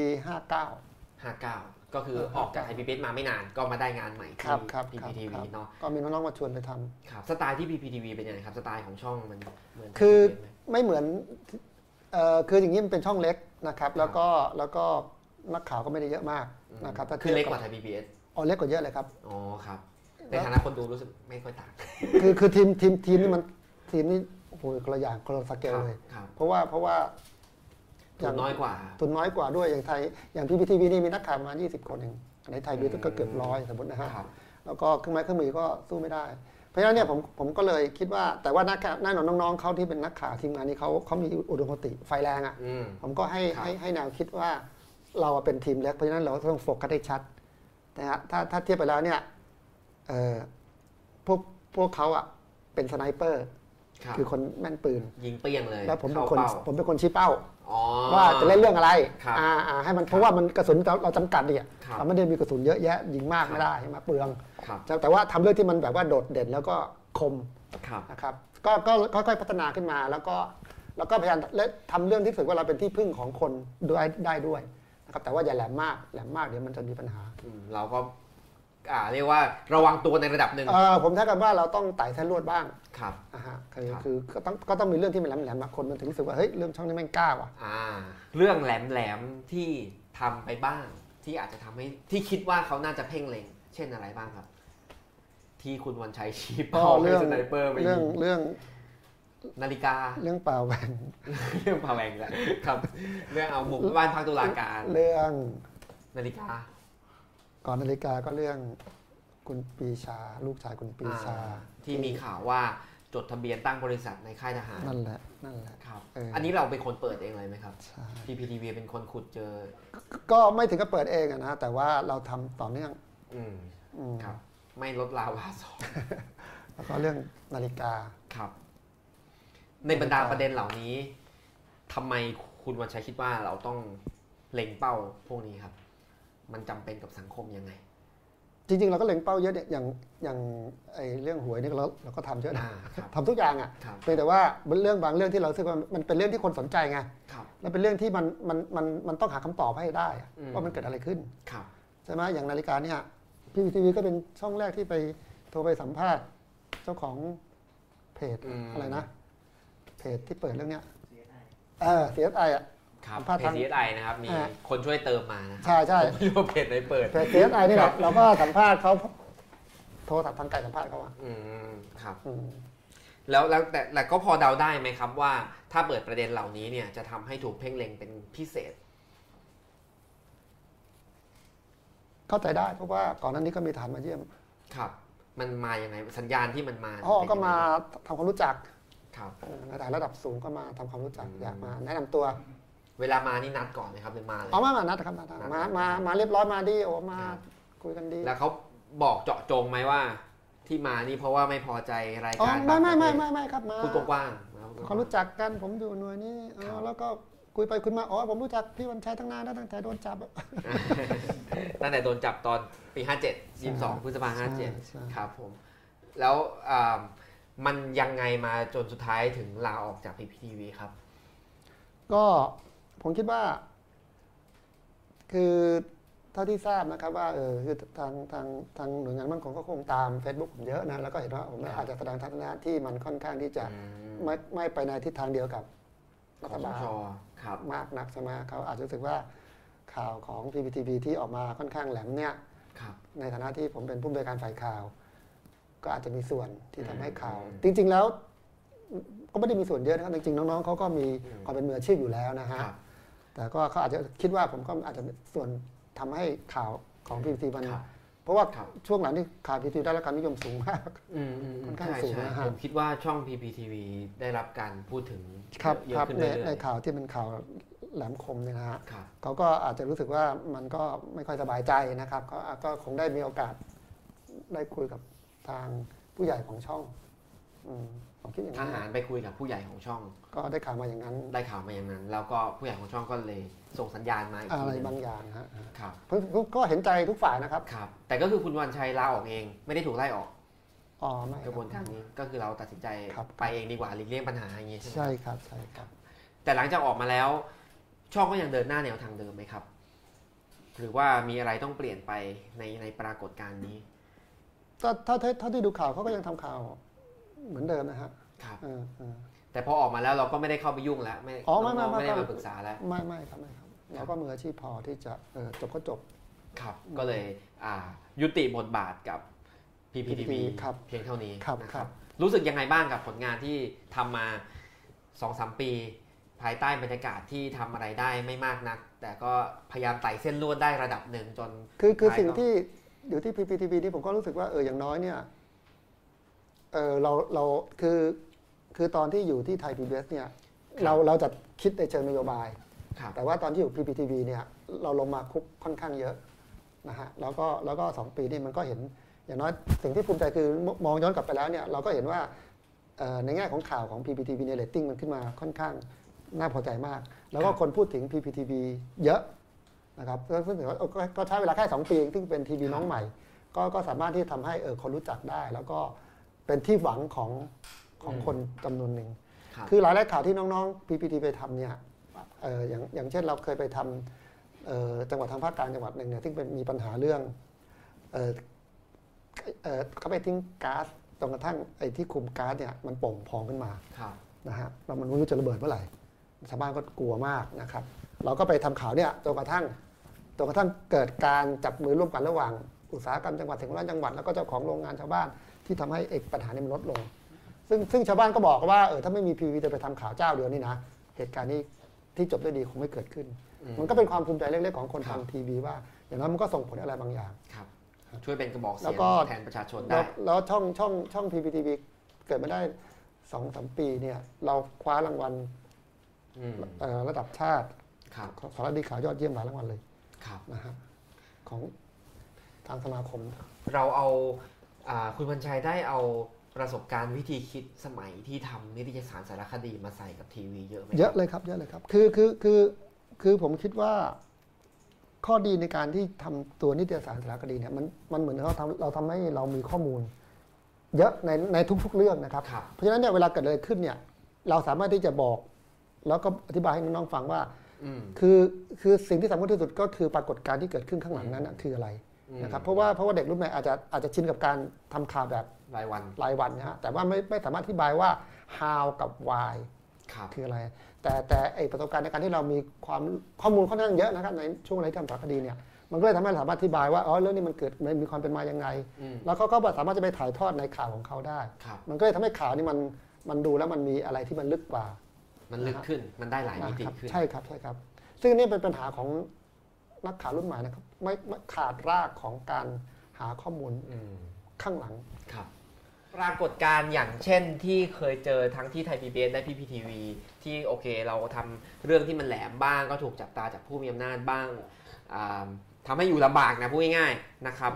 [SPEAKER 2] 59
[SPEAKER 1] 59 ก็คือ
[SPEAKER 2] เออ
[SPEAKER 1] ออกจาก
[SPEAKER 2] ค
[SPEAKER 1] ไท
[SPEAKER 2] รับ
[SPEAKER 1] ยพีเมาไม่นานก็มาได้งานใหม่
[SPEAKER 2] ค
[SPEAKER 1] ที่
[SPEAKER 2] รับครับครับ
[SPEAKER 1] PPTV
[SPEAKER 2] ครับ
[SPEAKER 1] เนาะ
[SPEAKER 2] ก็มีน้องๆมาชวนไปทำ
[SPEAKER 1] ครับสไตล์ที่ PPTV เป็นยังไงครับ สไตล์ของช่องมันเหมือน
[SPEAKER 2] คือ
[SPEAKER 1] PPTV ไหม
[SPEAKER 2] ไม่เหมือนเอ่อคืออย่างนี้มันเป็นช่องเล็กนะครับ แล้วก็แล้วก็นักข่าวก็ไม่ได้เยอะมาก
[SPEAKER 1] อืม
[SPEAKER 2] นะครับถ้ที
[SPEAKER 1] คื
[SPEAKER 2] ย
[SPEAKER 1] อบ เล็กกว่าไทย PBS
[SPEAKER 2] อ๋อเล็กกว่าเยอะเลยครับ
[SPEAKER 1] อ๋อครับ
[SPEAKER 2] แล้ว
[SPEAKER 1] ในฐานะคนดูรู้สึกไม่ค่อยต่าง
[SPEAKER 2] คือคือทีมทีมทีมนี่มันทีมนี่โอ้โหคนละอย่างคนละสเกลเลย
[SPEAKER 1] ครับ
[SPEAKER 2] เพราะว่าเพราะว่า
[SPEAKER 1] ถูกน้อยกว่า
[SPEAKER 2] ทุนน้อยกว่าด้วยอย่างไทยอย่างพีพีทีวีนี่มีนักข่าวประมาณ20 คนเองในไทยบีก็เกือบร้อยสมมตินะฮะ
[SPEAKER 1] ครับ
[SPEAKER 2] แล้วก็เครื่องไม้เครื่องมือก็สู้ไม่ได้ เพราะฉะนั้นเนี่ยผมผมก็เลยคิดว่าแต่ว่านักข่าวแน่นอนน้องๆเขาที่เป็นนักข่าวทีมงานนี้เขาเขามีอุดมคติไฟแรงอ่ะ
[SPEAKER 1] อืม
[SPEAKER 2] ผมก็ให้
[SPEAKER 1] ครับ
[SPEAKER 2] ให้ให้แนวคิดว่าเราอะเป็นทีมเล็กเพราะฉะนั้นเราต้องโฟกัสได้ชัดนะฮะถ้าถ้าเทียบไปแล้วเนี่ยเอ่อพวกพวกเขาอ่ะเป็นสไนเปอร์
[SPEAKER 1] ครับ
[SPEAKER 2] คือคนแม่นปืน
[SPEAKER 1] ยิงเปรี้ยงเลย
[SPEAKER 2] แล้วผมเป็น
[SPEAKER 1] ข้า
[SPEAKER 2] คน
[SPEAKER 1] ป้า
[SPEAKER 2] ผมเป็นคนชี้เป้า
[SPEAKER 1] อ๋อ
[SPEAKER 2] ว่าจะเล่นเรื่องอะไร
[SPEAKER 1] ครับ
[SPEAKER 2] อ่าอ่าให้มันเพราะว่ามันกระสุนเราเราจำกัดดิอะ
[SPEAKER 1] ครับ
[SPEAKER 2] เราไม่ได้มีกระสุนเยอะแยะยิงมา
[SPEAKER 1] ค
[SPEAKER 2] ก
[SPEAKER 1] รับ
[SPEAKER 2] ไม่ได้ใช่ไหมเปลือง
[SPEAKER 1] ครับ
[SPEAKER 2] แต่แต่ว่าทำเรื่องที่มันแบบว่าโดดเด่นแล้วก็คม
[SPEAKER 1] ครับ
[SPEAKER 2] นะครับก็ก็ก็ค่อยๆพัฒนาขึ้นมาแล้วก็แล้วก็พยายามและทำเรื่องที่รู้สึกว่าเราเป็นที่พึ่งของคนด้วยได้ด้วยนะครับแต่ว่าอย่าแหลมมากแหลมมากเดี๋ยวมันจะมีปัญหา
[SPEAKER 1] อืมเราก็อ่าเรียกว่าระวังตัวในระดับหนึ่ง
[SPEAKER 2] เออผมใช้คำว่าเราต้องไต่เส้นลวดบ้าง
[SPEAKER 1] ครับ
[SPEAKER 2] นะฮะคือ
[SPEAKER 1] ครับ
[SPEAKER 2] คือก็ต้องก็ต้องมีเรื่องที่มันแหลมแหลมๆอะคนมันถึงรู้สึกว่าเฮ้ยเรื่องช่องนี้แม่งกล้าว่ะ
[SPEAKER 1] อ่า เรื่องแหลมๆที่ทำไปบ้าง ที่อาจจะทำให้ที่คิดว่าเขาน่าจะเพ่งเล็ง เช่นอะไรบ้างครับ ที่คุณวันชัยชี้เป้าให้สไนเปอร์ไป
[SPEAKER 2] เรื่
[SPEAKER 1] ยิ
[SPEAKER 2] อง
[SPEAKER 1] ง
[SPEAKER 2] เรื่อง
[SPEAKER 1] นาฬิกา
[SPEAKER 2] เรื่องเปล่าแหวน
[SPEAKER 1] เรื่องพาแวงแหละครับ เรื่องเอาหมุกบ้านพักตุลาการ
[SPEAKER 2] เรื่อง
[SPEAKER 1] นาฬิกา
[SPEAKER 2] ก่อนนาฬิกาก็เรื่องคุณปรีชา ลูกชายคุณปรีชา
[SPEAKER 1] อ่าที่มีข่าวว่าจดทะเบียนตั้งบริษัทในค่ายทหาร
[SPEAKER 2] นั่นแหละนั่นแหละ
[SPEAKER 1] ครับ
[SPEAKER 2] เอออั
[SPEAKER 1] อันนี้เราเป็นคนเปิดเองเลยไหมครับ
[SPEAKER 2] ใช่
[SPEAKER 1] PPTV เป็นคนขุดเจอ
[SPEAKER 2] ก็ไม่ถึงกับเปิดเองอะนะ แต่ว่าเราทำต่อเนื่อง
[SPEAKER 1] อืม
[SPEAKER 2] อืม
[SPEAKER 1] ครับ ไม่ลดลาวาสอง
[SPEAKER 2] แล้วก็เรื่องนาฬิกา
[SPEAKER 1] ครับ ในบรรดาประเด็นเหล่านี้ทำไมคุณวันชัยคิดว่าเราต้องเล็งเป้าพวกนี้ครับ มันจำเป็นกับสังคมยังไง
[SPEAKER 2] จริงๆ เราก็เล็งเป้าเยอะเนี่ยอย่างอย่างไอเรื่องหวยเนี่ยเราเราก็ทำเยอะนะ
[SPEAKER 1] อ่าครับ
[SPEAKER 2] ทำทุกอย่างอะ
[SPEAKER 1] ครับ
[SPEAKER 2] เพียงแต่ว่าเรื่องบางเรื่องที่เรารู้สึกว่ามันเป็นเรื่องที่คนสนใจไง
[SPEAKER 1] ครับ
[SPEAKER 2] และเป็นเรื่องที่มันมันมันมันต้องหาคำตอบให้ได้อะ
[SPEAKER 1] อืม
[SPEAKER 2] ว่ามันเกิดอะไรขึ้น
[SPEAKER 1] ครับ
[SPEAKER 2] ใช่ไหมอย่างนาฬิกาเนี่ยพี่ทีวีก็เป็นช่องแรกที่ไปโทรไปสัมภาษณ์เจ้าของเพจ
[SPEAKER 1] อืม
[SPEAKER 2] อะไรนะเพจที่เปิดเรื่องเนี้ย
[SPEAKER 4] CSI
[SPEAKER 2] เออ CSI อ่ะ
[SPEAKER 1] ครับ
[SPEAKER 2] พา
[SPEAKER 1] เพจ
[SPEAKER 2] ทาง
[SPEAKER 1] ซีไอนะครับ มี
[SPEAKER 2] อ่า
[SPEAKER 1] คนช่วยเติมมานะครับ
[SPEAKER 2] ใช่ใช่
[SPEAKER 1] ผมไม่รู้ว่าเพจไหนเปิด
[SPEAKER 2] แต่ CSI นี่แห
[SPEAKER 1] ครั
[SPEAKER 2] ละ
[SPEAKER 1] บ
[SPEAKER 2] เราก็สัมภาษณ์เขาโทรศัพท์ทางไกลสัมภาษณ์เขาอะ
[SPEAKER 1] อืมครับ
[SPEAKER 2] อืม
[SPEAKER 1] แล้วแล้วแต่แต่ก็พอเดาได้ไหมครับว่าถ้าเปิดประเด็นเหล่านี้เนี่ยจะทำให้ถูกเพ่งเล็งเป็นพิเศษ
[SPEAKER 2] เข้าใจได้เพราะว่าก่อนหน้านี้ก็มีทหารมาเยี่ยม
[SPEAKER 1] ครับ มันมาอย่างไงสัญญาณที่มันมา
[SPEAKER 2] พ่อ
[SPEAKER 1] เป็นยังไง
[SPEAKER 2] ก็มาทำความรู้จัก
[SPEAKER 1] ครับ
[SPEAKER 2] ในฐานระดับสูงก็มาทำความรู้จัก
[SPEAKER 1] อืม
[SPEAKER 2] อยากมาแนะนำตัว
[SPEAKER 1] เวลามานี่นัดก่อนไหมครับหรือมาเลย
[SPEAKER 2] เอามามานัดนะครับนัดนะครับมามามาเรียบร้อยมาดีโอ้มา
[SPEAKER 1] ครับ
[SPEAKER 2] คุยกันดี
[SPEAKER 1] แล้วเขาบอกเจาะจงไหมว่า ที่มานี่เพราะว่าไม่พอใจราย
[SPEAKER 2] อ๋อ
[SPEAKER 1] การ
[SPEAKER 2] ไม่ไม่ไม่
[SPEAKER 1] บางประเภ
[SPEAKER 2] ไม่ไม่ครับมา
[SPEAKER 1] ทพูดกว้างๆนะพูดก
[SPEAKER 2] ค
[SPEAKER 1] ว้างๆ
[SPEAKER 2] วามรู้จักกันผมอยู่หน่วยนี้เออ
[SPEAKER 1] ครับ
[SPEAKER 2] แล้วก็คุยไปคุยมาอ๋อผมรู้จักพี่วันชัยตั้งนานแล้วตั้งแต่โดนจับ
[SPEAKER 1] ตั้งแต่โดนจับตอนปี 57 22พฤษภา
[SPEAKER 2] ใช่ใช่
[SPEAKER 1] 57 ครับผม แล้วอ่ามันยังไงมาจนสุดท้ายถึงลาออกจาก PPTV ครับ
[SPEAKER 2] ก็ผมคิดว่า คือเท่าที่ทราบนะครับ ว่าเออคือทางทางทางหน่วยงานมั่นคงก็คงตาม Facebook ผมเยอะนะ แล้วก็เห็นว่าผม
[SPEAKER 1] ครับ
[SPEAKER 2] อาจจะแสดงทัศนะที่มันค่อนข้างที่จะ
[SPEAKER 1] อืม
[SPEAKER 2] ไม่ไม่ไปในทิศทางเดียวกับ
[SPEAKER 1] ข
[SPEAKER 2] รั
[SPEAKER 1] อ
[SPEAKER 2] ฐ
[SPEAKER 1] ส
[SPEAKER 2] บาล
[SPEAKER 1] ชครับ
[SPEAKER 2] มากนักใช่ไหมเขาอาจจะรู้สึกว่าข่าวของ PPTV ที่ออกมาค่อนข้างแหลมเนี่ย
[SPEAKER 1] ครับ
[SPEAKER 2] ในฐานะที่ผมเป็นผู้บริการฝ่ายข่าว ก็อาจจะมีส่วนที่ทำให้ข่าว
[SPEAKER 1] อืม
[SPEAKER 2] จริง ๆ แล้วก็ไม่ได้มีส่วนเยอะนะครับจริงๆน้องๆเขาก็มี
[SPEAKER 1] อืม
[SPEAKER 2] ความเป็นมืออาชีพอยู่แล้วนะฮะ
[SPEAKER 1] ครับ
[SPEAKER 2] แต่ก็เขาอาจจะคิดว่าผมก็อาจจะส่วนทำให้ข่าวของพีพีมัน
[SPEAKER 1] ครับ
[SPEAKER 2] เพราะว่า
[SPEAKER 1] ครับ
[SPEAKER 2] ช่วงหลังนี่ข่าวพีพีได้รับการนิยมสูงมาก
[SPEAKER 1] อืมอืมอืม
[SPEAKER 2] ค่อนข้าง
[SPEAKER 1] ใช่
[SPEAKER 2] สูง
[SPEAKER 1] ใช่
[SPEAKER 2] นะฮะ
[SPEAKER 1] ผมคิดว่าช่อง PPTV ได้รับการพูดถึง
[SPEAKER 2] ครับ
[SPEAKER 1] เยอะ
[SPEAKER 2] ครับ
[SPEAKER 1] ขึ้น
[SPEAKER 2] ใน
[SPEAKER 1] เรื่อย
[SPEAKER 2] ในข่าวที่เป็นข่าวแหลมคมเนี่ยนะฮะ
[SPEAKER 1] ๆครับ
[SPEAKER 2] เขาก็อาจจะรู้สึกว่ามันก็ไม่ค่อยสบายใจนะครับเขาก็คงได้มีโอกาสได้คุยกับทางผู้ใหญ่ของช่องอืมผมคิดอย่าง
[SPEAKER 1] ท
[SPEAKER 2] นั้น
[SPEAKER 1] หารไปคุยกับผู้ใหญ่ของช่อง
[SPEAKER 2] ก็ได้ข่าวมาอย่างนั้น
[SPEAKER 1] ได้ข่าวมาอย่างนั้น แล้วก็ผู้ใหญ่ของช่องก็เลยส่งสัญญาณมาอีก
[SPEAKER 2] อะ
[SPEAKER 1] ที
[SPEAKER 2] ไร
[SPEAKER 1] หนึง
[SPEAKER 2] บางอย่างฮะ
[SPEAKER 1] ครับ
[SPEAKER 2] ผมผมก็เห็นใจทุกฝ่ายนะครับ
[SPEAKER 1] ครับ แต่ก็คือคุณวันชัยลาออกเอง ไม่ได้ถูกไล่ออก
[SPEAKER 2] อ๋อไม่ค
[SPEAKER 1] ก
[SPEAKER 2] รับ
[SPEAKER 1] ระบวนการนี้ก็คือเราตัดสินใจ
[SPEAKER 2] ครับ
[SPEAKER 1] ไปเองดีกว่าหลีกเลี่ยงปัญหาอย่างนี้ใช่ไหม
[SPEAKER 2] ใช่ครับใช่ครับ
[SPEAKER 1] แต่หลังจากออกมาแล้ว ช่องก็ยังเดินหน้าแนวทางเดิมไหมครับ หรือว่ามีอะไรต้องเปลี่ยนไปในในปรากฏการณ์นี้
[SPEAKER 2] ก็เท่าที่เท่าที่ดูข่าวเขาก็ยังทำข่าวเหมือนเดิมนะฮะ
[SPEAKER 1] ครับ
[SPEAKER 2] เออเออ
[SPEAKER 1] แต่พอออกมาแล้วเราก็ไม่ได้เข้าไปยุ่งแล้วไม่
[SPEAKER 2] อ๋อไม่
[SPEAKER 1] น้งๆ
[SPEAKER 2] ไม่
[SPEAKER 1] ไม่
[SPEAKER 2] ไม่
[SPEAKER 1] ได้
[SPEAKER 2] ไม่
[SPEAKER 1] มาปรึกษาแล้ว
[SPEAKER 2] ไม่ไม่ครับไม่ครับเราก็มืออาชีพพอที่จะเออจบก็จบ
[SPEAKER 1] ครับ ก็เลยอ่ายุติบทบาทกับ PPTV
[SPEAKER 2] ครับ
[SPEAKER 1] เพียงเท่านี้
[SPEAKER 2] ครับ
[SPEAKER 1] นะค
[SPEAKER 2] ครั
[SPEAKER 1] รับ
[SPEAKER 2] บ
[SPEAKER 1] รู้สึกยังไงบ้างกับผลงานที่ทำมา2อสปี ภายใต้บรรยากาศที่ทำอะไรได้ไม่มากนัก แต่ก็พยายามไต่เส้นลวดได้ระดับหนึ่งจน
[SPEAKER 2] คือคือ
[SPEAKER 1] ใช่
[SPEAKER 2] สิ่ง
[SPEAKER 1] ครับ
[SPEAKER 2] ที่อยู่ที่ PPTV นี่ผมก็รู้สึกว่าเอออย่างน้อยเนี่ยเออเราเราคือคือตอนที่อยู่ที่ไทย PBS เนี่ยเราเราจะคิดในเชิงนโยบาย
[SPEAKER 1] ครับ
[SPEAKER 2] แต่ว่าตอนที่อยู่ PPTV เนี่ยเราลงมาคุกค่อนข้างเยอะนะฮะแล้วก็แล้วก็สองปีนี่มันก็เห็น อย่างน้อยสิ่งที่ภูมิใจคือมมองย้อนกลับไปแล้วเนี่ยเราก็เห็นว่าเอ่อในแง่ของข่าวของ PPTV เนี่ยเรตติ้งมันขึ้นมาค่อนข้างน่าพอใจมาก แล้วก็
[SPEAKER 1] ครับ
[SPEAKER 2] คนพูดถึง PPTV เยอะนะครับก็ซึ่งถือว่าเออก็ก็ใช้เวลาแค่ 2 ปีเองซึ่งเป็นทีวีน้องใหม่ ก็ก็สามารถที่จะทำให้เออคนรู้จักได้ แล้วก็เป็นที่หวังของของคนจำนวนหนึ่ง
[SPEAKER 1] ครับ
[SPEAKER 2] คือหลายๆข่าวที่น้องๆ PPT ไปทำเนี่ยเอ่ออย่างอย่างเช่นเราเคยไปทำเอ่อจังหวัดทางภาคกลางจังหวัดหนึ่งเนี่ยซึ่งเป็นมีปัญหาเรื่องเอ่อเอ่อเขาไปทิ้งก๊าซจนกระทั่งไอ้ที่คุมก๊าซเนี่ยมันโป่งพองขึ้นมา
[SPEAKER 1] ครับ
[SPEAKER 2] นะฮะเรามันไม่รู้จะระเบิดเมื่อไหร่ชาวบ้านก็กลัวมากนะครับ เราก็ไปทำข่าวเนี่ยจนกระทั่งจนกระทั่งเกิดการจับมือร่วมกันระหว่าง อุตสาหกรรมจังหวัดถึงร้านจังหวัดแล้วก็เจ้าของโรงงานชาวบ้านที่ทำให้เอกปัญหานี้มันลดลง ซึ่งซึ่งชาวบ้านก็บอกว่าเออถ้าไม่มีพีวีจะไปทำข่าวเจ้าเดียวนี่นะ เหตุการณ์นี้ที่จบด้วยดีคงไม่เกิดขึ้น
[SPEAKER 1] อืม
[SPEAKER 2] มันก็เป็นความภูมิใจเล็กๆของคน
[SPEAKER 1] ครับ
[SPEAKER 2] ทำทีวีว่า อย่างน้อยมันก็ส่งผลอะไรบางอย่าง
[SPEAKER 1] ครับ ช่วยเป็นกระบอกเสี
[SPEAKER 2] แล้
[SPEAKER 1] ยง
[SPEAKER 2] วก็
[SPEAKER 1] แทนประชาชน
[SPEAKER 2] แล้
[SPEAKER 1] ได้
[SPEAKER 2] วแล้วช่องช่องช่องพีพีทีวีเกิดมาได้สองสามปีเนี่ยเราคว้ารางวัล
[SPEAKER 1] อืม
[SPEAKER 2] เอ่อระดับชาติ
[SPEAKER 1] ครับ
[SPEAKER 2] สารดีข่าวยอดเยี่ยมหลายรางวัลเลย
[SPEAKER 1] ครับ
[SPEAKER 2] นะฮะของทางสมาคม
[SPEAKER 1] เราเอาอ่าคุณวันชัยได้เอาประสบการณ์วิธีคิดสมัยที่ทำนิตยสารสารคดีมาใส่กับทีวีเยอะไหมครับ
[SPEAKER 2] เยอะเลยครับเยอะเลยครับคือคือคือคือผมคิดว่า ข้อดีในการที่ทำตัวนิตยสารสารคดีเนี่ยมันมันเหมือนเราทำเราทำให้เรามีข้อมูล เยอะในในทุก ๆ เรื่องนะครับ
[SPEAKER 1] ครับ
[SPEAKER 2] เพราะฉะนั้นเนี่ยเวลาเกิดอะไรขึ้นเนี่ย เราสามารถที่จะบอก แล้วก็อธิบายให้น้องๆฟังว่า
[SPEAKER 1] อืม
[SPEAKER 2] คือคือสิ่งที่สำคัญที่สุดก็คือปรากฏการณ์ที่เกิดขึ้นข้างหลังนั้นน่ะคืออะไร
[SPEAKER 1] อืม
[SPEAKER 2] นะครับเพราะว่าเพราะว่าเด็กรุ่นใหม่อาจจะอาจจะชินกับการทำข่าวแบบ
[SPEAKER 1] รายวัน
[SPEAKER 2] รายวันนะฮะแต่ว่าไม่ไม่สามารถอธิบายว่า how กับ why
[SPEAKER 1] ครับ
[SPEAKER 2] คืออะไร แต่แต่ไอประสบการณ์ในการที่เรามีความข้อมูลค่อนข้างเยอะนะครับในช่วงเวลาที่ทำสารคดีเนี่ยมันก็เลยทำให้เราสามารถอธิบายว่าอ๋อเรื่องนี้มันเกิดมันมีความเป็นมายังไง
[SPEAKER 1] อืม
[SPEAKER 2] แล้วเขาก็สามารถจะไปถ่ายทอดในข่าวของเขาได้
[SPEAKER 1] ครับ
[SPEAKER 2] มันก็เลยทำให้ข่าวนี่มันมันดูแล้วมันมีอะไรที่มันลึกกว่า
[SPEAKER 1] มันลึกขึ้นมันได้หลายมิติ
[SPEAKER 2] นะครับ
[SPEAKER 1] ขึ้น
[SPEAKER 2] ใช่ครับใช่ครับ ซึ่งนี่เป็นปัญหาของนักข่าวรุ่นใหม่นะครับไม่ไม่ขาดรากของการหาข้อมูล
[SPEAKER 1] อืม
[SPEAKER 2] ข้างหลัง
[SPEAKER 1] ครับ
[SPEAKER 5] ปรากฏการณ์อย่างเช่นที่เคยเจอทั้งที่ไทยพีบีเอสและพีพีทีวีที่โอเคเราทำเรื่องที่มันแหลมบ้างก็ถูกจับตาจากผู้มีอำนาจบ้างอ่าทำให้อยู่ลำบากนะพูดง่ายๆนะครับ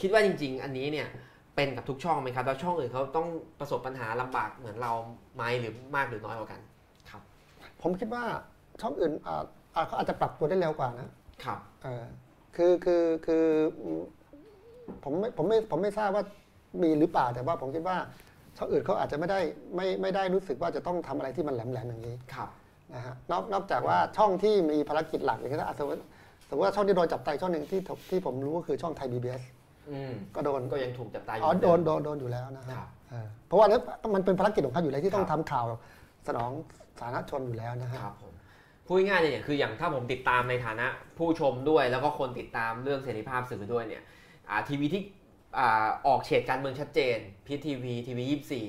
[SPEAKER 5] คิดว่าจริง ๆ อันนี้เนี่ยเป็นกับทุกช่องไหมครับแล้วช่องอื่นเขาต้องประสบปัญหาลำบากเหมือนเราไหมหรือมากหรือน้อยกว่ากัน
[SPEAKER 2] ผมคิดว่าช่องอื่นอาจอาจเขาอาจจะปรับตัวได้เร็วกว่านะครับ เออคือคือคืออืมผมไม่ผมไม่ผมไม่ทราบว่ามีหรือเปล่าแต่ว่าผมคิดว่าช่องอื่นเขาอาจจะไม่ได้ไม่ไม่ได้รู้สึกว่าจะต้องทำอะไรที่มันแหลมๆอย่างนี้
[SPEAKER 1] ครับ
[SPEAKER 2] นะฮะนอกนอกจากว่าช่องที่มีภารกิจหลักอย่างเช่นอ่ะสมมติสมมติว่าช่องที่โดนจับไตาช่องหนึ่งที่ผมที่ผมรู้ก็คือช่องไทยบีบีเอส
[SPEAKER 1] อืม
[SPEAKER 2] ก็โดน
[SPEAKER 1] ก็ยังถูกจับตาอยู่
[SPEAKER 2] อ๋อ
[SPEAKER 1] เหมื
[SPEAKER 2] โดน
[SPEAKER 1] เม
[SPEAKER 2] โดนโดนอยู่แล้วนะฮะ
[SPEAKER 1] ครับ
[SPEAKER 2] เออเพราะว่าเนี่ยมันเป็นภารกิจของเขาอยู่แล้วที่ต้อง
[SPEAKER 1] ครับ
[SPEAKER 2] ทำข่าวสนองสาธารณชนอยู่แล้วนะฮะ
[SPEAKER 1] ครับผมพูดง่ายๆเนี่ยคืออย่างถ้าผมติดตามในฐานะผู้ชมด้วย แล้วก็คนติดตามเรื่องเสรีภาพสื่อด้วยเนี่ยอ่าทีวีที่อ่าออกเฉดการเมืองชัดเจนพีทีวีทีวียี่สี่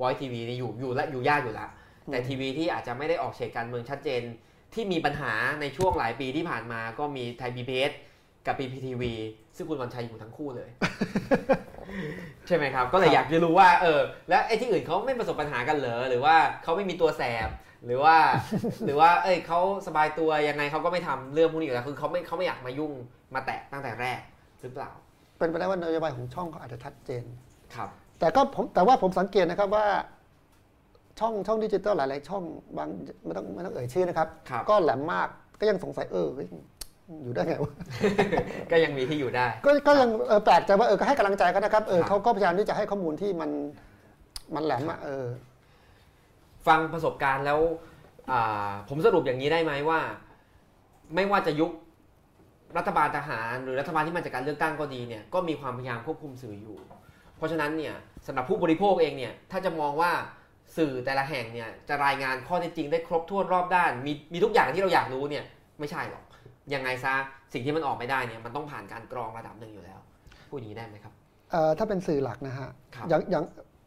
[SPEAKER 1] วอยทีวีนี่ยอยู่อยู่และอยู่ยากอยู่ละแต่ทีวีที่อาจจะไม่ได้ออกเฉดการเมืองชัดเจน ที่มีปัญหาในช่วงหลายปีที่ผ่านมาก็มีไทยบีพีเอสกับพีพีทีวีซึ่งคุณวันชัยอยู่ทั้งคู่เลย ใช่ไหมครับ ก็เลยอยากจะรู้ว่าเออแล้วไอ้ที่อื่นเขาไม่ประสบปัญหากันเหรอหรือว่าเขาไม่มีตัวแสบ หรือว่า หรือว่า เอ้ยเขาสบายตัวยังไงเขาก็ไม่ทำเรื่องพวกนี้อยู่แล้วคือเขาไม่เขาไม่อยากมายุ่งมาแตะตั้งแต่แรกหรือเปล่า
[SPEAKER 2] เป็นไปได้ว่านโยบายของช่องเขาอาจจะชัดเจน
[SPEAKER 1] ครับ
[SPEAKER 2] แต่ก็ผมแต่ว่าผมสังเกตนะครับว่า ช่องช่องดิจิตอลหลาย ๆ ช่องบางไม่ต้องไม่ต้องเอ่ยชื่อนะครับ
[SPEAKER 1] ครับ
[SPEAKER 2] ก็แหลมมากก็ยังสงสัยเออเฮ้ยอยู่ได้ไงวะ
[SPEAKER 1] ก็ยังมีที่อยู่ได้
[SPEAKER 2] ก็ก็ยังเออแปลกใจว่าเออก็ให้กำลังใจกันนะครับเอ
[SPEAKER 1] ค
[SPEAKER 2] อ
[SPEAKER 1] รับ
[SPEAKER 2] เขาก็พยายามที่จะให้ข้อมูลที่มันมันแหลมอะเออ
[SPEAKER 1] ฟังประสบการณ์แล้วอ่าผมสรุปอย่างนี้ได้ไหมว่า ไม่ว่าจะยุครัฐบาลทหารหรือรัฐบาลที่มาจากการเลือกตั้งก็ดีเนี่ยก็มีความพยายามควบคุมสื่ออยู่ เพราะฉะนั้นเนี่ยสำหรับผู้บริโภคเองเนี่ยถ้าจะมองว่าสื่อแต่ละแห่งเนี่ยจะรายงานข้อเท็จจริงได้ครบถ้วนรอบด้าน มีมีทุกอย่างที่เราอยากรู้เนี่ยไม่ใช่หรอกยังไงซะสิ่งที่มันออกไม่ได้เนี่ยมันต้องผ่านการกรองระดับหนึ่งอยู่แล้วพูดอย่างนี้ได้ไหมครับ
[SPEAKER 2] เอ่อถ้าเป็นสื่อหลักนะฮะ
[SPEAKER 1] ครับ
[SPEAKER 2] อย่างอย่าง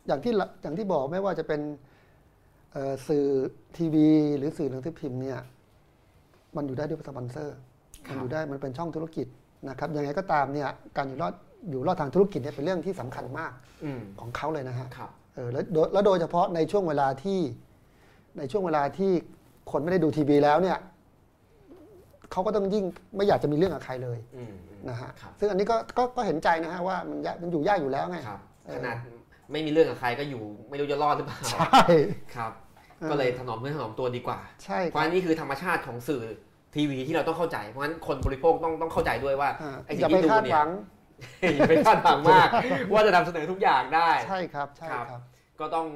[SPEAKER 2] อย่างที่ละอย่างที่บอกไม่ว่าจะเป็นเอ่อสื่อทีวี หรือสื่อหนังสือพิมพ์เนี่ยมันอยู่ได้ด้วยสปอนเซอร์
[SPEAKER 1] ครับ
[SPEAKER 2] มันอยู่ได้มันเป็นช่องธุรกิจนะครับยังไงก็ตามเนี่ยการอยู่รอดอยู่รอดทางธุรกิจเนี่ยเป็นเรื่องที่สำคัญมาก
[SPEAKER 1] อืม
[SPEAKER 2] ของเขาเลยนะฮะ
[SPEAKER 1] ครับ
[SPEAKER 2] เออแล้วโดยแล้วโดยเฉพาะในช่วงเวลาที่ในช่วงเวลาที่คนไม่ได้ดูทีวีแล้วเนี่ยเขาก็ต้องยิ่งไม่อยากจะมีเรื่องกับใครเลย
[SPEAKER 1] อืมอืม
[SPEAKER 2] นะฮะ
[SPEAKER 1] ครับ
[SPEAKER 2] ซึ่งอันนี้ก็ก็ก็เห็นใจนะฮะว่ามันยากมันอยู่ยากอยู่แล้วไง
[SPEAKER 1] ครับ
[SPEAKER 2] เออ
[SPEAKER 1] ขนาดไม่มีเรื่องกับใครก็อยู่ ไม่รู้จะรอดหรือเปล่า
[SPEAKER 2] ใช่
[SPEAKER 1] ครับ
[SPEAKER 2] ออ
[SPEAKER 1] ก็เลยถนอมเพื่อถนอมตัวดีกว่า
[SPEAKER 2] ใช่
[SPEAKER 1] เพ
[SPEAKER 2] ค
[SPEAKER 1] ราะ
[SPEAKER 2] รับ
[SPEAKER 1] อันนี้คือธรรมชาติของสื่อทีวีที่เราต้องเข้าใจ เพราะฉะนั้นคนบริโภคต้องต้องเข้าใจด้วยว่า
[SPEAKER 2] อ่า
[SPEAKER 1] ไอ้สิ่
[SPEAKER 2] อง ย่า
[SPEAKER 1] ที่
[SPEAKER 2] ไป
[SPEAKER 1] ดู
[SPEAKER 2] คาด
[SPEAKER 1] เนี่
[SPEAKER 2] ห
[SPEAKER 1] ย
[SPEAKER 2] วัง
[SPEAKER 1] อย่าไปคาดหวังมาก ว่าจะนำเสนอทุกอย่างได้
[SPEAKER 2] ใช่ครับใช่
[SPEAKER 1] ครับ
[SPEAKER 2] ครับ
[SPEAKER 1] ก็ต้อง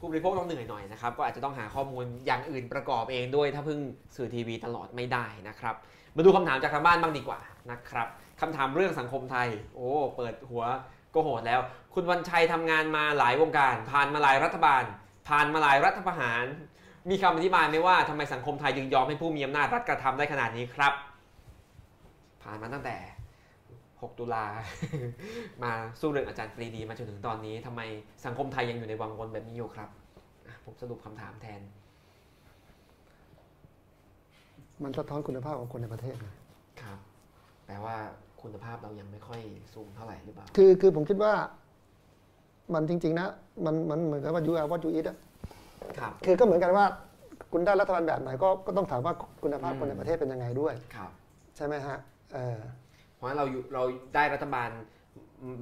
[SPEAKER 1] ผู้บริโภคต้องเหนื่อยหน่อยนะครับ ก็อาจจะต้องหาข้อมูลอย่างอื่นประกอบเองด้วย ถ้าเพิ่งสื่อทีวีตลอดไม่ได้นะครับ มาดูคำถามจากทางบ้านบ้างดีกว่านะครับคำถามเรื่องสังคมไทย โอ้เปิดหัวก็โหดแล้ว คุณวันชัยทำงานมาหลายวงการ ผ่านมาหลายรัฐบาล ผ่านมาหลายรัฐประหาร มีคำอธิบายไหมว่าทำไมสังคมไทยจึงยอมให้ผู้มีอำนาจรัฐกระทำได้ขนาดนี้ครับ ผ่านมาตั้งแต่ 6 ตุลา มาสู้เรื่องอาจารย์ปรีดีมาจนถึงตอนนี้ทำไมสังคมไทยยังอยู่ในวังวนแบบนี้อยู่ครับอ่ะผมสรุปคำถามแทน
[SPEAKER 2] มันสะท้อนคุณภาพของคนในประเทศนะครับ
[SPEAKER 1] แปลว่าคุณภาพเรายังไม่ค่อยสูงเท่าไหร่หรือเปล่า
[SPEAKER 2] คือคือผมคิดว่า มันจริง ๆ นะ มันมันเหมือนกับว่ายูอาร์วอตยูอีทอะ
[SPEAKER 1] ครับ
[SPEAKER 2] คือก็เหมือนกันว่าคุณได้รัฐบาลแบบไหนก็ก็ต้องถามว่าคุณภาพคนในประเทศเป็นยังไงด้วย
[SPEAKER 1] ครับ
[SPEAKER 2] ใช่ไหมฮะเออ
[SPEAKER 1] เพราะฉะนั้นเราอยู่เราได้รัฐบาล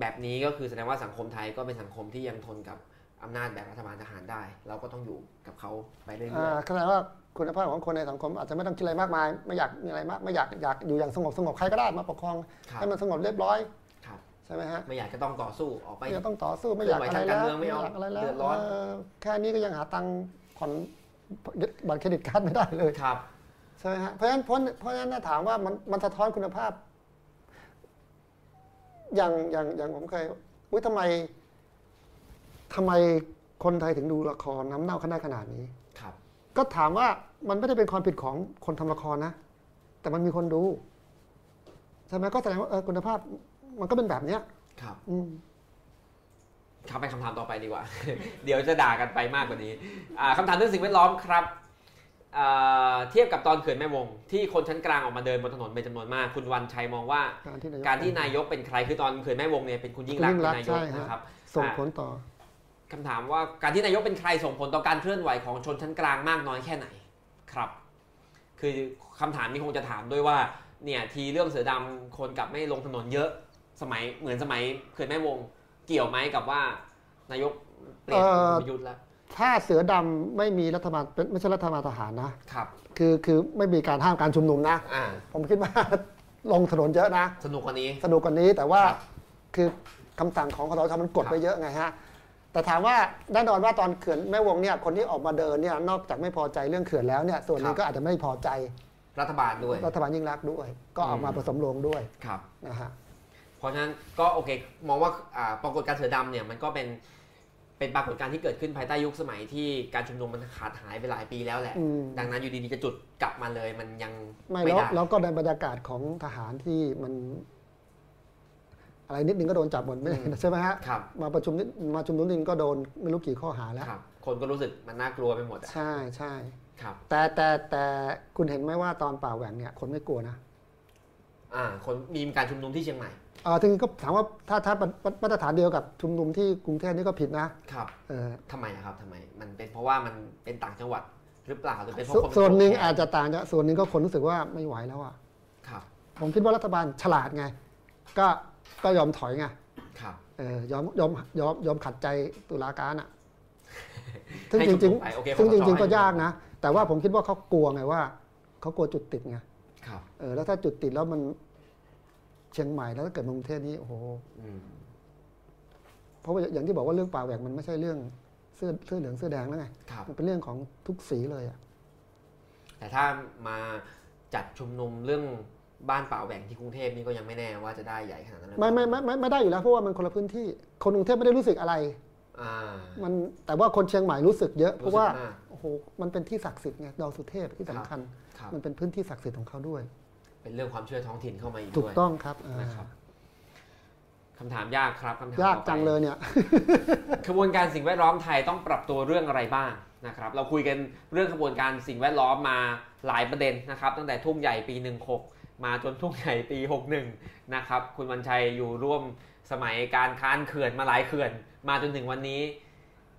[SPEAKER 1] แบบนี้ก็คือแสดงว่าสังคมไทยก็เป็นสังคมที่ยังทนกับอำนาจแบบรัฐบาลทหารได้ เราก็ต้องอยู่กับเขาไปเรื่อย
[SPEAKER 2] อ่าแสดงว่าคุณภาพของคนในสังคมอาจจะไม่ต้องคิดอะไรมากมาย ไม่อยากมีอะไรมากไม่อยากอยากอยู่อย่างสงบสงบใครก็ได้มาปกครอง
[SPEAKER 1] ๆครับ
[SPEAKER 2] ให้มันสงบเรียบร้อย
[SPEAKER 1] ครับ
[SPEAKER 2] ใช่ไหมฮะ
[SPEAKER 1] ไม่อยากจะต้องต่อสู้ออกไป
[SPEAKER 2] ไม่อยากต้องต่อสู้ไม่อยากอะไร
[SPEAKER 1] เคลื่อนไหวทางกา
[SPEAKER 2] แล้
[SPEAKER 1] รเมื
[SPEAKER 2] ว
[SPEAKER 1] องไม่
[SPEAKER 2] ไม่
[SPEAKER 1] เอา
[SPEAKER 2] อยากอะไรแล้ว
[SPEAKER 1] เดือดร้อน
[SPEAKER 2] เออแค่นี้ก็ยังหาตังค์ผ่อนบัตรเครดิตการ์ดไม่ได้เลย
[SPEAKER 1] ครับ
[SPEAKER 2] ใช่ไหมฮะเพราะฉะนั้นเพราะเพราะฉะนั้นถ้าถามว่ามันมันสะท้อนคุณภาพ อย่างอย่างอย่างผมเคยอุ้ยทำไมทำไมคนไทยถึงดูละครน้ำเน่าขนาดขนาดนี้
[SPEAKER 1] ครับ
[SPEAKER 2] ก็ถามว่ามันไม่ได้เป็นความผิดของคนทำละครนะ แต่มันมีคนดูใช่ไหมก็แสดงว่าเออคุณภาพมันก็เป็นแบบเนี้ย
[SPEAKER 5] ครับ
[SPEAKER 2] อืม
[SPEAKER 1] ครับไปคำถามต่อไปดีกว่า เดี๋ยวจะด่ากันไปมากกว่านี้อ่าคำถามเรื่องสิ่งแวดล้อมครับอ่าเทียบกับตอนเขื่อนแม่วง ที่คนชั้นกลางออกมาเดินบนถนนเป็นจำนวนมาก คุณวันชัยมองว่า
[SPEAKER 2] การที่นายก
[SPEAKER 1] การที่นายกเป็นใครคือตอนเขื่อนแม่วงเนี่ยเป็นคุณยิ่งรักษณ์เป็นนายก
[SPEAKER 2] คุณยิ่งรักษณ์ใช่ฮะ
[SPEAKER 1] นะครับ
[SPEAKER 2] ส่งผลต่อ
[SPEAKER 1] คำถามว่าการที่นายกเป็นใครส่งผลต่อการเคลื่อนไหวของชนชั้นกลางมากน้อยแค่ไหนครับ คือคำถามนี้คงจะถามด้วยว่าเนี่ยทีเรื่องเสือดำคนกลับไม่ลงถนนเยอะสมัยเหมือนสมัยเขื่อนแม่วง เกี่ยวไหมกับว่านายกเปลี่ยน
[SPEAKER 2] เอ่
[SPEAKER 1] คุณ
[SPEAKER 2] อ
[SPEAKER 1] ประยุทธ์แล้ว
[SPEAKER 2] ถ้าเสือดำไม่มีรัฐบาลเป็นไม่ใช่รัฐบาลทหารนะครับ คือคือไม่มีการห้ามการชุมนุมนะ
[SPEAKER 1] อ่า
[SPEAKER 2] ผมคิดว่า ลงถนนเยอะนะ
[SPEAKER 1] สนุกกว่านี้
[SPEAKER 2] สนุกกว่านี้แต่ว่า
[SPEAKER 1] ครับ
[SPEAKER 2] คือคำสั่งของคอสชมันกดไปเยอะไงฮะ แต่ถามว่าแน่นอนว่าตอนเขื่อนแม่วงเนี่ยคนที่ออกมาเดินเนี่ยนอกจากไม่พอใจเรื่องเขื่อนแล้วเนี่ยส่วนหนึงก็อาจจะไม่พอใจ
[SPEAKER 1] รัฐบาลด้วย
[SPEAKER 2] รัฐบาลยิ่งรักษณ์ด้วย ก็ออกมา
[SPEAKER 1] อืม
[SPEAKER 2] ผสมโรงด้วย
[SPEAKER 1] ครับ
[SPEAKER 2] นะฮะ
[SPEAKER 1] เพราะฉะนั้นก็โอเคมองว่าอ่าปรากฏการณ์เสือดำเนี่ยมันก็เป็นเป็นปรากฏการณ์ที่เกิดขึ้นภายใต้ยุคสมัยที่การชุมนุมมันขาดหายไปหลายปีแล้วแหละ
[SPEAKER 2] อืม
[SPEAKER 1] ดังนั้นอยู่ดีๆจะจุดกลับมาเลยมันยัง
[SPEAKER 2] ไม่
[SPEAKER 1] ไม่
[SPEAKER 2] แล้ว
[SPEAKER 1] ได้
[SPEAKER 2] แล้วก็ในบรรยากาศของทหารที่มัน อะไรนิดนึงก็โดนจับหมดไม่ได้ใช่ไหมฮะ
[SPEAKER 1] ครับ
[SPEAKER 2] มาประชุมนิดมาชุมนุมนิดนึงก็โดนไม่รู้กี่ข้อหาแล้ว
[SPEAKER 1] ครับ คนก็รู้สึกมันน่ากลัวไปหมดอะ
[SPEAKER 2] ใช่ใช่
[SPEAKER 1] ครับ
[SPEAKER 2] แต่แต่แต่คุณเห็นไหมว่าตอนป่าแหว่งเนี่ย คนไม่กลัวนะ
[SPEAKER 1] อ่าคนมีการชุมนุมที่เชียงใหม่
[SPEAKER 2] เออถึงก็ถามว่าถ้าถ้ามาตรฐานเดียวกับชุมนุมที่กรุงเทพนี่ก็ผิดนะครับ เออ
[SPEAKER 1] ทำไมอะครับทำไมมันเป็นเพราะว่ามันเป็นต่างจังหวัดหรือเปล่าหรือเป็นเพราะ
[SPEAKER 2] ส
[SPEAKER 1] คน
[SPEAKER 2] ส่วนหนึ่งอาจจะต่างจากส่วนหนึ่งก็คนรู้สึกว่าไม่ไหวแล้วอ่ะ
[SPEAKER 1] ครับ
[SPEAKER 2] ผมคิดว่ารัฐบาลฉลาดไง ก็ก็ยอมถอยไง
[SPEAKER 1] ครับ
[SPEAKER 2] เออยอมยอมยอมยอมขัดใจตุลาการอ่ะ ซึ่ง
[SPEAKER 1] ให้
[SPEAKER 2] จ
[SPEAKER 1] จบ
[SPEAKER 2] ริง
[SPEAKER 1] ลงไปโอเค
[SPEAKER 2] ๆซึ่ง
[SPEAKER 1] ขอ
[SPEAKER 2] จ
[SPEAKER 1] ต่อ
[SPEAKER 2] ริง ๆ
[SPEAKER 1] ให้
[SPEAKER 2] ก็ยากนะ แต่ว่าผมคิดว่าเขากลัวไงว่าเขากลัวจุดติดไง
[SPEAKER 1] ครับ
[SPEAKER 2] เออแล้วถ้าจุดติดแล้วมันเชียงใหม่แล้วถ้าเกิดกรุงเทพนี่โอ้โห
[SPEAKER 1] อืม
[SPEAKER 2] เพราะว่าอย่างที่บอกว่าเรื่องป่าแหว่งมันไม่ใช่เรื่องเสื้อเสื้อเหลืองเสื้อแดงแล้วไง
[SPEAKER 1] ครับ
[SPEAKER 2] มันเป็นเรื่องของทุกสีเลยอ่ะ
[SPEAKER 1] แต่ถ้ามาจัดชุมนุมเรื่องบ้านป่าแหว่งที่กรุงเทพนี่ก็ยังไม่แน่ว่าจะได้ใหญ่ขนาดนั้นหรือเป
[SPEAKER 2] ไม่
[SPEAKER 1] ล่า
[SPEAKER 2] ไม่ไมไม่ไม่ได้อยู่แล้วเพราะว่ามันคนละพื้นที่ คนกรุงเทพไม่ได้รู้สึกอะไร
[SPEAKER 1] อ่า
[SPEAKER 2] มันแต่ว่าคนเชียงใหม่รู้สึกเยอะเพ
[SPEAKER 1] รู้
[SPEAKER 2] ราะ
[SPEAKER 1] สึ
[SPEAKER 2] ว่าก
[SPEAKER 1] มาก
[SPEAKER 2] โอ้โหมันเป็นที่ศักดิ์สิทธิ์ไงดอยสุเทพที่สำคัญ
[SPEAKER 1] ครับ
[SPEAKER 2] มันเป็นพื้นที่ศักดิ์สิทธิ์ของเขาด้วย
[SPEAKER 1] เป็นเรื่องความเชื่อท้องถิ่นเข้ามาอีก
[SPEAKER 2] ถู
[SPEAKER 1] ด้
[SPEAKER 2] ก
[SPEAKER 1] วย
[SPEAKER 2] ต้องครับเออ
[SPEAKER 1] นะครับคำถามยากครับคำถาม
[SPEAKER 2] ยาก
[SPEAKER 1] ต่อไป
[SPEAKER 2] จังเลยเนี่ย
[SPEAKER 1] ขบวนการสิ่งแวดล้อมไทยต้องปรับตัวเรื่องอะไรบ้างนะครับ เราคุยกันเรื่องขบวนการสิ่งแวดล้อมมาหลายประเด็นนะครับ ตั้งแต่ทุ่งใหญ่ปี 16 มาจนทุ่งใหญ่ปี 61 นะครับ คุณวันชัยอยู่ร่วมสมัยการค้านเขื่อนมาหลายเขื่อน มาจนถึงวันนี้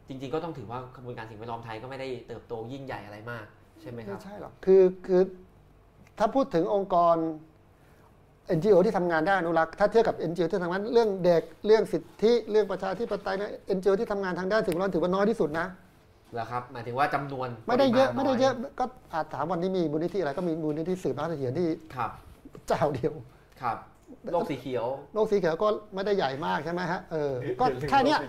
[SPEAKER 1] จริง ๆ ก็ต้องถือว่าขบวนการสิ่งแวดล้อมไทยก็ไม่ได้เติบโตยิ่งใหญ่อะไรมาก ใช่ไหมค
[SPEAKER 2] ไม่
[SPEAKER 1] รับ
[SPEAKER 2] ใช่หรอก คือ คือ ถ้าพูดถึงองค์กร NGO ที่ทำงานด้านอนุรักษ์ ถ้าเทียบกับ NGO ที่ทำงานเรื่องเด็ก เรื่องสิทธิ เรื่องประชาธิปไตยนะ NGO ที่ทำงานทางด้านสิ่งแวดล้อมถือว่าน้อยที่สุดนะ
[SPEAKER 1] แล้วครับ หมายถึงว่าจำนวน
[SPEAKER 2] ไม่ได้เยอะ
[SPEAKER 1] ป
[SPEAKER 2] ไม่
[SPEAKER 1] ริาณน้
[SPEAKER 2] ได้เยอะ ก็อาจถามวันนี้มีมูลนิธิอะไร ก็มีมูลนิธิสื่อพระราชเถียรที่
[SPEAKER 1] ครับ
[SPEAKER 2] เจ้าเดียว
[SPEAKER 1] ครับ โลกสีเขียว
[SPEAKER 2] โลกสีเขียวก็ไม่ได้ใหญ่มากใช่ไหมฮะ เออ ก็แค่เนี้ย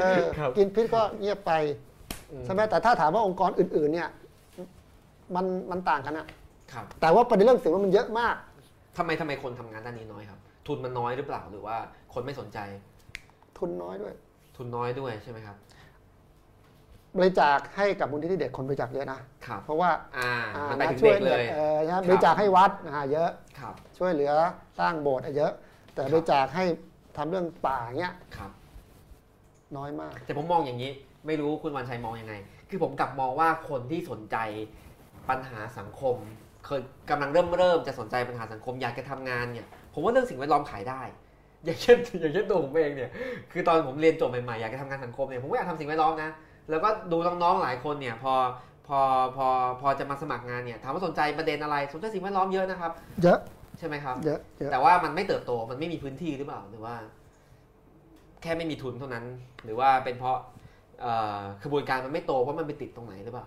[SPEAKER 2] เออ
[SPEAKER 1] ครับ
[SPEAKER 2] กินพิษก็เงียบไปใช่ไหมแต่ถ้าถามว่าองค์กรอื่น ๆ เนี่ย มัน มันต่างกันอะ
[SPEAKER 1] ครับ
[SPEAKER 2] แต่ว่าประเด็นเรื่องสิ่งแวดล้อมมันเยอะมาก
[SPEAKER 1] ทำไมทำไมคนทำงานด้านนี้น้อยครับ ทุนมันน้อยหรือเปล่าหรือว่าคนไม่สนใจ
[SPEAKER 2] ทุนน้อยด้วย
[SPEAKER 1] ทุนน้อยด้วยใช่ไหมครับ
[SPEAKER 2] บริจาคให้กับมูลนิธิเด็กคนบริจาคเยอะนะ
[SPEAKER 1] ครับ
[SPEAKER 2] เพราะว่า
[SPEAKER 1] อ่า
[SPEAKER 2] อ่า
[SPEAKER 1] มันไปถึง
[SPEAKER 2] ช่วย
[SPEAKER 1] เด็กเลย
[SPEAKER 2] เอ่อนะ
[SPEAKER 1] ครับ
[SPEAKER 2] บริจาคให้วัดนะฮะเยอะ
[SPEAKER 1] ครับ
[SPEAKER 2] ช่วยเหลือสร้างโบสถ์อะเยอะ แต่
[SPEAKER 1] ครับ
[SPEAKER 2] บริจาคให้ทำเรื่องป่าเงี้ย
[SPEAKER 1] ครับ
[SPEAKER 2] น้อยมาก
[SPEAKER 1] แต่ผมมองอย่างนี้ ไม่รู้คุณวันชัยมองยังไง คือผมกลับมองว่าคนที่สนใจปัญหาสังคม เคยกำลังเริ่มเริ่มจะสนใจปัญหาสังคมอยากจะทำงานเนี่ย ผมว่าเรื่องสิ่งแวดล้อมขายได้ อย่างเช่น อย่างเช่นตัวผมเองเนี่ย คือตอนผมเรียนจบใหม่ๆอยากจะทำงานสังคมเนี่ยผมก็อยากทำสิ่งแวดล้อมนะ แล้วก็ดูน้องๆหลายคนเนี่ยพอพอพอพอจะมาสมัครงานเนี่ยถามว่าสนใจประเด็นอะไรสนใจสิ่งแวดล้อมเยอะนะครับ
[SPEAKER 2] เยอะ
[SPEAKER 1] ใช่ไหมครับ
[SPEAKER 2] เยอะเยอะ
[SPEAKER 1] แต่ว่ามันไม่เติบโต มันไม่มีพื้นที่หรือเปล่า หรือว่า แค่ไม่มีทุนเท่านั้น หรือว่าเป็นเพราะเอ่อขบวนการมันไม่โตเพราะมันไปติดตรงไหนหรือเปล่า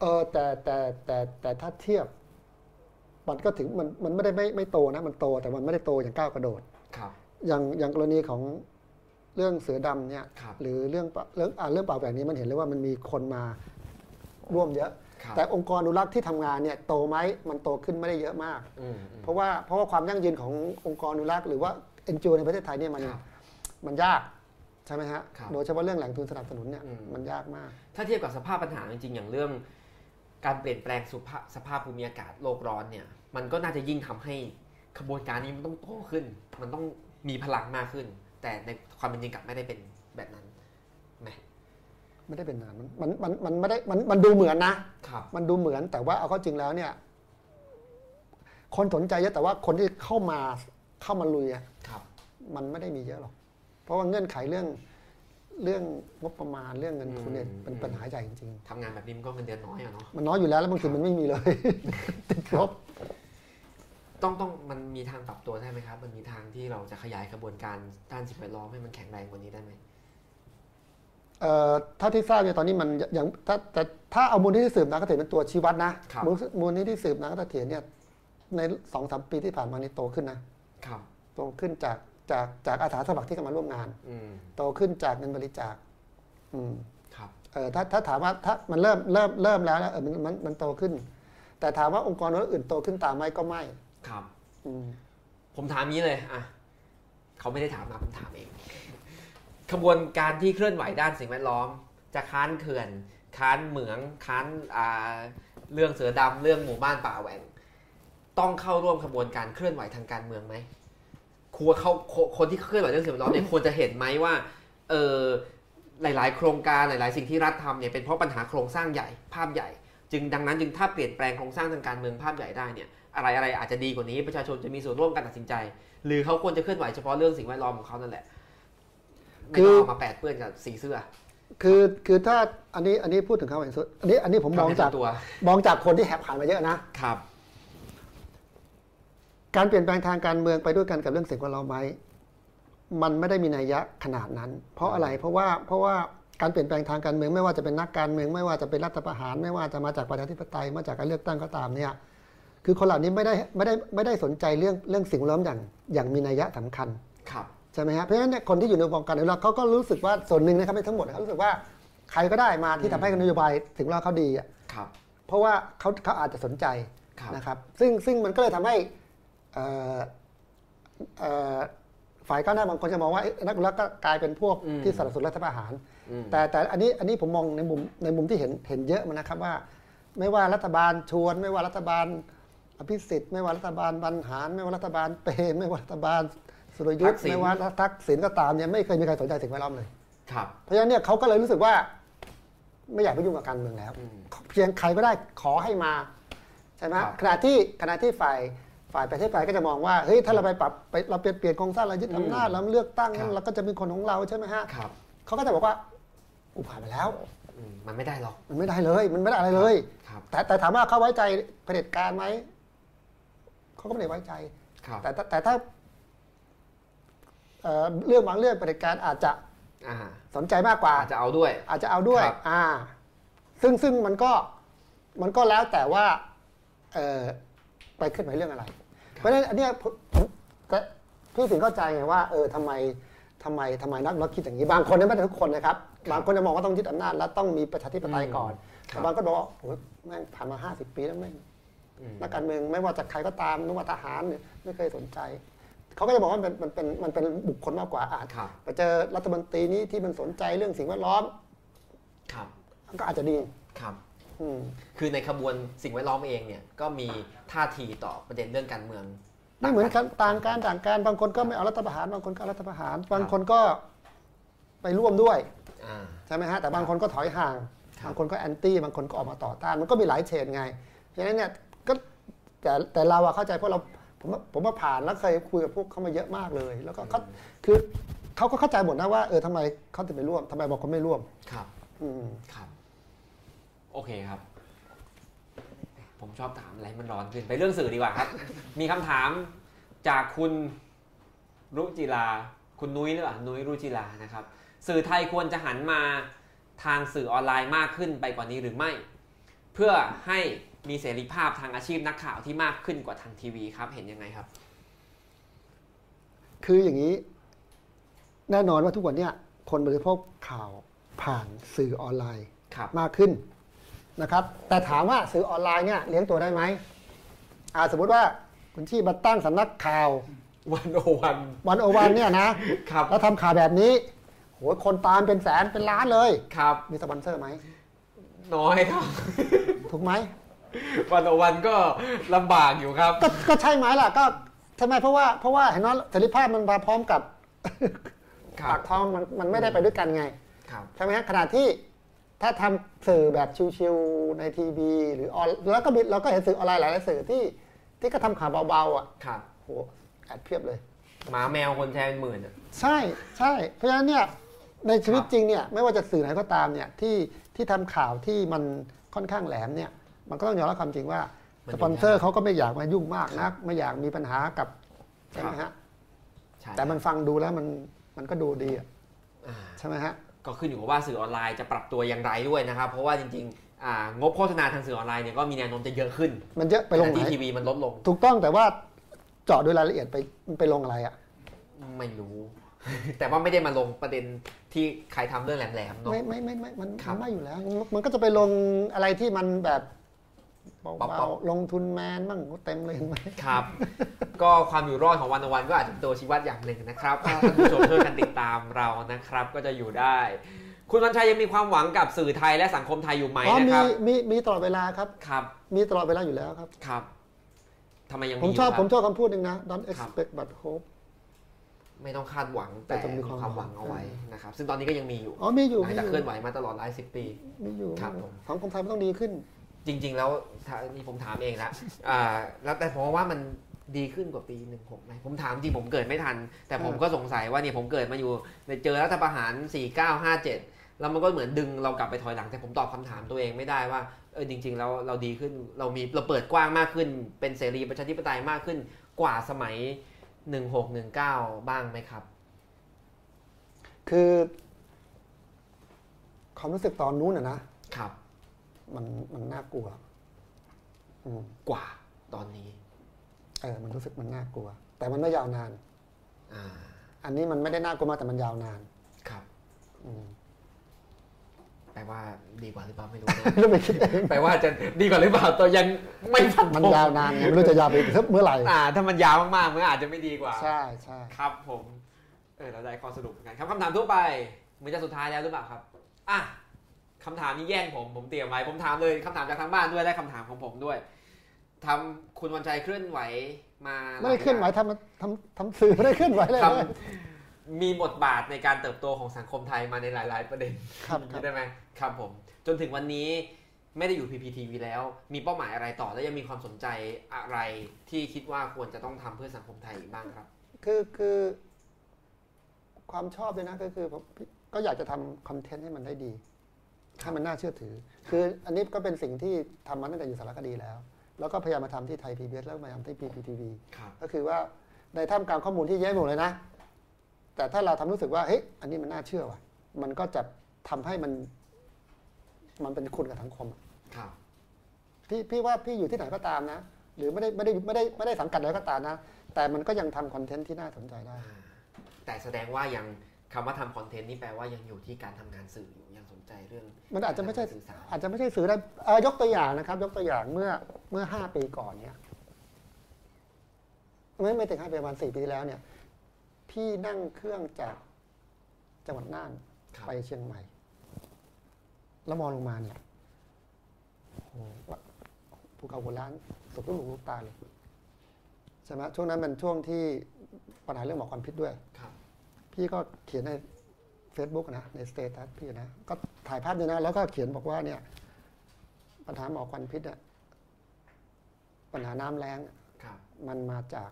[SPEAKER 2] เออแต่แต่แต่แต่ถ้าเทียบ มันก็ถึงมันมันไม่ได้ไม่ไม่โตนะ มันโตแต่มันไม่ได้โตอย่างก้าวกระโดด
[SPEAKER 1] ครับ
[SPEAKER 2] อย่างอย่างกรณีของเรื่องเสือดำเนี่ย
[SPEAKER 1] ครับ
[SPEAKER 2] หรือเรื่องป่าเรื่องอ่าเรื่องป่าแบบนี้มันเห็นเลยว่ามันมีคนมาร่วมเยอะ
[SPEAKER 1] ครับ
[SPEAKER 2] แต่องค์กรอนุรักษ์ที่ทำงานเนี่ยโตไหมมันโตขึ้นไม่ได้เยอะมาก
[SPEAKER 1] อืมอืม
[SPEAKER 2] เพราะว่าเพราะว่าความยั่งยืนขององค์กรอนุรักษ์หรือว่า NGO ในประเทศไทยเนี่ยมัน
[SPEAKER 1] ครับ
[SPEAKER 2] มันยาก ใช่ไหมฮะ
[SPEAKER 1] ครับ
[SPEAKER 2] โดยเฉพาะเรื่องแหล่งทุนสนับสนุนเนี่ย
[SPEAKER 1] อืม
[SPEAKER 2] มันยากมาก
[SPEAKER 1] ถ้าเทียบกับสภาพปัญหาจริงๆ อย่างเรื่อง การเปลี่ยนแปลงสุภาสภาพภูมิอากาศโลกร้อนเนี่ยมันก็น่าจะยิ่งทำให้ขบวนการนี้มันต้องโตขึ้น มันต้องมีพลังมากขึ้น แต่ในความเป็นจริงกลับไม่ได้เป็นแบบนั้นไหม
[SPEAKER 2] ไม่ได้เป็นนานมันมันมันมันไม่ได้มันมันดูเหมือนนะ
[SPEAKER 1] ครับ
[SPEAKER 2] มันดูเหมือนแต่ว่าเอาเข้าจริงแล้วเนี่ย คนสนใจเยอะแต่ว่าคนที่เข้ามาเข้ามาลุยอะ
[SPEAKER 1] ครับ
[SPEAKER 2] มันไม่ได้มีเยอะหรอก เพราะว่าเงื่อนไขเรื่องเรื่องงบประมาณเรื่องเงินทุนเนี่ยเป็นปัญหาใหญ่จริง
[SPEAKER 1] ทำงานแบบนี้มันก็เงินเดือนน้อยอะเนาะ
[SPEAKER 2] ๆมันน้อยอยู่แล้วแล้วบางทีมันไม่มีเลย ติดลบ
[SPEAKER 1] ต้องต้องมันมีทางปรับตัวได้ไหมครับ มันมีทางที่เราจะขยายกระบวนการด้านสิ่งแวดล้อมให้มันแข็งแรงกว่านี้ได้ไหม
[SPEAKER 2] เอ่อเท่าที่ทราบเนี่ยตอนนี้มันยังถ้าแต่ถ้าเอามูลนิธิสืบนาคเถียรเป็นตัวชี้วัดนะครับ มูลมูลนิธิสืบนาคเถียรเนี่ยในสองสามปีที่ผ่านมานี่โตขึ้นนะครับ โตขึ้นจากจากจากอาสาสมัครที่เข้ามาร่วมงาน
[SPEAKER 1] อืม
[SPEAKER 2] โตขึ้นจากเงินบริจาคอืม
[SPEAKER 1] ครับ
[SPEAKER 2] เอ่อถ้าถ้าถามว่าถ้ามันเริ่มเริ่มเริ่มแล้วนะเออมันมันมันโตขึ้น แต่ถามว่าองค์กรอื่นโตขึ้นตามไหมก็ไม่
[SPEAKER 1] ครับ
[SPEAKER 2] อืม
[SPEAKER 1] ผมถามนี้เลยอ่ะเขาไม่ได้ถามมาผมถามเอง ขบวนการที่เคลื่อนไหวด้านสิ่งแวดล้อม จะค้านเขื่อน ค้านเหมือง ค้านอ่าเรื่องเสือดำเรื่องหมู่บ้านป่าแหว่ง ต้องเข้าร่วมขบวนการเคลื่อนไหวทางการเมืองไหมควรเขาคนคนที่เคลื่อนไหวเรื่องสิ่งแวดล้อมเนี่ยควรจะเห็นไหมว่า เออหลาย ๆ โครงการหลาย ๆ สิ่งที่รัฐทำเนี่ยเป็นเพราะปัญหาโครงสร้างใหญ่ ภาพใหญ่ จึงดังนั้นจึงถ้าเปลี่ยนแปลงโครงสร้างทางการเมืองภาพใหญ่ได้เนี่ย อะไรอะไรอาจจะดีกว่านี้ประชาชนจะมีส่วนร่วมการตัดสินใจ หรือเขาควรจะเคลื่อนไหวเฉพาะเรื่องสิ่งแวดล้อมของเขานั่นแหละไม่ต้องเอามาแปดเปื้อนกับสีเสื้อ
[SPEAKER 2] คือคือถ้าอันนี้อันนี้พูดถึงคำเห็นสุดอันนี้อันนี้ผมมองจาก
[SPEAKER 1] ตัว
[SPEAKER 2] มองจากคนที่แหบผ่านมาเยอะนะ
[SPEAKER 1] ครับ
[SPEAKER 2] การเปลี่ยนแปลงทางการเมืองไปด้วยกันกับเรื่องสิ่งแวดล้อมไหมมันไม่ได้มีนัยยะขนาดนั้น เพราะอะไร เพราะว่าเพราะว่าการเปลี่ยนแปลงทางการเมืองไม่ว่าจะเป็นนักการเมืองไม่ว่าจะเป็นรัฐประหาร ไม่ว่าจะมาจากประชาธิปไตยมาจากการเลือกตั้งก็ตามเนี่ย คือคนเหล่านี้ไม่ได้ไม่ได้ไม่ได้สนใจเรื่องเรื่องสิ่งแวดล้อมอย่างอย่างมีนัยยะสำคัญ
[SPEAKER 1] ครับ
[SPEAKER 2] ใช่ไหมฮะเพราะฉะนั้นเนี่ยคนที่อยู่ในวงการอนุรักษ์เขาก็รู้สึกว่าส่วนหนึ่งนะครับไม่ทั้งหมดนะเขารู้สึกว่าใครก็ได้มาที่ทำให้นโยบายสิ่งแวดล้อมเขาดีอะ
[SPEAKER 1] ครับ
[SPEAKER 2] เพราะว่าเขาเขาอาจจะสนใจ
[SPEAKER 1] ครับ
[SPEAKER 2] นะครับซึ่งซึ่งมันก็เลยทำให้เอ่อเอ่อฝ่ายก้าวหน้าบางคนจะมองว่าเอ๊ะนักอนุรักษ์ก็กลายเป็นพวก
[SPEAKER 1] อืม
[SPEAKER 2] ที่สนับสนุนรัฐประหาร
[SPEAKER 1] อืม
[SPEAKER 2] แต่แต่อันนี้อันนี้ผมมองในมุมในมุมที่เห็นเห็นเยอะมานะครับว่า ไม่ว่ารัฐบาลชวน ไม่ว่ารัฐบาลอภิสิทธิ์ไม่ว่ารัฐบาลบรรหาร ไม่ว่ารัฐบาลเปรมไม่ว่ารัฐบาลสุรยุทธ์ไม่ว่ารัฐทักษิณก็ตามเนี่ยไม่เคยมีใครสนใจสิ่งแวดล้อมเลย
[SPEAKER 1] ครับ
[SPEAKER 2] เพราะฉะนั้นเนี่ยเขาก็เลยรู้สึกว่าไม่อยากไปยุ่งกับการเมืองแล้ว
[SPEAKER 1] อืม
[SPEAKER 2] เพียงใครก็ได้ขอให้มาใช่ไหม
[SPEAKER 1] ครับ
[SPEAKER 2] ขณะที่ขณะที่ฝ่ายฝ่ายประเทศไทยก็จะมองว่าเฮ้ยถ้าเราไปปรับไปเราเปลี่ยนเปลี่ยนโครงสร้างเรายึดอำนาจ
[SPEAKER 1] อืม
[SPEAKER 2] เราเลือกตั้ง
[SPEAKER 1] ครับ
[SPEAKER 2] เราก็จะเป็นคนของเราใช่ไหมฮะ
[SPEAKER 1] ครับ
[SPEAKER 2] เขาก็จะบอกว่าอุผ่านไปแล้ว
[SPEAKER 1] อืมมันไม่ได้หรอก
[SPEAKER 2] มันไม่ได้เลย มันไม่ได้อะไรเลย
[SPEAKER 1] ครับ
[SPEAKER 2] แต่แต่ถามว่าเขาไว้ใจเผด็จการไหมเขาก็ไม่ได้ไว้ใจ
[SPEAKER 1] ครับ
[SPEAKER 2] แต่แต่แต่ถ้าเอ่อเรื่องบางเรื่องเผด็จการอาจจะ
[SPEAKER 1] อ่า
[SPEAKER 2] สนใจมากกว่า
[SPEAKER 1] อาจจะเอาด้วย
[SPEAKER 2] อาจจะเอาด้วย
[SPEAKER 1] ครับ
[SPEAKER 2] อ่า ซึ่งซึ่งมันก็ มันก็แล้วแต่ว่า เออไปขึ้นไปเรื่องอะไร เพราะฉะนั้นอันเนี้ยผมผมก็พี่ถึงเข้าใจไงว่า เออทำไมทำไมทำไมนักรักคิดอย่างนี้ บางคนนะไม่ใช่ทุกคนนะครับ บางคนจะมองว่าต้องยึดอำนาจแล้วต้องมีประชาธิปไตยก่อน
[SPEAKER 1] ครั
[SPEAKER 2] แต่
[SPEAKER 1] บ
[SPEAKER 2] บางคนบอกว่าโอ้ยแม่งผ่านมา 50 ปีแล้วแม่ง
[SPEAKER 1] อืม
[SPEAKER 2] นักการเมืองไม่ว่าจะใครก็ตามไม่ว่าทหารเนี่ยไม่เคยสนใจ เขาก็จะบอกว่ามันเป็นมันเป็นมันเป็นบุคคลมากกว่าอาจ
[SPEAKER 1] ครับ
[SPEAKER 2] ไปเจอรัฐมนตรีนี้ที่มันสนใจเรื่องสิ่งแวดล้อม
[SPEAKER 1] ครับ
[SPEAKER 2] ก็อาจจะดี
[SPEAKER 1] ครับ
[SPEAKER 2] อืม
[SPEAKER 1] คือในขบวนสิ่งแวดล้อมเองเนี่ย ก็มีท่าทีต่อประเด็นเรื่องการเมือง
[SPEAKER 2] ไม่เหมือนกันต่างการต่างการบางคนก็ไม่เอารัฐประหาร บางคนก็เอารัฐประหาร บางคนก็ไปร่วมด้วย
[SPEAKER 1] อ่า
[SPEAKER 2] ใช่ไหมฮะแต่บางคนก็ถอยห่าง
[SPEAKER 1] ครับ
[SPEAKER 2] บางคนก็แอนตี้บางคนก็ออกมาต่อต้านมันก็มีหลายเฉดไงเพราะฉะนั้นเนี่ยก็แต่แต่เราอะเข้าใจเพราะเราผมว่าผมมาผ่านแล้วเคยคุยกับพวกเขามาเยอะมากเลย แล้วก็เขาคือเขาก็เข้าใจหมดนะว่าเออทำไมเขาถึงไม่ร่วมทำไมบอกเขาไม่ร่วม
[SPEAKER 1] ครับ
[SPEAKER 2] อืม
[SPEAKER 1] ครับ โอเคครับ ผมชอบถามอะไรมันร้อนขึ้นไปเรื่องสื่อดีกว่าครับ
[SPEAKER 6] มีคำถามจากคุณรุจิลา คุณนุ้ยหรือเปล่านุ้ยรุจิลานะครับ สื่อไทยควรจะหันมาทางสื่อออนไลน์มากขึ้นไปกว่านี้หรือไม่ เพื่อให้มีเสรีภาพทางอาชีพนักข่าวที่มากขึ้นกว่าทางทีวีครับ เห็นยังไงครับ
[SPEAKER 2] คืออย่างนี้ แน่นอนว่าทุกวันเนี้ยคนบริโภคข่าวผ่านสื่อออนไลน์
[SPEAKER 6] ครับ
[SPEAKER 2] มากขึ้นนะครับ แต่ถามว่าสื่อออนไลน์เนี่ยเลี้ยงตัวได้ไหมอ่าสมมติว่าคุณชี่มาตั้งสำนักข่าว
[SPEAKER 6] วันโอวัน
[SPEAKER 2] วันโอวันเนี่ยนะครับ แล้วทำข่าวแบบนี้ โหคนตามเป็นแสนเป็นล้านเลย
[SPEAKER 1] ครับ
[SPEAKER 2] มีสปอนเซอร์ไหม
[SPEAKER 1] น้อย ครับ
[SPEAKER 2] ถูกไหม
[SPEAKER 1] วันต่อวันก็ลำบากอยู่ครับ
[SPEAKER 2] ก็ก็ใช่ไหมล่ะก็ทำไมเพราะว่าเพราะว่าเห็นว่าเสรีภาพมันมาพร้อมกับ
[SPEAKER 1] ครับ
[SPEAKER 2] ปากท้องมันมันไม่ได้ไปด้วยกันไง
[SPEAKER 1] ครับ
[SPEAKER 2] ใช่ไหมฮะขณะที่ถ้าทำสื่อแบบชิวๆในทีวี หรือออนแล้วก็มีเราก็เห็นสื่อออนไลน์หลายๆสื่อที่ที่ก็ทำข่าวเบาๆอ่ะ
[SPEAKER 1] ครับ
[SPEAKER 2] โหแอดเพียบเลย
[SPEAKER 1] หมาแมวคนแชร์เป็นหมื่นอะ
[SPEAKER 2] ใช่ใช่เพราะฉะนั้นเนี่ยในชีวิต
[SPEAKER 1] ครับ
[SPEAKER 2] จริงเนี่ยไม่ว่าจะสื่อไหนก็ตามเนี่ยที่ที่ทำข่าวที่มันค่อนข้างแหลมเนี่ยมันก็ต้องยอมรับความจริงว่า
[SPEAKER 5] มัน
[SPEAKER 2] ส
[SPEAKER 5] ยุ่งยาก
[SPEAKER 2] ปอนเซอร์เขาก็ไม่อยากมายุ่งมากนัก ไม่อยากมีปัญหากับใช่ไหมฮะ
[SPEAKER 5] ใช่
[SPEAKER 2] แต่มันฟังดูแล้วมันมันก็ดูดีอะ
[SPEAKER 1] อ่า
[SPEAKER 2] ใช่ไหมฮะ
[SPEAKER 1] ก็ขึ้นอยู่กับว่าสื่อออนไลน์จะปรับตัวอย่างไรด้วยนะครับ เพราะว่าจริงๆอ่างบโฆษณาทางสื่อออนไลน์เนี่ยก็มีแนวโน้มจะเยอะขึ้น
[SPEAKER 2] มันเยอะไปลงไหน
[SPEAKER 1] ที่ทีวีมันลดลง
[SPEAKER 2] ถูกต้องแต่ว่าเจาะโดยรายละเอียดไปมันไปลงอะไรอะ
[SPEAKER 1] ไม่รู้ แต่ว่าไม่ได้มาลงประเด็นที่ใครทำเรื่องแหลมๆเนาะ
[SPEAKER 2] ไม่ไม่ไม่ไม่มัน
[SPEAKER 1] ครับ
[SPEAKER 2] ไม่อยู่แล้ว มันก็จะไปลงอะไรที่มันแบบ
[SPEAKER 1] เบา
[SPEAKER 2] เบาๆลงทุนแมนบ้างเต็มเลยเห็นไหม
[SPEAKER 1] ครับ ก็ความอยู่รอดของวันต่อวันก็อาจจะเป็นตัวชี้วัดอย่างหนึ่งนะครับถ้าท่านผู้ชมช่วยกันติดตามเรานะครับ ก็จะอยู่ได้ คุณวันชัยยังมีความหวังกับสื่อไทยและสังคมไทยอยู่ไหม
[SPEAKER 2] อ๋อ
[SPEAKER 1] นะ
[SPEAKER 2] มี
[SPEAKER 1] ครับ
[SPEAKER 2] มีมีตลอดเวลาครับ
[SPEAKER 1] ครับ
[SPEAKER 2] มีตลอดเวลาอยู่แล้วครับ
[SPEAKER 1] ครับทำไมยัง
[SPEAKER 2] ผม
[SPEAKER 1] ยู่
[SPEAKER 2] ชอบ
[SPEAKER 1] ครั
[SPEAKER 2] ผมชอบคำพูดหนึ่งนะ don't
[SPEAKER 1] ครับ
[SPEAKER 2] expect but hope
[SPEAKER 1] ไม่ต้องคาดหวังแต่
[SPEAKER 2] แต่ต้องมี
[SPEAKER 1] มี
[SPEAKER 2] ความ
[SPEAKER 1] ความหวัง
[SPEAKER 2] หวัง
[SPEAKER 1] เอาไว้นะครับ ซึ่งตอนนี้ก็ยังมีอยู่
[SPEAKER 2] อ๋อมีอยู่
[SPEAKER 1] หลั
[SPEAKER 2] มี
[SPEAKER 1] ง
[SPEAKER 2] อ
[SPEAKER 1] จาก
[SPEAKER 2] ยู่
[SPEAKER 1] เคลื่อนไหวมาตลอดหลายสิบปี
[SPEAKER 2] มีอยู่
[SPEAKER 1] ครับผม
[SPEAKER 2] สังคมไทยมันต้องดีขึ้น
[SPEAKER 1] จริง ๆ แล้วถ้านี่ผมถามเองละ อ่าแล้วแต่ผมว่ามันดีขึ้นกว่าปีหนึ่งหกไหมผมถามจริงผมเกิดไม่ทัน แต่ผม
[SPEAKER 2] เออ
[SPEAKER 1] ก็สงสัยว่าเนี่ยผมเกิดมาอยู่ในเจอรัฐประหาร 4957 แล้วมันก็เหมือนดึงเรากลับไปถอยหลัง แต่ผมตอบคำถามตัวเองไม่ได้ว่าเออจริง ๆ แล้วเราดีขึ้นเรามีเราเปิดกว้างมากขึ้น เป็นเสรีประชาธิปไตยมากขึ้นกว่าสมัย 1619 บ้างไหมครับ
[SPEAKER 2] คือความรู้สึกตอนนู้นอะนะ
[SPEAKER 1] ครับ
[SPEAKER 2] มันมันน่ากลัวอืม
[SPEAKER 1] กว่าตอนนี้
[SPEAKER 2] เออ มันรู้สึกมันน่ากลัว แต่มันไม่ยาวนาน
[SPEAKER 1] อ่า
[SPEAKER 2] อันนี้มันไม่ได้น่ากลัวมากแต่มันยาวนาน
[SPEAKER 1] ครับ
[SPEAKER 2] อืม
[SPEAKER 1] แปลว่าดีกว่าหรือเปล่าไม่รู้นะ
[SPEAKER 2] ไม่ต้องไปคิดเอง
[SPEAKER 1] แปลว่าจะดีกว่าหรือเปล่าตัวยังไม่ฟันธง
[SPEAKER 2] มันยาวนานไงไม่รู้จะยาวไปถึงเมื่อไหร่
[SPEAKER 1] อ่าถ้ามันยาวมากๆมันก็อาจจะไม่ดีกว่า
[SPEAKER 2] ใช่ใช่
[SPEAKER 1] ครับผมเออเราได้ข้อสรุปเหมือนกันครับคำถามทั่วไปเหมือนจะสุดท้ายแล้วหรือเปล่าครับอ่ะคำถามนี้แย่งผมผมเตรียมไว้ผมถามเลยคำถามจากทางบ้านด้วยและคำถามของผมด้วยทำคุณวันชัยเคลื่อนไหวมา
[SPEAKER 2] ไม่ได้เคลื่อนไหวทำทำทำสื่อไม่ได้เคลื่อนไหวเลย
[SPEAKER 1] ท
[SPEAKER 2] นะ
[SPEAKER 1] ำมีบทบาทในการเติบโตของสังคมไทยมาในหลาย ๆ ประเด็น
[SPEAKER 2] ครับครับ
[SPEAKER 1] ได้ไหมครับผม จนถึงวันนี้ไม่ได้อยู่ PPTV แล้ว มีเป้าหมายอะไรต่อและยังมีความสนใจอะไรที่คิดว่าควรจะต้องทำเพื่อสังคมไทยอีกบ้างครับ
[SPEAKER 2] คือคือความชอบเลยนะก็คือผมก็อยากจะทำคอนเทนต์ให้มันได้ดีให้มันน่าเชื่อถือ คืออันนี้ก็เป็นสิ่งที่ทำมาตั้งแต่อยู่สารคดีแล้ว แล้วก็พยายามมาทำที่ไทย PBS แล้วมาทำที่ PPTV
[SPEAKER 1] ครับ
[SPEAKER 2] ก็คือว่าในท่ามกลางข้อมูลที่แย่หมดเลยนะ แต่ถ้าเราทำรู้สึกว่าเฮ้ยอันนี้มันน่าเชื่อว่ะ มันก็จะทำให้มัน มันเป็นคุณกับสังคม
[SPEAKER 1] ครับ
[SPEAKER 2] พี่พี่ว่าพี่อยู่ที่ไหนก็ตามนะ หรือไม่ได้ไม่ได้ไม่ได้ไม่ได้สังกัดอะไรก็ตามนะ แต่มันก็ยังทำคอนเทนต์ที่น่าสนใจได้
[SPEAKER 1] แต่แสดงว่ายังคำว่าทำคอนเทนต์นี่แปลว่ายังอยู่ที่การทำงานสื่ออยู่ยังสนใจเรื่อง
[SPEAKER 2] มันอาจจะไม่ใช่
[SPEAKER 1] กรทำงนสื่อสาร
[SPEAKER 2] อาจจะไม่ใช่สื่อได้เอ่อยกตัวอย่างนะครับ ยกตัวอย่างเมื่อเมื่อห้าปีก่อนเนี่ยไม่ไม่ถึงห้าปีประมาณสี่ปีที่แล้วเนี่ย พี่นั่งเครื่องจากจังหวัดน่าน
[SPEAKER 1] ครับ
[SPEAKER 2] ไปเชียงใหม่ แล้วมองลงมาเนี่ยโอ้โหว่าภูเขาหัวล้านสุดลูกหูลูกตาเลยใช่ไหมช่วงนั้นมันช่วงที่ปัญหาเรื่องหมอกควันพิษด้วย
[SPEAKER 1] ครับ
[SPEAKER 2] พี่ก็เขียนใน Facebook นะ ในสเตตัสพี่นะ ก็ถ่ายภาพด้วยนะ แล้วก็เขียนบอกว่าเนี่ย ปัญหาหมอกควันพิษอะปัญหาน้ำแรงอะ
[SPEAKER 1] ครับ
[SPEAKER 2] มันมาจาก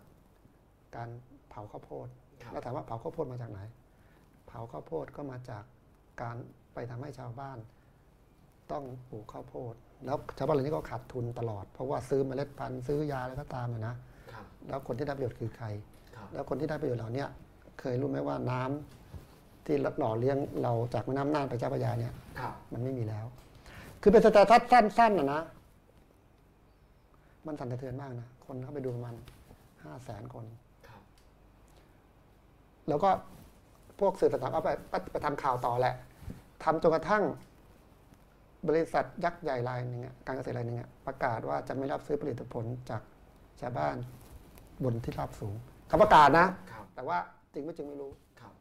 [SPEAKER 2] การเผาข้าวโพด
[SPEAKER 1] ครับ
[SPEAKER 2] แล้วถามว่าเผาข้าวโพดมาจากไหน เผาข้าวโพดก็มาจากการไปทำให้ชาวบ้าน ต้องปลูกข้าวโพด แล้วชาวบ้านเหล่านี้ก็ขาดทุนตลอด เพราะว่าซื้อเมล็ดพันธุ์ซื้อยาอะไรก็ตามอะนะ
[SPEAKER 1] ครับ
[SPEAKER 2] แล้วคนที่ได้ประโยชน์คือใคร
[SPEAKER 1] ครับ
[SPEAKER 2] แล้วคนที่ได้ประโยชน์เหล่าเนี้ยเคยรู้ไหมว่าน้ำที่หล่อเลี้ยงเราจากแม่น้ำน่านไปเจ้าพระยาเนี่ย
[SPEAKER 1] ครับ
[SPEAKER 2] มันไม่มีแล้ว คือเป็นสเตตัสสั้นๆนะนะ มันสั่นสะเทือนมากนะ คนเข้าไปดูประมาณห้าแสนคน
[SPEAKER 1] ครับ
[SPEAKER 2] แล้วก็พวกสื่อต่างๆก็ไปไปไปทำข่าวต่อแหละทำจนกระทั่ง บริษัทยักษ์ใหญ่รายหนึ่งอะการเกษตรรายหนึ่งอะประกาศว่าจะไม่รับซื้อผลิตผลจากชาวบ้านบนที่ราบสูงเขาประกาศนะ
[SPEAKER 1] ครับ
[SPEAKER 2] แต่ว่าจริงไม่จริงไม่รู้
[SPEAKER 1] ครับ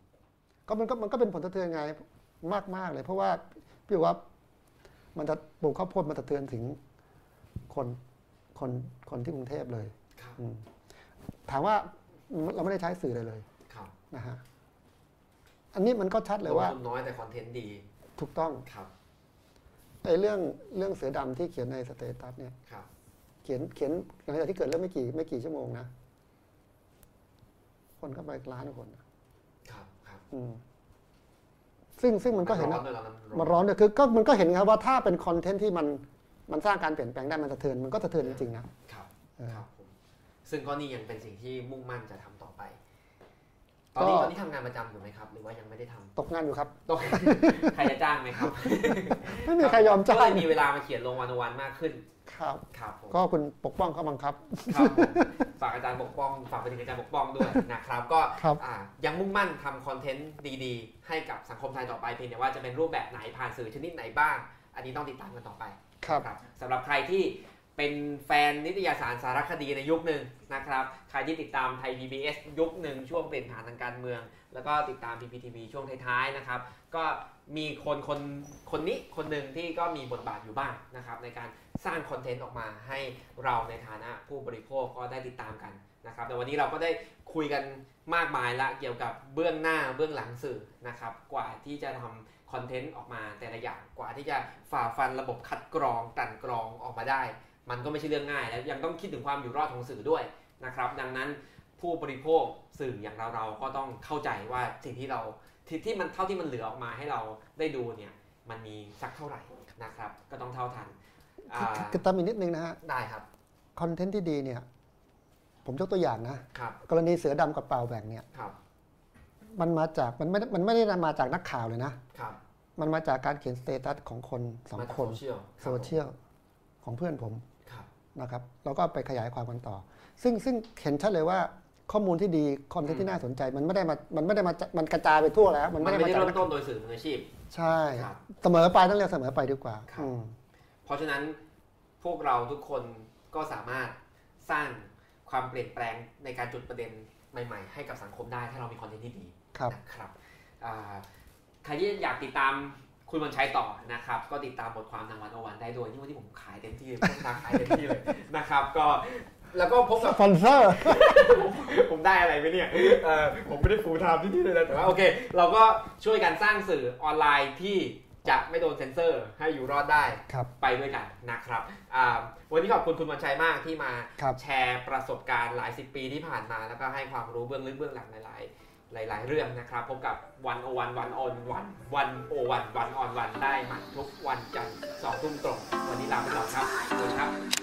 [SPEAKER 2] ก็มันก็มันก็เป็นผลสะเทือนไงมากมากๆเลย เพราะว่าพี่ว่ามันจะปลูกข้าวโพดมันสะเทือนถึงคนคนคนที่กรุงเทพเลย
[SPEAKER 1] ครับ
[SPEAKER 2] อืมถามว่าเราไม่ได้ใช้สื่อเลยเลย
[SPEAKER 1] ครับ
[SPEAKER 2] นะฮะอันนี้มันก็ชัดเลยว่า
[SPEAKER 1] ลงทุนน้อยแต่คอนเทนต์ดี
[SPEAKER 2] ถูกต้อง
[SPEAKER 1] ครับ
[SPEAKER 2] ไอ้เรื่องเรื่องเสือดำที่เขียนในสเตตัสเนี่ย
[SPEAKER 1] ครับ
[SPEAKER 2] เขียนเขียนหลังจากที่เกิดเรื่องไม่กี่ไม่กี่ชั่วโมงนะ คนก็ไปล้านคนนะครับ
[SPEAKER 1] ครับ
[SPEAKER 2] อืมซึ่งซึ่งมันก็เห็น
[SPEAKER 1] ร้อ
[SPEAKER 2] นะ
[SPEAKER 1] นด้วยแล้วนะ
[SPEAKER 2] มันร้อนเนี่ยคือก็มันก็เห็นครับว่าถ้าเป็นคอนเทนต์ที่มันมันสร้างการเปลี่ยนแปลงได้มันสะเทือนมันก็สะเทือนจริงๆนะครับ เออ
[SPEAKER 1] ครับผมซึ่งก็นี่ยังเป็นสิ่งที่มุ่งมั่นจะทำต่อไป ตอนนี้
[SPEAKER 2] ก็
[SPEAKER 1] ตอนนี้ทำงานประจำอยู่ไหมครับ หรือว่ายังไม่ได้ทำ
[SPEAKER 2] ตกงานอยู่ครับ
[SPEAKER 1] ต้อง ใครจะจ้างไหมครับ
[SPEAKER 2] ไม่มีใครยอมจ้า
[SPEAKER 1] ก็เล
[SPEAKER 2] ง
[SPEAKER 1] ยมีเวลามาเขียนลงวันวันมากขึ้น
[SPEAKER 2] ครับ
[SPEAKER 1] ครับผม
[SPEAKER 2] ก็คุณปกป้องเขาบังคับ
[SPEAKER 1] ครับผมฝากอาจารย์ปกป้อง ฝากไปถึงอาจารย์ปกป้อง ด้วยนะครับ ก็
[SPEAKER 2] ครับ
[SPEAKER 1] อ่ายังมุ่งมั่นทำคอนเทนต์ดีๆ ให้กับสังคมไทยต่อไปเพียงแต่ว่าจะเป็นรูปแบบไหนผ่านสื่อชนิดไหนบ้าง อันนี้ต้องติดตามกันต่อไป
[SPEAKER 2] ครับ
[SPEAKER 1] สำหรับใครที่เป็นแฟนนิตยสารสารคดีในยุคหนึ่งนะครับ ใครที่ติดตามไทย PBS ยุคหนึ่งช่วงเปลี่ยนผ่านทางการเมือง แล้วก็ติดตาม PPTV ช่วงท้ายๆนะครับ ก็มีคนคนคนนี้คนหนึ่งที่ก็มีบทบาทอยู่บ้างนะครับในการสร้างคอนเทนต์ออกมาให้เราในฐานะผู้บริโภคก็ได้ติดตามกันนะครับแต่วันนี้เราก็ได้คุยกันมากมายละเกี่ยวกับเบื้องหน้าเบื้องหลังสื่อนะครับกว่าที่จะทำคอนเทนต์ออกมาแต่ละอย่างกว่าที่จะฝ่าฟันระบบคัดกรองกลั่นกรองออกมาได้ มันก็ไม่ใช่เรื่องง่ายและยังต้องคิดถึงความอยู่รอดของสื่อด้วยนะครับดังนั้นผู้บริโภคสื่ออย่างเราเราๆก็ต้องเข้าใจว่าสิ่งที่เรา ที่ที่มันเท่าที่มันเหลือออกมาให้เราได้ดูเนี่ย มันมีสักเท่าไหร่นะครับ ก็ต้องเท่าทันอ่า
[SPEAKER 2] คือตามอีกนิดนึงนะฮะ
[SPEAKER 1] ได้ครับ
[SPEAKER 2] คอนเทนต์ที่ดีเนี่ย ผมยกตัวอย่างนะ
[SPEAKER 1] ครับ
[SPEAKER 2] กรณีเสือดำกับเปล่าแบ่งเนี่ย
[SPEAKER 1] ครับ
[SPEAKER 2] มันมาจากมันไม่ได้มันไม่ได้มาจากนักข่าวเลยนะ
[SPEAKER 1] ครับ
[SPEAKER 2] มันมาจากการเขียนสเตตัสของคนสอง
[SPEAKER 1] มาจาก
[SPEAKER 2] คน
[SPEAKER 1] โซเชียล
[SPEAKER 2] โซเชียลของเพื่อนผม
[SPEAKER 1] ครับ
[SPEAKER 2] นะครับแล้วก็ไปขยายความกันต่อ ซึ่งซึ่งเห็นชัดเลยว่าข้อมูลที่ดีคอนเทนต์ที่น่าสนใจ มันไม่ได้มามันไม่ได้มาจากมันกระจายไปทั่วแล้ว
[SPEAKER 1] มั
[SPEAKER 2] มัน น
[SPEAKER 1] ไม่
[SPEAKER 2] ไม่
[SPEAKER 1] ได้
[SPEAKER 2] ได้มาจาก
[SPEAKER 1] เริ่
[SPEAKER 2] นั
[SPEAKER 1] ม
[SPEAKER 2] ก
[SPEAKER 1] ต้นโดยสื่อมืออาชีพ
[SPEAKER 2] ใช่
[SPEAKER 1] ครับ
[SPEAKER 2] เสมอไปต้องเรียกเสมอไปดีกว่า
[SPEAKER 1] ครับ
[SPEAKER 2] อืม
[SPEAKER 1] เพราะฉะนั้นพวกเราทุกคนก็สามารถสร้างความเปลี่ยนแปลงในการจุดประเด็นใหม่ๆ ให้กับสังคมได้ถ้าเรามีคอนเทนต์ที่ดี
[SPEAKER 2] ครับ
[SPEAKER 1] นะครับอ่าใครที่อยากติดตามคุณวันชัยต่อนะครับ ก็ติดตามบทความทางวันโอวันได้โดวยนี่วันที่ผมขายเต็มที่เลยผมทางขายเต็มที่เลย นะครับ ก็แล้วก็พบกับ
[SPEAKER 2] สปอนเซอร์
[SPEAKER 1] ผม ได้อะไรไหมเนี่ยเออผมไม่ได้ฟูลไทม์ที่นี่เลยนะแต่ว่าโอเค เราก็ช่วยกันสร้างสื่อออนไลน์ที่จะไม่โดนเซ็นเซอร์ให้อยู่รอดได้
[SPEAKER 2] ครับ
[SPEAKER 1] ไปด้วยกันนะครับอ่าวันนี้ขอบคุณคุณวันชัยมากที่มา
[SPEAKER 2] ครับ
[SPEAKER 1] แชร์ประสบการณ์หลายสิบปีที่ผ่านมา แล้วก็ให้ความรู้เบื้องลึกเบื้องหลังหลาย ๆ หลาย ๆ เรื่องนะครับ พบกับวันโอวันวันออนวันวันโอวันวันออนวันได้ใหมันทุกวันจันทร์สองทุ่มตรง วันนี้ลาไปก่อนครับสวัสดีครับ